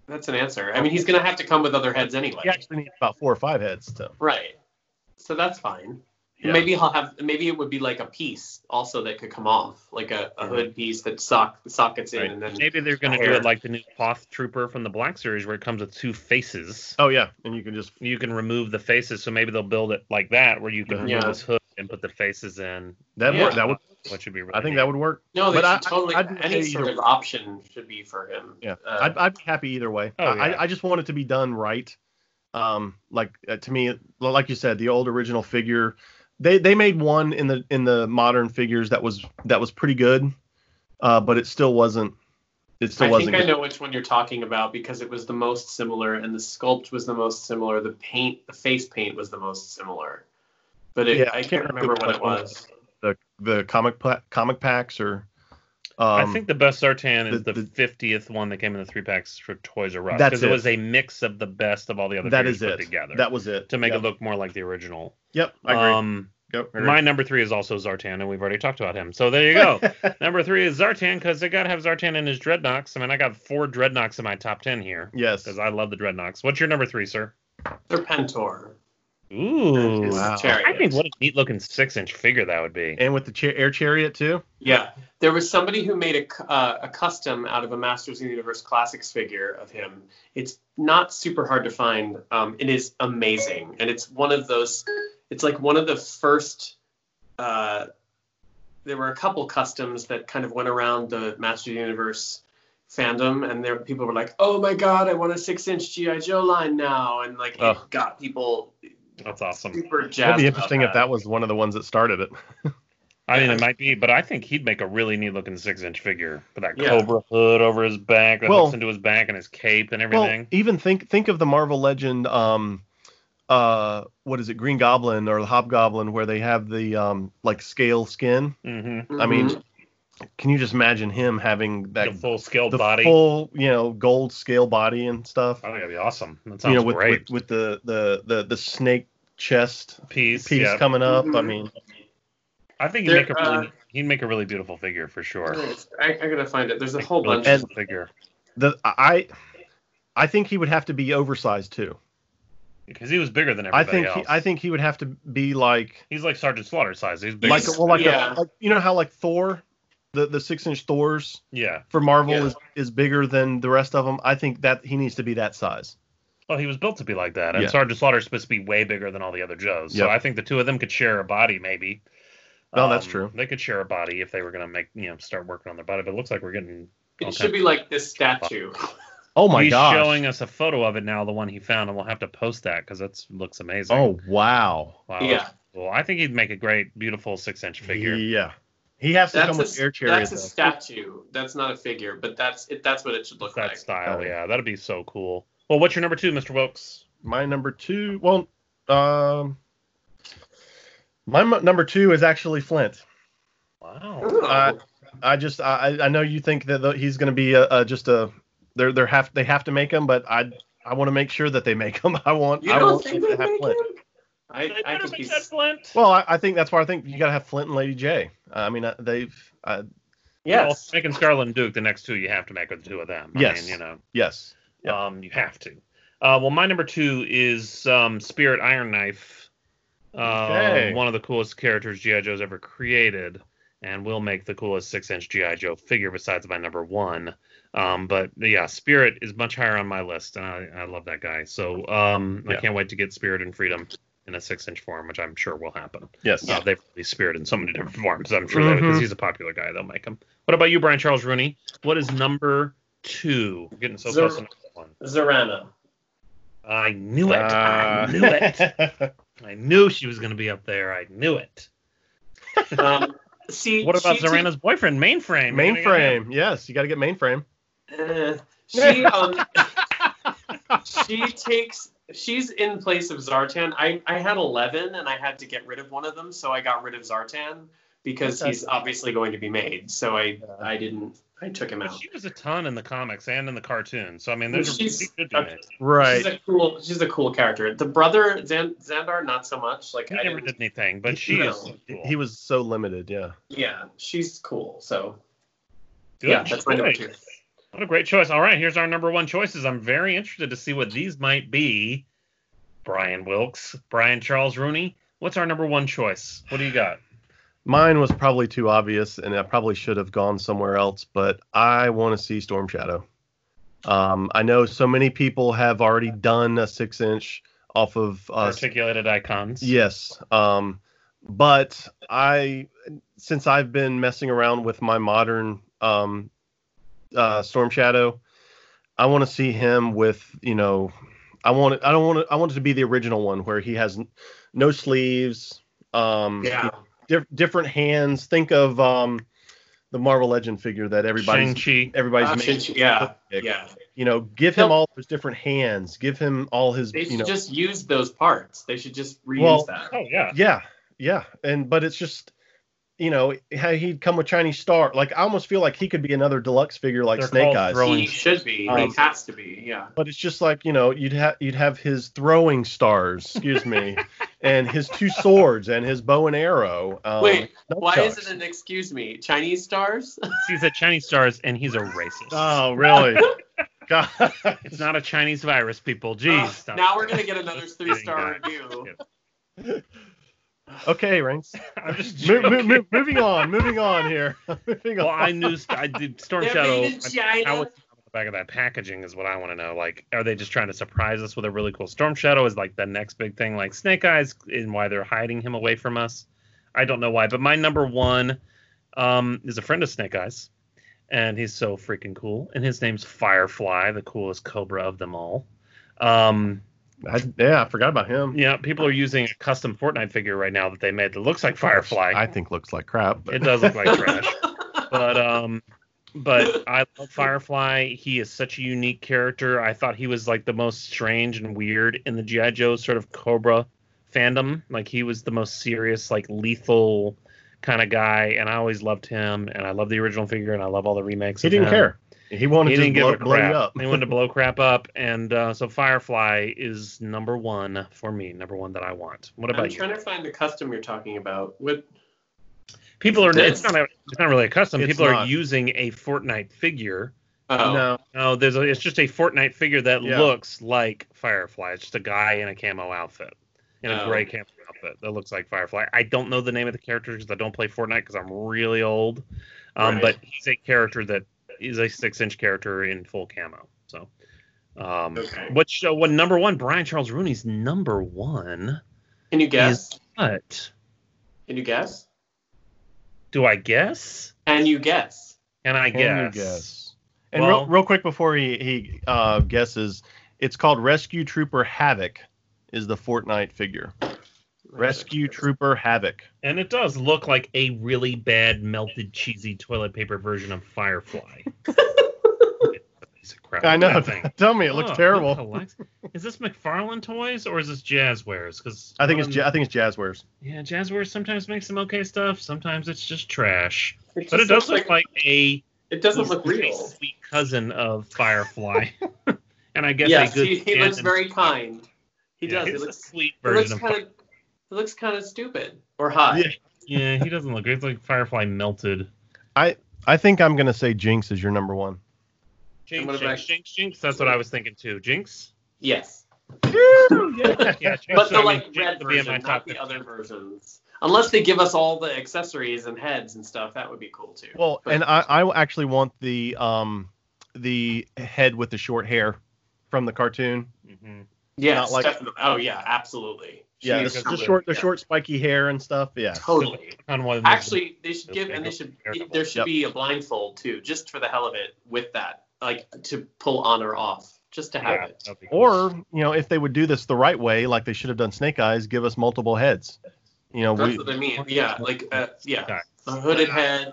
[SPEAKER 5] That's an answer. I mean he's gonna have to come with other heads anyway.
[SPEAKER 6] He actually needs about four or five heads to.
[SPEAKER 5] Right. So that's fine.
[SPEAKER 6] Yeah.
[SPEAKER 5] Maybe he'll have. Maybe it would be like a piece also that could come off, like a, a hood piece that sock sockets in,
[SPEAKER 7] Mm-hmm. Right.
[SPEAKER 5] and then
[SPEAKER 7] Maybe they're going to do
[SPEAKER 5] Hair.
[SPEAKER 7] it like the new Poth Trooper from the Black Series, where it comes with two faces.
[SPEAKER 6] Oh yeah, and you can just
[SPEAKER 7] You can remove the faces, so maybe they'll build it like that, where you can remove
[SPEAKER 5] Yeah.
[SPEAKER 7] this hood and put the faces in.
[SPEAKER 6] that
[SPEAKER 5] Yeah.
[SPEAKER 6] work, that would
[SPEAKER 7] Which would be. Really
[SPEAKER 6] I think
[SPEAKER 7] neat.
[SPEAKER 6] that would work.
[SPEAKER 5] no, they
[SPEAKER 6] But I-
[SPEAKER 5] should totally.
[SPEAKER 6] I'd
[SPEAKER 5] any
[SPEAKER 6] say
[SPEAKER 5] sort of
[SPEAKER 6] either-
[SPEAKER 5] option should be for him.
[SPEAKER 6] Yeah.
[SPEAKER 5] Uh,
[SPEAKER 6] I'd, I'd be happy either way.
[SPEAKER 7] Oh,
[SPEAKER 6] I,
[SPEAKER 7] yeah.
[SPEAKER 6] I just want it to be done right. Um, like uh, to me, well, like you said, the old original figure, they they made one in the in the modern figures that was that was pretty good, uh, but it still wasn't. It still
[SPEAKER 5] I
[SPEAKER 6] wasn't.
[SPEAKER 5] think I
[SPEAKER 6] good.
[SPEAKER 5] know which one you're talking about because it was the most similar, and the sculpt was the most similar. The paint, the face paint, was the most similar. But it,
[SPEAKER 6] Yeah,
[SPEAKER 5] I can't remember what it
[SPEAKER 6] which one
[SPEAKER 5] was.
[SPEAKER 6] The the comic pa- comic packs or. um,
[SPEAKER 7] I think the best Zartan is
[SPEAKER 6] the-
[SPEAKER 7] the
[SPEAKER 6] the-
[SPEAKER 7] fiftieth one that came in the three packs for Toys R Us
[SPEAKER 6] That's
[SPEAKER 7] because it.
[SPEAKER 6] it.
[SPEAKER 7] was a mix of the best of all the other
[SPEAKER 6] that
[SPEAKER 7] figures
[SPEAKER 6] is
[SPEAKER 7] put
[SPEAKER 6] it.
[SPEAKER 7] together
[SPEAKER 6] That was it.
[SPEAKER 7] to make
[SPEAKER 6] yep.
[SPEAKER 7] it look more like the original.
[SPEAKER 6] Yep, I agree.
[SPEAKER 7] Um,
[SPEAKER 6] Go- I agree.
[SPEAKER 7] my number three is also Zartan, and we've already talked about him. So there you go. number three is Zartan because they got to have Zartan in his dreadnoks. I mean, I got four dreadnoks in my top ten here
[SPEAKER 6] yes.
[SPEAKER 7] because I love the dreadnoks. What's your number three, sir?
[SPEAKER 5] Serpentor.
[SPEAKER 7] Ooh,
[SPEAKER 5] His
[SPEAKER 6] wow.
[SPEAKER 5] chariot.
[SPEAKER 7] I think what a neat looking six inch figure that would be.
[SPEAKER 6] And with the cha- air chariot too.
[SPEAKER 5] Yeah, there was somebody who made a, cu- uh, a custom out of a Masters of the Universe Classics figure of him. It's not super hard to find. Um, it is amazing, and it's one of those. It's like one of the first. Uh, there were a couple customs that kind of went around the Masters of the Universe fandom, and there people were like, "Oh my God, I want a six-inch GI Joe line now," and like
[SPEAKER 6] Ugh.
[SPEAKER 5] it got people
[SPEAKER 7] That's awesome.
[SPEAKER 5] super jazzed.
[SPEAKER 6] That'd be
[SPEAKER 5] about
[SPEAKER 6] interesting if that was one of the ones that started it.
[SPEAKER 7] I mean, it might be, but I think he'd make a really neat looking six inch figure with that
[SPEAKER 5] Yeah.
[SPEAKER 7] cobra hood over his back that
[SPEAKER 6] Well-
[SPEAKER 7] hooks into his back and his cape and everything.
[SPEAKER 6] Well, even think think of the Marvel Legend, um, uh, what is it, Green Goblin or the Hobgoblin, where they have the um, like scale skin.
[SPEAKER 7] hmm
[SPEAKER 6] I mean,
[SPEAKER 5] Mhm.
[SPEAKER 6] can you just imagine him having
[SPEAKER 7] Mm-hmm. The
[SPEAKER 6] that
[SPEAKER 7] full scaled
[SPEAKER 6] the
[SPEAKER 7] body.
[SPEAKER 6] full, you know, gold scale body and stuff?
[SPEAKER 7] I think that'd be awesome. That sounds
[SPEAKER 6] You know, with,
[SPEAKER 7] great.
[SPEAKER 6] with with the the the the snake chest
[SPEAKER 7] piece,
[SPEAKER 6] piece
[SPEAKER 7] yeah.
[SPEAKER 6] coming up. I
[SPEAKER 5] Mhm.
[SPEAKER 6] mean,
[SPEAKER 7] I think he'd
[SPEAKER 5] There-
[SPEAKER 7] make a really,
[SPEAKER 5] uh,
[SPEAKER 7] he'd make a really beautiful figure for sure.
[SPEAKER 5] I, I gotta find it. There's a whole
[SPEAKER 7] Really
[SPEAKER 5] bunch.
[SPEAKER 7] beautiful figure
[SPEAKER 6] the I I think he would have to be oversized too.
[SPEAKER 7] because he was bigger than
[SPEAKER 6] I
[SPEAKER 7] everybody
[SPEAKER 6] think
[SPEAKER 7] else.
[SPEAKER 6] he, I think he would have to be like
[SPEAKER 7] he's like Sergeant Slaughter size. He's bigger.
[SPEAKER 6] like
[SPEAKER 5] Yes.
[SPEAKER 6] well like,
[SPEAKER 5] Yeah.
[SPEAKER 6] a, like you know how like Thor, the the six inch Thors
[SPEAKER 7] yeah.
[SPEAKER 6] for Marvel
[SPEAKER 5] Yeah.
[SPEAKER 6] is is bigger than the rest of them. I think that he needs to be that size.
[SPEAKER 7] Well, he was built to be like that, and
[SPEAKER 6] Yeah.
[SPEAKER 7] Sergeant Slaughter's supposed to be way bigger than all the other Joes. So
[SPEAKER 6] Yep.
[SPEAKER 7] I think the two of them could share a body, maybe. Um,
[SPEAKER 6] No, Oh, that's true.
[SPEAKER 5] Um,
[SPEAKER 7] They could share a body if they were going to make you know start working on their body. But it looks like we're getting.
[SPEAKER 5] It
[SPEAKER 7] all
[SPEAKER 5] should
[SPEAKER 7] kinds-
[SPEAKER 5] be like this statue.
[SPEAKER 6] Oh my
[SPEAKER 7] He's
[SPEAKER 6] gosh!
[SPEAKER 7] showing us a photo of it now, the one he found, and we'll have to post that because that looks amazing.
[SPEAKER 6] oh wow!
[SPEAKER 7] wow,
[SPEAKER 5] yeah.
[SPEAKER 7] that's cool. I think he'd make a great, beautiful six-inch figure.
[SPEAKER 6] Yeah, he has to come with air chariot.
[SPEAKER 5] that's a
[SPEAKER 6] though.
[SPEAKER 5] statue. That's not a figure, but that's it, that's what it should look
[SPEAKER 7] that
[SPEAKER 5] like. oh.
[SPEAKER 7] style,
[SPEAKER 6] Okay.
[SPEAKER 7] yeah, that'd be so cool. Well, what's your number two, Mr. Wilkes?
[SPEAKER 6] My number two. Well, um, my mu- number two is actually Flint.
[SPEAKER 7] Wow.
[SPEAKER 5] Ooh.
[SPEAKER 6] Uh, I just I, I know you think that the, he's going to be a, a just a they're they're have they have to make him, but I I want to make sure that they make him. I want
[SPEAKER 5] you
[SPEAKER 6] I
[SPEAKER 5] don't
[SPEAKER 6] want
[SPEAKER 5] think
[SPEAKER 6] them
[SPEAKER 5] they
[SPEAKER 6] to have
[SPEAKER 5] make
[SPEAKER 6] Flint.
[SPEAKER 5] him? I, I think
[SPEAKER 7] that
[SPEAKER 5] he's,
[SPEAKER 7] Flint.
[SPEAKER 6] Well, I, I think that's why I think you got to have Flint and Lady J. I mean, uh, they've uh,
[SPEAKER 5] yes.
[SPEAKER 7] making Scarlet and Duke the next two you have to make are the two of them. I
[SPEAKER 6] Yes.
[SPEAKER 7] mean, you know,
[SPEAKER 6] yes. Yeah.
[SPEAKER 7] um, you have to. Uh, well, my number two is um, Spirit Iron Knife, uh,
[SPEAKER 6] Okay.
[SPEAKER 7] one of the coolest characters GI Joe's ever created, and will make the coolest six-inch GI Joe figure besides my number one. Um, but yeah, Spirit is much higher on my list, and I, I love that guy. So um, I
[SPEAKER 6] Yeah.
[SPEAKER 7] can't wait to get Spirit and Freedom. in a six inch form, which I'm sure will happen.
[SPEAKER 6] Yes.
[SPEAKER 7] Uh, they've released Spirit in so many different forms. I'm sure they
[SPEAKER 6] Mm-hmm.
[SPEAKER 7] because
[SPEAKER 5] Mhm.
[SPEAKER 7] he's a popular guy, they'll make him. What about you, Brian Charles Rooney? What is number two? We're getting so
[SPEAKER 5] Zero.
[SPEAKER 7] close to number one.
[SPEAKER 5] Zorana.
[SPEAKER 7] I knew it.
[SPEAKER 6] Uh,
[SPEAKER 7] I knew it. I knew she was going to be up there. I knew it.
[SPEAKER 5] Um, see,
[SPEAKER 7] What about
[SPEAKER 5] she did-
[SPEAKER 7] Zorana's boyfriend, Mainframe?
[SPEAKER 6] mainframe. Yes, you got to get mainframe.
[SPEAKER 5] Eh, she um, she takes she's in place of Zartan. I I had eleven and I had to get rid of one of them, so I got rid of Zartan because
[SPEAKER 6] Okay.
[SPEAKER 5] he's obviously going to be made. So I I didn't I took him
[SPEAKER 7] But
[SPEAKER 5] out.
[SPEAKER 7] she was a ton in the comics and in the cartoon. So I mean,
[SPEAKER 5] Well,
[SPEAKER 7] there's
[SPEAKER 5] she's-
[SPEAKER 7] she could be made.
[SPEAKER 5] She's a cool she's a cool character. The brother Zan, Xandar not so much. Like
[SPEAKER 7] He
[SPEAKER 5] I
[SPEAKER 7] never
[SPEAKER 5] didn't,
[SPEAKER 7] did anything, but she
[SPEAKER 5] No.
[SPEAKER 7] is so cool.
[SPEAKER 6] He was so limited. Yeah.
[SPEAKER 5] yeah, she's cool. So
[SPEAKER 7] Good
[SPEAKER 5] yeah, that's my number
[SPEAKER 7] choice.
[SPEAKER 5] two.
[SPEAKER 7] What a great choice. All right, here's our number one choices. I'm very interested to see what these might be. Brian Wilkes, Brian Charles Rooney. What's our number one choice? What do you got?
[SPEAKER 6] Mine was probably too obvious, and I probably should have gone somewhere else. But I want to see Storm Shadow. Um, I know so many people have already done a six inch off of uh,
[SPEAKER 7] Articulated icons.
[SPEAKER 6] Yes. Um, but I, since I've been messing around with my modern um, uh, Storm Shadow, I want to see him with you know, I want it, I don't want it, I want it to be the original one where he has n- no sleeves, um,
[SPEAKER 5] Yeah.
[SPEAKER 6] dif- different hands. Think of um, the Marvel Legend figure that everybody's
[SPEAKER 7] Shang-Chi.
[SPEAKER 6] everybody's
[SPEAKER 5] Uh,
[SPEAKER 6] making.
[SPEAKER 5] yeah, yeah.
[SPEAKER 6] You know, give him
[SPEAKER 5] No.
[SPEAKER 6] all those different hands. Give him all his.
[SPEAKER 5] They should
[SPEAKER 6] you know,
[SPEAKER 5] just use those parts. They should just reuse
[SPEAKER 6] Well,
[SPEAKER 5] that.
[SPEAKER 7] Oh, yeah.
[SPEAKER 6] Yeah, yeah, and but it's just, you know, how he'd come with Chinese Star. Like I almost feel like he could be another deluxe figure like
[SPEAKER 7] They're
[SPEAKER 6] Snake
[SPEAKER 7] called
[SPEAKER 6] Eyes.
[SPEAKER 7] throwing-
[SPEAKER 5] He should be.
[SPEAKER 6] Um,
[SPEAKER 5] he has to be. Yeah.
[SPEAKER 6] But it's just like you know, you'd have you'd have his throwing stars, excuse me, and his two swords and his bow and arrow. Um,
[SPEAKER 5] Wait,
[SPEAKER 6] nunchucks.
[SPEAKER 5] Why is it an excuse me? Chinese stars?
[SPEAKER 7] He's a Chinese stars and he's a racist.
[SPEAKER 6] Oh, really? God.
[SPEAKER 7] it's not a Chinese virus, people. Jeez.
[SPEAKER 5] Uh,
[SPEAKER 7] stop.
[SPEAKER 5] now we're gonna get another three star
[SPEAKER 7] Kidding,
[SPEAKER 5] review.
[SPEAKER 6] Okay, Rains.
[SPEAKER 7] I'm just
[SPEAKER 6] Mo- mo-
[SPEAKER 7] joking.
[SPEAKER 6] mo- moving on, moving on here. moving
[SPEAKER 7] Well,
[SPEAKER 6] on.
[SPEAKER 7] I knew I did Storm
[SPEAKER 5] They're
[SPEAKER 7] Shadow.
[SPEAKER 5] made in
[SPEAKER 7] I-
[SPEAKER 5] China.
[SPEAKER 7] how it's on the back of that packaging is what I want to know. Like, are they just trying to surprise us with a really cool Storm Shadow? Is like the next big thing, like Snake Eyes, and why they're hiding him away from us? I don't know why, but my number one um, is a friend of Snake Eyes, and he's so freaking cool. And his name's Firefly, the coolest Cobra of them all. Um,
[SPEAKER 6] I- yeah, I forgot about him.
[SPEAKER 7] yeah, people are using a custom Fortnite figure right now that they made that looks like Firefly.
[SPEAKER 6] I think looks like crap. But
[SPEAKER 7] It does look like trash. But um but I love Firefly. He is such a unique character. I thought he was like the most strange and weird in the G.I. Joe sort of Cobra fandom. Like he was the most serious, like lethal kind of guy, and I always loved him and I love the original figure and I love all the remakes.
[SPEAKER 6] he
[SPEAKER 7] of
[SPEAKER 6] didn't
[SPEAKER 7] him.
[SPEAKER 6] care. He wanted
[SPEAKER 7] He
[SPEAKER 6] to
[SPEAKER 7] didn't give
[SPEAKER 6] blow,
[SPEAKER 7] a
[SPEAKER 6] blow you
[SPEAKER 7] crap.
[SPEAKER 6] up.
[SPEAKER 7] he wanted to blow crap up, and uh, so Firefly is number one for me. Number one that I want. What
[SPEAKER 5] I'm
[SPEAKER 7] about you?
[SPEAKER 5] trying to find the custom you're talking about. What?
[SPEAKER 7] People are.
[SPEAKER 5] Yes.
[SPEAKER 7] It's not. A, it's not really a custom.
[SPEAKER 6] It's
[SPEAKER 7] People are
[SPEAKER 6] not.
[SPEAKER 7] using a Fortnite figure.
[SPEAKER 5] Oh,
[SPEAKER 6] No,
[SPEAKER 7] No, there's a, it's just a Fortnite figure that
[SPEAKER 6] Yeah.
[SPEAKER 7] looks like Firefly. It's just a guy in a camo outfit, in a
[SPEAKER 5] Oh.
[SPEAKER 7] gray camo outfit that looks like Firefly. I don't know the name of the character because I don't play Fortnite because I'm really old. Um,
[SPEAKER 5] Right.
[SPEAKER 7] But he's a character that is a six-inch character in full camo. So, um,
[SPEAKER 5] Okay.
[SPEAKER 7] which uh, what number one? Brian Charles Rooney's number one.
[SPEAKER 5] Can you guess?
[SPEAKER 7] But
[SPEAKER 5] Can you guess?
[SPEAKER 7] do I guess?
[SPEAKER 5] Can you guess?
[SPEAKER 7] And I
[SPEAKER 6] Can you
[SPEAKER 7] guess.
[SPEAKER 6] guess? And
[SPEAKER 7] Well-
[SPEAKER 6] real, real quick before he he uh, guesses, it's called Rescue Trooper Havoc, is the Fortnite figure. Rescue Trooper Havoc.
[SPEAKER 7] And it does look like a really bad melted cheesy toilet paper version of Firefly. Piece of crap.
[SPEAKER 6] I know.
[SPEAKER 7] That thing.
[SPEAKER 6] Tell me, it looks
[SPEAKER 7] Oh, look
[SPEAKER 6] terrible.
[SPEAKER 7] alike. Is this McFarlane Toys or is this Jazzwares? Because
[SPEAKER 6] I think it's Ja- I think it's Jazzwares.
[SPEAKER 7] yeah, Jazzwares sometimes makes some okay stuff. Sometimes it's just trash.
[SPEAKER 5] It
[SPEAKER 7] But it
[SPEAKER 5] just
[SPEAKER 7] does
[SPEAKER 5] looks
[SPEAKER 7] look like a
[SPEAKER 5] it doesn't look
[SPEAKER 7] really
[SPEAKER 5] real.
[SPEAKER 7] sweet cousin of Firefly. and I guess
[SPEAKER 5] Yes,
[SPEAKER 7] a good
[SPEAKER 5] he, he
[SPEAKER 7] kid
[SPEAKER 5] looks
[SPEAKER 7] and-
[SPEAKER 5] very kind. He
[SPEAKER 7] Yeah,
[SPEAKER 5] does. He
[SPEAKER 7] he's a
[SPEAKER 5] looks.
[SPEAKER 7] sweet
[SPEAKER 5] It
[SPEAKER 7] version
[SPEAKER 5] looks
[SPEAKER 7] of
[SPEAKER 5] kind of. It looks kind of stupid or hot.
[SPEAKER 6] Yeah.
[SPEAKER 7] yeah. He doesn't look. It's like Firefly melted.
[SPEAKER 6] I think I'm gonna say Jinx is your number one.
[SPEAKER 5] And
[SPEAKER 7] Jinx,
[SPEAKER 5] what about-
[SPEAKER 7] jinx, jinx, jinx. That's what I was thinking too. Jinx.
[SPEAKER 5] Yes.
[SPEAKER 7] yeah, Jinx,
[SPEAKER 5] But the
[SPEAKER 7] I mean,
[SPEAKER 5] like
[SPEAKER 7] Jinx
[SPEAKER 5] red
[SPEAKER 7] would be
[SPEAKER 5] version,
[SPEAKER 7] in my
[SPEAKER 5] not
[SPEAKER 7] top
[SPEAKER 5] the
[SPEAKER 7] 15.
[SPEAKER 5] other versions. Unless they give us all the accessories and heads and stuff, that would be cool too.
[SPEAKER 6] Well,
[SPEAKER 5] But-
[SPEAKER 6] and I, I actually want the um the head with the short hair from the cartoon.
[SPEAKER 7] Mhm.
[SPEAKER 5] yes,
[SPEAKER 6] not like-
[SPEAKER 5] definitely. Oh yeah, absolutely.
[SPEAKER 6] yeah,
[SPEAKER 5] She's
[SPEAKER 6] the, the
[SPEAKER 5] covered,
[SPEAKER 6] short, the
[SPEAKER 5] yeah.
[SPEAKER 6] short spiky hair and stuff. Yeah,
[SPEAKER 5] Totally.
[SPEAKER 7] on one of those-
[SPEAKER 5] Actually, they should give, and they should. There should
[SPEAKER 6] Yep.
[SPEAKER 5] be a blindfold too, just for the hell of it, with that, like to pull on or off, just to have
[SPEAKER 7] Yeah,
[SPEAKER 5] it.
[SPEAKER 7] that'd be cool.
[SPEAKER 6] or you know, if they would do this the right way, like they should have done Snake Eyes, give us multiple heads. You know,
[SPEAKER 5] That's
[SPEAKER 6] we
[SPEAKER 5] what I mean. Yeah, like uh, yeah,
[SPEAKER 7] Yeah.
[SPEAKER 5] the hooded head,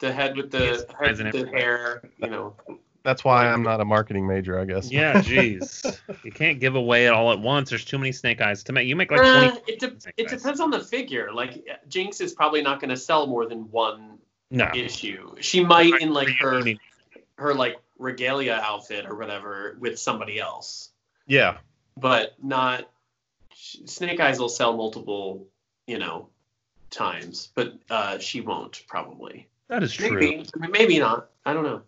[SPEAKER 5] the head with the
[SPEAKER 7] Yes,
[SPEAKER 5] head
[SPEAKER 7] as an
[SPEAKER 5] with the
[SPEAKER 7] everywhere.
[SPEAKER 5] hair. You know,
[SPEAKER 6] that's why I'm not a marketing major, I guess.
[SPEAKER 7] yeah, jeez, you can't give away it all at once. There's too many snake eyes to make. You make like
[SPEAKER 5] Uh,
[SPEAKER 7] 20.
[SPEAKER 5] it, de-
[SPEAKER 7] Snake
[SPEAKER 5] it
[SPEAKER 7] Eyes.
[SPEAKER 5] depends on the figure. Like uh, Jinx is probably not going to sell more than one
[SPEAKER 7] No,
[SPEAKER 5] issue. She might in like her
[SPEAKER 7] Reunion.
[SPEAKER 5] her like regalia outfit or whatever with somebody else,
[SPEAKER 6] Yeah,
[SPEAKER 5] but not Snake Eyes will sell multiple, you know, times, but uh, she won't probably.
[SPEAKER 7] that is true.
[SPEAKER 5] Maybe I mean, maybe not. I don't know.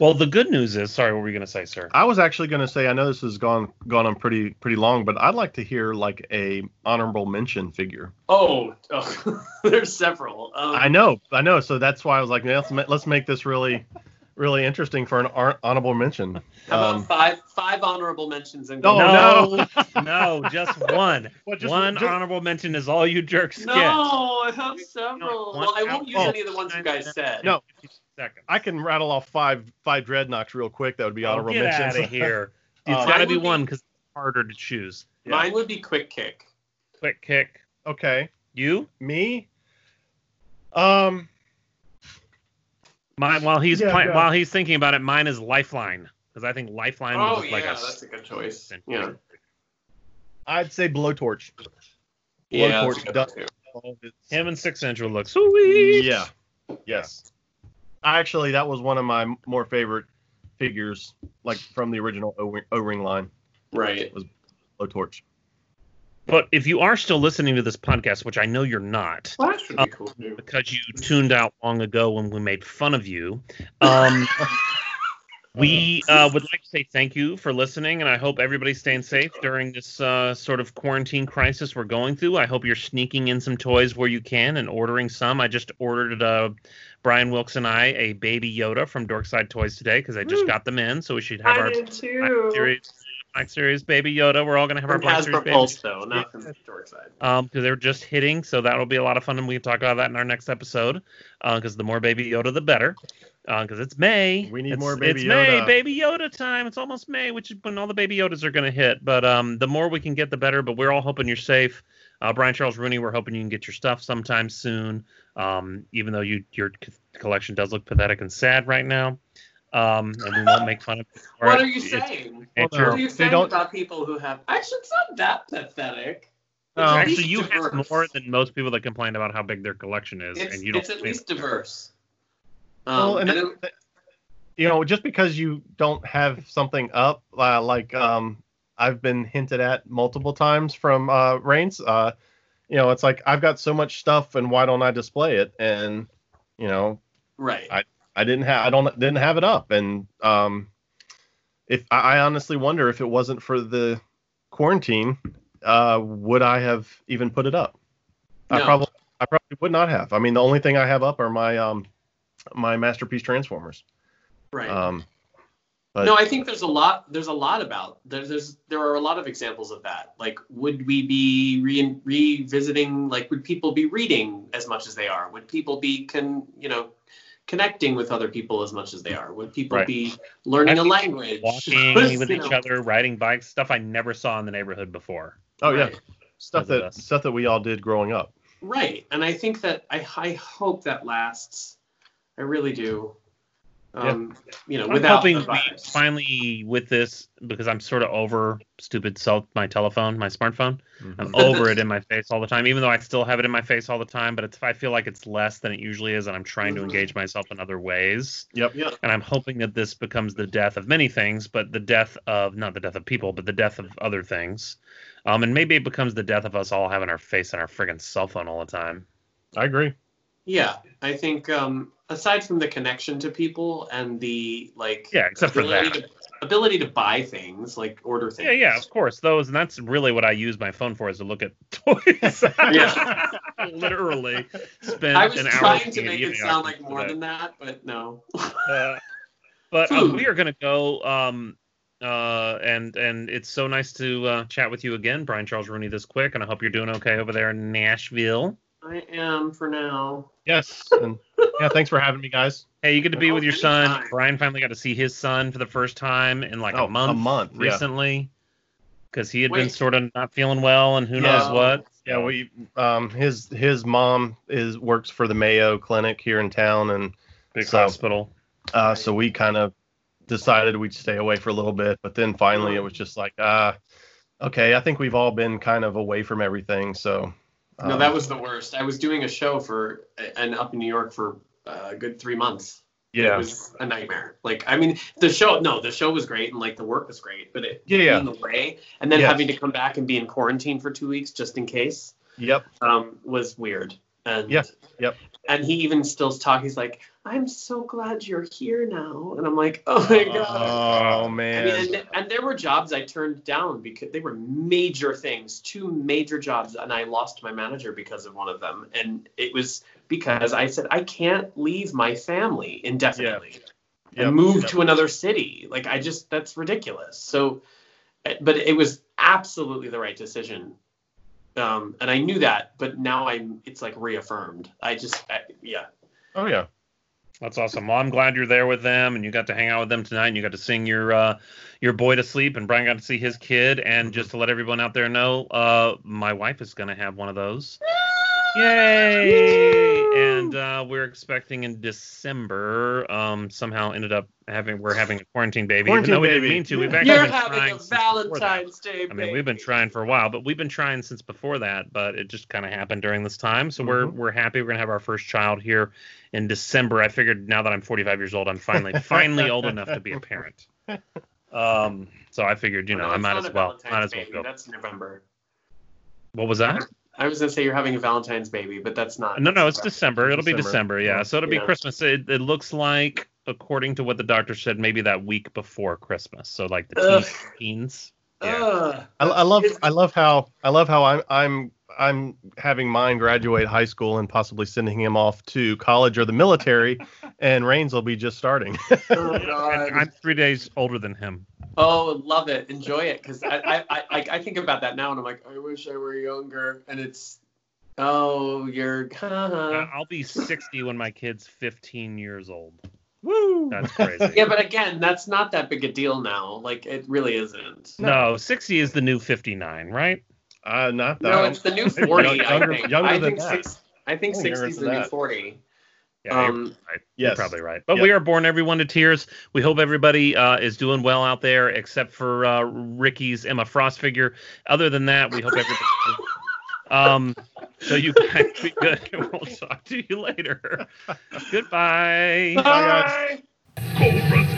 [SPEAKER 7] Well, the good news is, sorry, what were you gonna say, sir?
[SPEAKER 6] I was actually going to say I know this has gone gone on pretty pretty long, but I'd like to hear like a honorable mention figure.
[SPEAKER 5] Oh, oh there's several. Um,
[SPEAKER 6] I know, I know. So that's why I was like, let's ma- let's make this really really interesting for an hon- honorable mention.
[SPEAKER 5] How about
[SPEAKER 6] Um, oh,
[SPEAKER 5] five five honorable mentions and
[SPEAKER 6] No,
[SPEAKER 7] no, no, just one.
[SPEAKER 6] Well, just-
[SPEAKER 7] one
[SPEAKER 6] just-
[SPEAKER 7] honorable mention is all you jerks
[SPEAKER 5] No,
[SPEAKER 7] get.
[SPEAKER 5] I have several. Well, I won't use any of the ones you guys said.
[SPEAKER 6] No.
[SPEAKER 7] Second.
[SPEAKER 6] I can rattle off five five dreadnoughts real quick. That would be honorable
[SPEAKER 7] Oh, get
[SPEAKER 6] mentions.
[SPEAKER 7] out of here. It's
[SPEAKER 6] Um,
[SPEAKER 7] got
[SPEAKER 5] Mine
[SPEAKER 7] to be
[SPEAKER 5] Uh, would be-
[SPEAKER 7] one because it's harder to choose.
[SPEAKER 5] Mine would be Quick Kick.
[SPEAKER 7] Quick kick.
[SPEAKER 6] Okay,
[SPEAKER 7] You?
[SPEAKER 6] me. Um,
[SPEAKER 7] Mine, while he's
[SPEAKER 6] Yeah,
[SPEAKER 7] pla-
[SPEAKER 6] yeah.
[SPEAKER 7] while he's thinking about it, mine is Lifeline because I think Lifeline
[SPEAKER 5] Oh
[SPEAKER 7] was
[SPEAKER 5] yeah,
[SPEAKER 7] like a
[SPEAKER 5] that's a good choice. Yeah,
[SPEAKER 6] I'd say blowtorch.
[SPEAKER 5] yeah.
[SPEAKER 6] Bloodport
[SPEAKER 5] that's a good
[SPEAKER 6] duck.
[SPEAKER 5] one, too.
[SPEAKER 7] him and Six Inch would look sweet.
[SPEAKER 6] Yeah. Yes. I actually that was one of my more favorite figures, like from the original O ring line,
[SPEAKER 5] Right.
[SPEAKER 6] Low Torch.
[SPEAKER 7] But if you are still listening to this podcast, which I know you're not,
[SPEAKER 5] Well, that would be cool too.
[SPEAKER 7] because you tuned out long ago when we made fun of you. Um, we uh, would like to say thank you for listening, and I hope everybody's staying safe during this uh, sort of quarantine crisis we're going through. I hope you're sneaking in some toys where you can and ordering some. I just ordered uh, Brian Wilkes and I a baby Yoda from Dorkside Toys today because I just got them in, so we should have our Black series, Black series baby Yoda. We're all gonna have our
[SPEAKER 5] From
[SPEAKER 7] Black series
[SPEAKER 5] Hasbro
[SPEAKER 7] baby
[SPEAKER 5] Pulse though, not from Dark Side.
[SPEAKER 7] um, because they're just hitting. So that'll be a lot of fun, and we can talk about that in our next episode. Because the more Baby Yoda, the better. Because it's May.
[SPEAKER 6] We need
[SPEAKER 7] It's-
[SPEAKER 6] more Baby
[SPEAKER 7] It's May,
[SPEAKER 6] Yoda.
[SPEAKER 7] Baby Yoda time. It's almost May, which is when all the Baby Yodas are going to hit. But um, the more we can get, the better. But we're all hoping you're safe. Uh, Brian Charles Rooney, we're hoping you can get your stuff sometime soon. Um, even though you your c- collection does look pathetic and sad right now, um, and we won't make fun of. you for
[SPEAKER 5] What
[SPEAKER 7] it.
[SPEAKER 5] are you
[SPEAKER 7] It's-
[SPEAKER 5] saying?
[SPEAKER 6] Hold
[SPEAKER 7] it's your-
[SPEAKER 5] What
[SPEAKER 6] on.
[SPEAKER 5] are you
[SPEAKER 6] They
[SPEAKER 5] saying
[SPEAKER 6] don't-
[SPEAKER 5] about people who have? Actually, it's not that pathetic.
[SPEAKER 6] No.
[SPEAKER 5] It's at
[SPEAKER 7] Actually,
[SPEAKER 5] least
[SPEAKER 7] you have
[SPEAKER 5] diverse.
[SPEAKER 7] more than most people that complain about how big their collection is,
[SPEAKER 5] It's,
[SPEAKER 7] and you don't.
[SPEAKER 5] it's at
[SPEAKER 7] see
[SPEAKER 5] least
[SPEAKER 7] them.
[SPEAKER 5] diverse.
[SPEAKER 6] Well,
[SPEAKER 5] Um,
[SPEAKER 6] and
[SPEAKER 5] and it-
[SPEAKER 6] th- you know, just because you don't have something up, uh, like um, I've been hinted at multiple times from uh, Reigns, uh, you know, it's like I've got so much stuff, and why don't I display it? And you know,
[SPEAKER 5] right.
[SPEAKER 6] I didn't have I don't didn't have it up, and um, if I, I honestly wonder if it wasn't for the quarantine, uh, would I have even put it up? I
[SPEAKER 5] No.
[SPEAKER 6] probably I probably would not have. I mean, the only thing I have up are my um my masterpiece transformers.
[SPEAKER 5] Right.
[SPEAKER 7] uh,
[SPEAKER 6] Um, but
[SPEAKER 5] no, I think there's a lot. There's a lot about there, there's there are a lot of examples of that. Like, would we be re- revisiting? Like, would people be reading as much as they are? Would people be con you know connecting with other people as much as they are? Would people
[SPEAKER 7] Right.
[SPEAKER 5] be learning a
[SPEAKER 7] Actually,
[SPEAKER 5] language?
[SPEAKER 7] Walking
[SPEAKER 5] You
[SPEAKER 7] with each
[SPEAKER 5] know,
[SPEAKER 7] other, riding bikes, stuff I never saw in the neighborhood before.
[SPEAKER 6] oh yeah,
[SPEAKER 5] right.
[SPEAKER 6] stuff
[SPEAKER 7] They're the
[SPEAKER 6] that
[SPEAKER 7] best.
[SPEAKER 6] stuff that we all did growing up.
[SPEAKER 5] Right, and I think that I I hope that lasts. I really do. Um, You know,
[SPEAKER 7] I'm
[SPEAKER 5] without
[SPEAKER 7] hoping
[SPEAKER 5] the
[SPEAKER 7] we
[SPEAKER 5] virus.
[SPEAKER 7] finally with this because I'm sort of over stupid cell my telephone, my smartphone.
[SPEAKER 6] Mm-hmm.
[SPEAKER 7] I'm over it in my face all the time, even though I still have it in my face all the time. But it's I feel like it's less than it usually is, and I'm trying to
[SPEAKER 6] Mm-hmm.
[SPEAKER 5] Mhm.
[SPEAKER 7] engage myself in other ways.
[SPEAKER 6] Yep.
[SPEAKER 5] Yeah.
[SPEAKER 7] And I'm hoping that this becomes the death of many things, but the death of not the death of people, but the death of other things. Um, and maybe it becomes the death of us all having our face on our friggin' cell phone all the time.
[SPEAKER 6] I agree.
[SPEAKER 5] Yeah, I think um, aside from the connection to people and the like,
[SPEAKER 7] Yeah, except for
[SPEAKER 5] ability
[SPEAKER 7] that.
[SPEAKER 5] to, ability to buy things like order things.
[SPEAKER 7] Yeah, yeah, of course. Those and that's really what I use my phone for is to look at toys.
[SPEAKER 5] Yeah.
[SPEAKER 7] Literally spend
[SPEAKER 5] I was
[SPEAKER 7] an hour.
[SPEAKER 5] trying to
[SPEAKER 7] looking at
[SPEAKER 5] make it
[SPEAKER 7] eBay
[SPEAKER 5] sound like
[SPEAKER 7] auctions
[SPEAKER 5] more
[SPEAKER 7] today.
[SPEAKER 5] than that, but no.
[SPEAKER 7] Uh, but uh, we are going to go. Um, Uh, and and it's so nice to uh, chat with you again, Brian Charles Rooney, this quick. And I hope you're doing okay over there in Nashville.
[SPEAKER 5] I am for now.
[SPEAKER 9] Yes. And yeah, thanks for having me, guys.
[SPEAKER 7] Hey, you get to be
[SPEAKER 5] Oh,
[SPEAKER 7] with your son.
[SPEAKER 5] anytime.
[SPEAKER 7] Brian finally got to see his son for the first time in like
[SPEAKER 6] Oh,
[SPEAKER 7] a month,
[SPEAKER 6] a month, yeah.
[SPEAKER 7] recently, because he had been
[SPEAKER 5] Wait.
[SPEAKER 7] sort of not feeling well and who knows
[SPEAKER 5] Yeah.
[SPEAKER 7] what.
[SPEAKER 6] Yeah, we um his his mom is works for the Mayo Clinic here in town, and
[SPEAKER 7] Big
[SPEAKER 6] So-
[SPEAKER 7] hospital.
[SPEAKER 6] uh, so we kind of decided we'd stay away for a little bit. But then finally, it was just like, uh, okay, I think we've all been kind of away from everything. So
[SPEAKER 5] No,
[SPEAKER 6] um,
[SPEAKER 5] that was the worst. I was doing a show for uh, and up in New York for uh, a good three months.
[SPEAKER 6] yeah,
[SPEAKER 5] It was a nightmare. Like, I mean, the show, no, the show was great and like the work was great, but it
[SPEAKER 6] Yeah, yeah.
[SPEAKER 5] in the way, and then
[SPEAKER 6] Yes.
[SPEAKER 5] having to come back and be in quarantine for two weeks just in case
[SPEAKER 6] yep,
[SPEAKER 5] um, was weird. And
[SPEAKER 6] Yeah, yep.
[SPEAKER 5] And he even still talks. He's like, "I'm so glad you're here now," and I'm like, "Oh my god."
[SPEAKER 6] oh
[SPEAKER 5] I
[SPEAKER 6] man,
[SPEAKER 5] mean, and, and there were jobs I turned down because they were major things, two major jobs, and I lost my manager because of one of them. And it was because I said, I can't leave my family indefinitely
[SPEAKER 6] Yep.
[SPEAKER 5] and move
[SPEAKER 6] Yep.
[SPEAKER 5] to another city. Like, I just, that's ridiculous. So, eh, but it was absolutely the right decision. Um, and I knew that, but now I'm, it's like reaffirmed. I just, I, yeah.
[SPEAKER 6] oh yeah,
[SPEAKER 7] That's awesome. Well, I'm glad you're there with them, and you got to hang out with them tonight, and you got to sing your uh, your boy to sleep, and Brian got to see his kid. And just to let everyone out there know, uh, my wife is gonna have one of those. Yay! And uh, we're expecting in December. Um, somehow ended up having we're having a quarantine baby,
[SPEAKER 6] Quarantine
[SPEAKER 7] even though we
[SPEAKER 6] baby.
[SPEAKER 7] didn't mean to. We've actually
[SPEAKER 5] You're
[SPEAKER 7] been trying
[SPEAKER 5] having a
[SPEAKER 7] since before that.
[SPEAKER 5] Valentine's Day.
[SPEAKER 7] I mean, we've been
[SPEAKER 5] baby.
[SPEAKER 7] trying for a while, but we've been trying since before that, but it just kind of happened during this time. So we're
[SPEAKER 6] Mhm.
[SPEAKER 7] we're happy we're going to have our first child here in December. I figured now that I'm 45 years old, I'm finally finally old enough to be a parent. Um so I figured, you know,
[SPEAKER 5] No,
[SPEAKER 7] I
[SPEAKER 5] it's
[SPEAKER 7] might
[SPEAKER 5] not
[SPEAKER 7] as
[SPEAKER 5] a
[SPEAKER 7] well might
[SPEAKER 5] Valentine's
[SPEAKER 7] as well
[SPEAKER 5] baby.
[SPEAKER 7] go.
[SPEAKER 5] That's November.
[SPEAKER 7] What was that?
[SPEAKER 5] I was gonna say you're having a Valentine's baby, but that's not.
[SPEAKER 7] No, no, it's December. It'll be
[SPEAKER 6] December.
[SPEAKER 7] December. Yeah. So it'll
[SPEAKER 5] Yeah.
[SPEAKER 7] be Christmas. It, it looks like according to what the doctor said maybe that week before Christmas. So like
[SPEAKER 5] Ugh.
[SPEAKER 7] the teens. Yeah.
[SPEAKER 5] Ugh.
[SPEAKER 6] I, I love
[SPEAKER 5] It's-
[SPEAKER 6] I love how I love how I'm I'm I'm having mine graduate high school and possibly sending him off to college or the military, and Reigns will be just starting.
[SPEAKER 5] Oh, God.
[SPEAKER 7] And I'm 3 days older than him.
[SPEAKER 5] Oh, love it. Enjoy it, because I, I, I, I, I think about that now, and I'm like, I wish I were younger. And it's, oh, you're.
[SPEAKER 7] Uh, I'll be 60 when my kid's 15 years old. Woo! That's crazy.
[SPEAKER 5] yeah, but again, that's not that big a deal now. Like it really isn't.
[SPEAKER 7] no, 60 is the new 59, right?
[SPEAKER 6] Uh, not that.
[SPEAKER 5] No, it's the new forty.
[SPEAKER 6] Younger-
[SPEAKER 5] I think.
[SPEAKER 6] younger
[SPEAKER 5] I
[SPEAKER 6] than
[SPEAKER 5] think
[SPEAKER 6] that.
[SPEAKER 5] six. I
[SPEAKER 6] I
[SPEAKER 5] think
[SPEAKER 6] think younger
[SPEAKER 5] sixty is
[SPEAKER 6] than
[SPEAKER 5] the new
[SPEAKER 6] that.
[SPEAKER 5] forty.
[SPEAKER 7] Yeah, you're-
[SPEAKER 5] Um,
[SPEAKER 7] you're
[SPEAKER 6] yes.
[SPEAKER 7] probably right. But
[SPEAKER 6] Yeah.
[SPEAKER 7] we are born everyone to tears. We hope everybody uh, is doing well out there, except for uh, Ricky's Emma Frost figure. Other than that, we hope everybody. um, so you guys be good. and We'll talk to you later. Goodbye.
[SPEAKER 5] Bye.
[SPEAKER 2] Cobra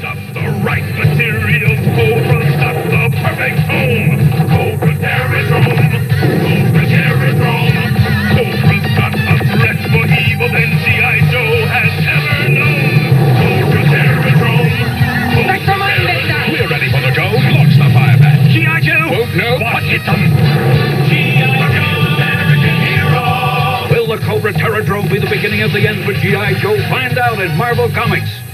[SPEAKER 2] stops the right material. Cobra stops the perfect home. Cobra there is Rome. Cobra there is Rome. Cobra stops a threat more evil than G.I. Joe has ever known. Cobra there is Rome. Cobra there is Rome. We're ready for the go. Launch the fire bat. G.I. Joe won't know what hit them. G.I. Joe, American hero. Will the Cobra Terror Drome be the beginning of the end for G.I. Joe? Find out at Marvel Comics.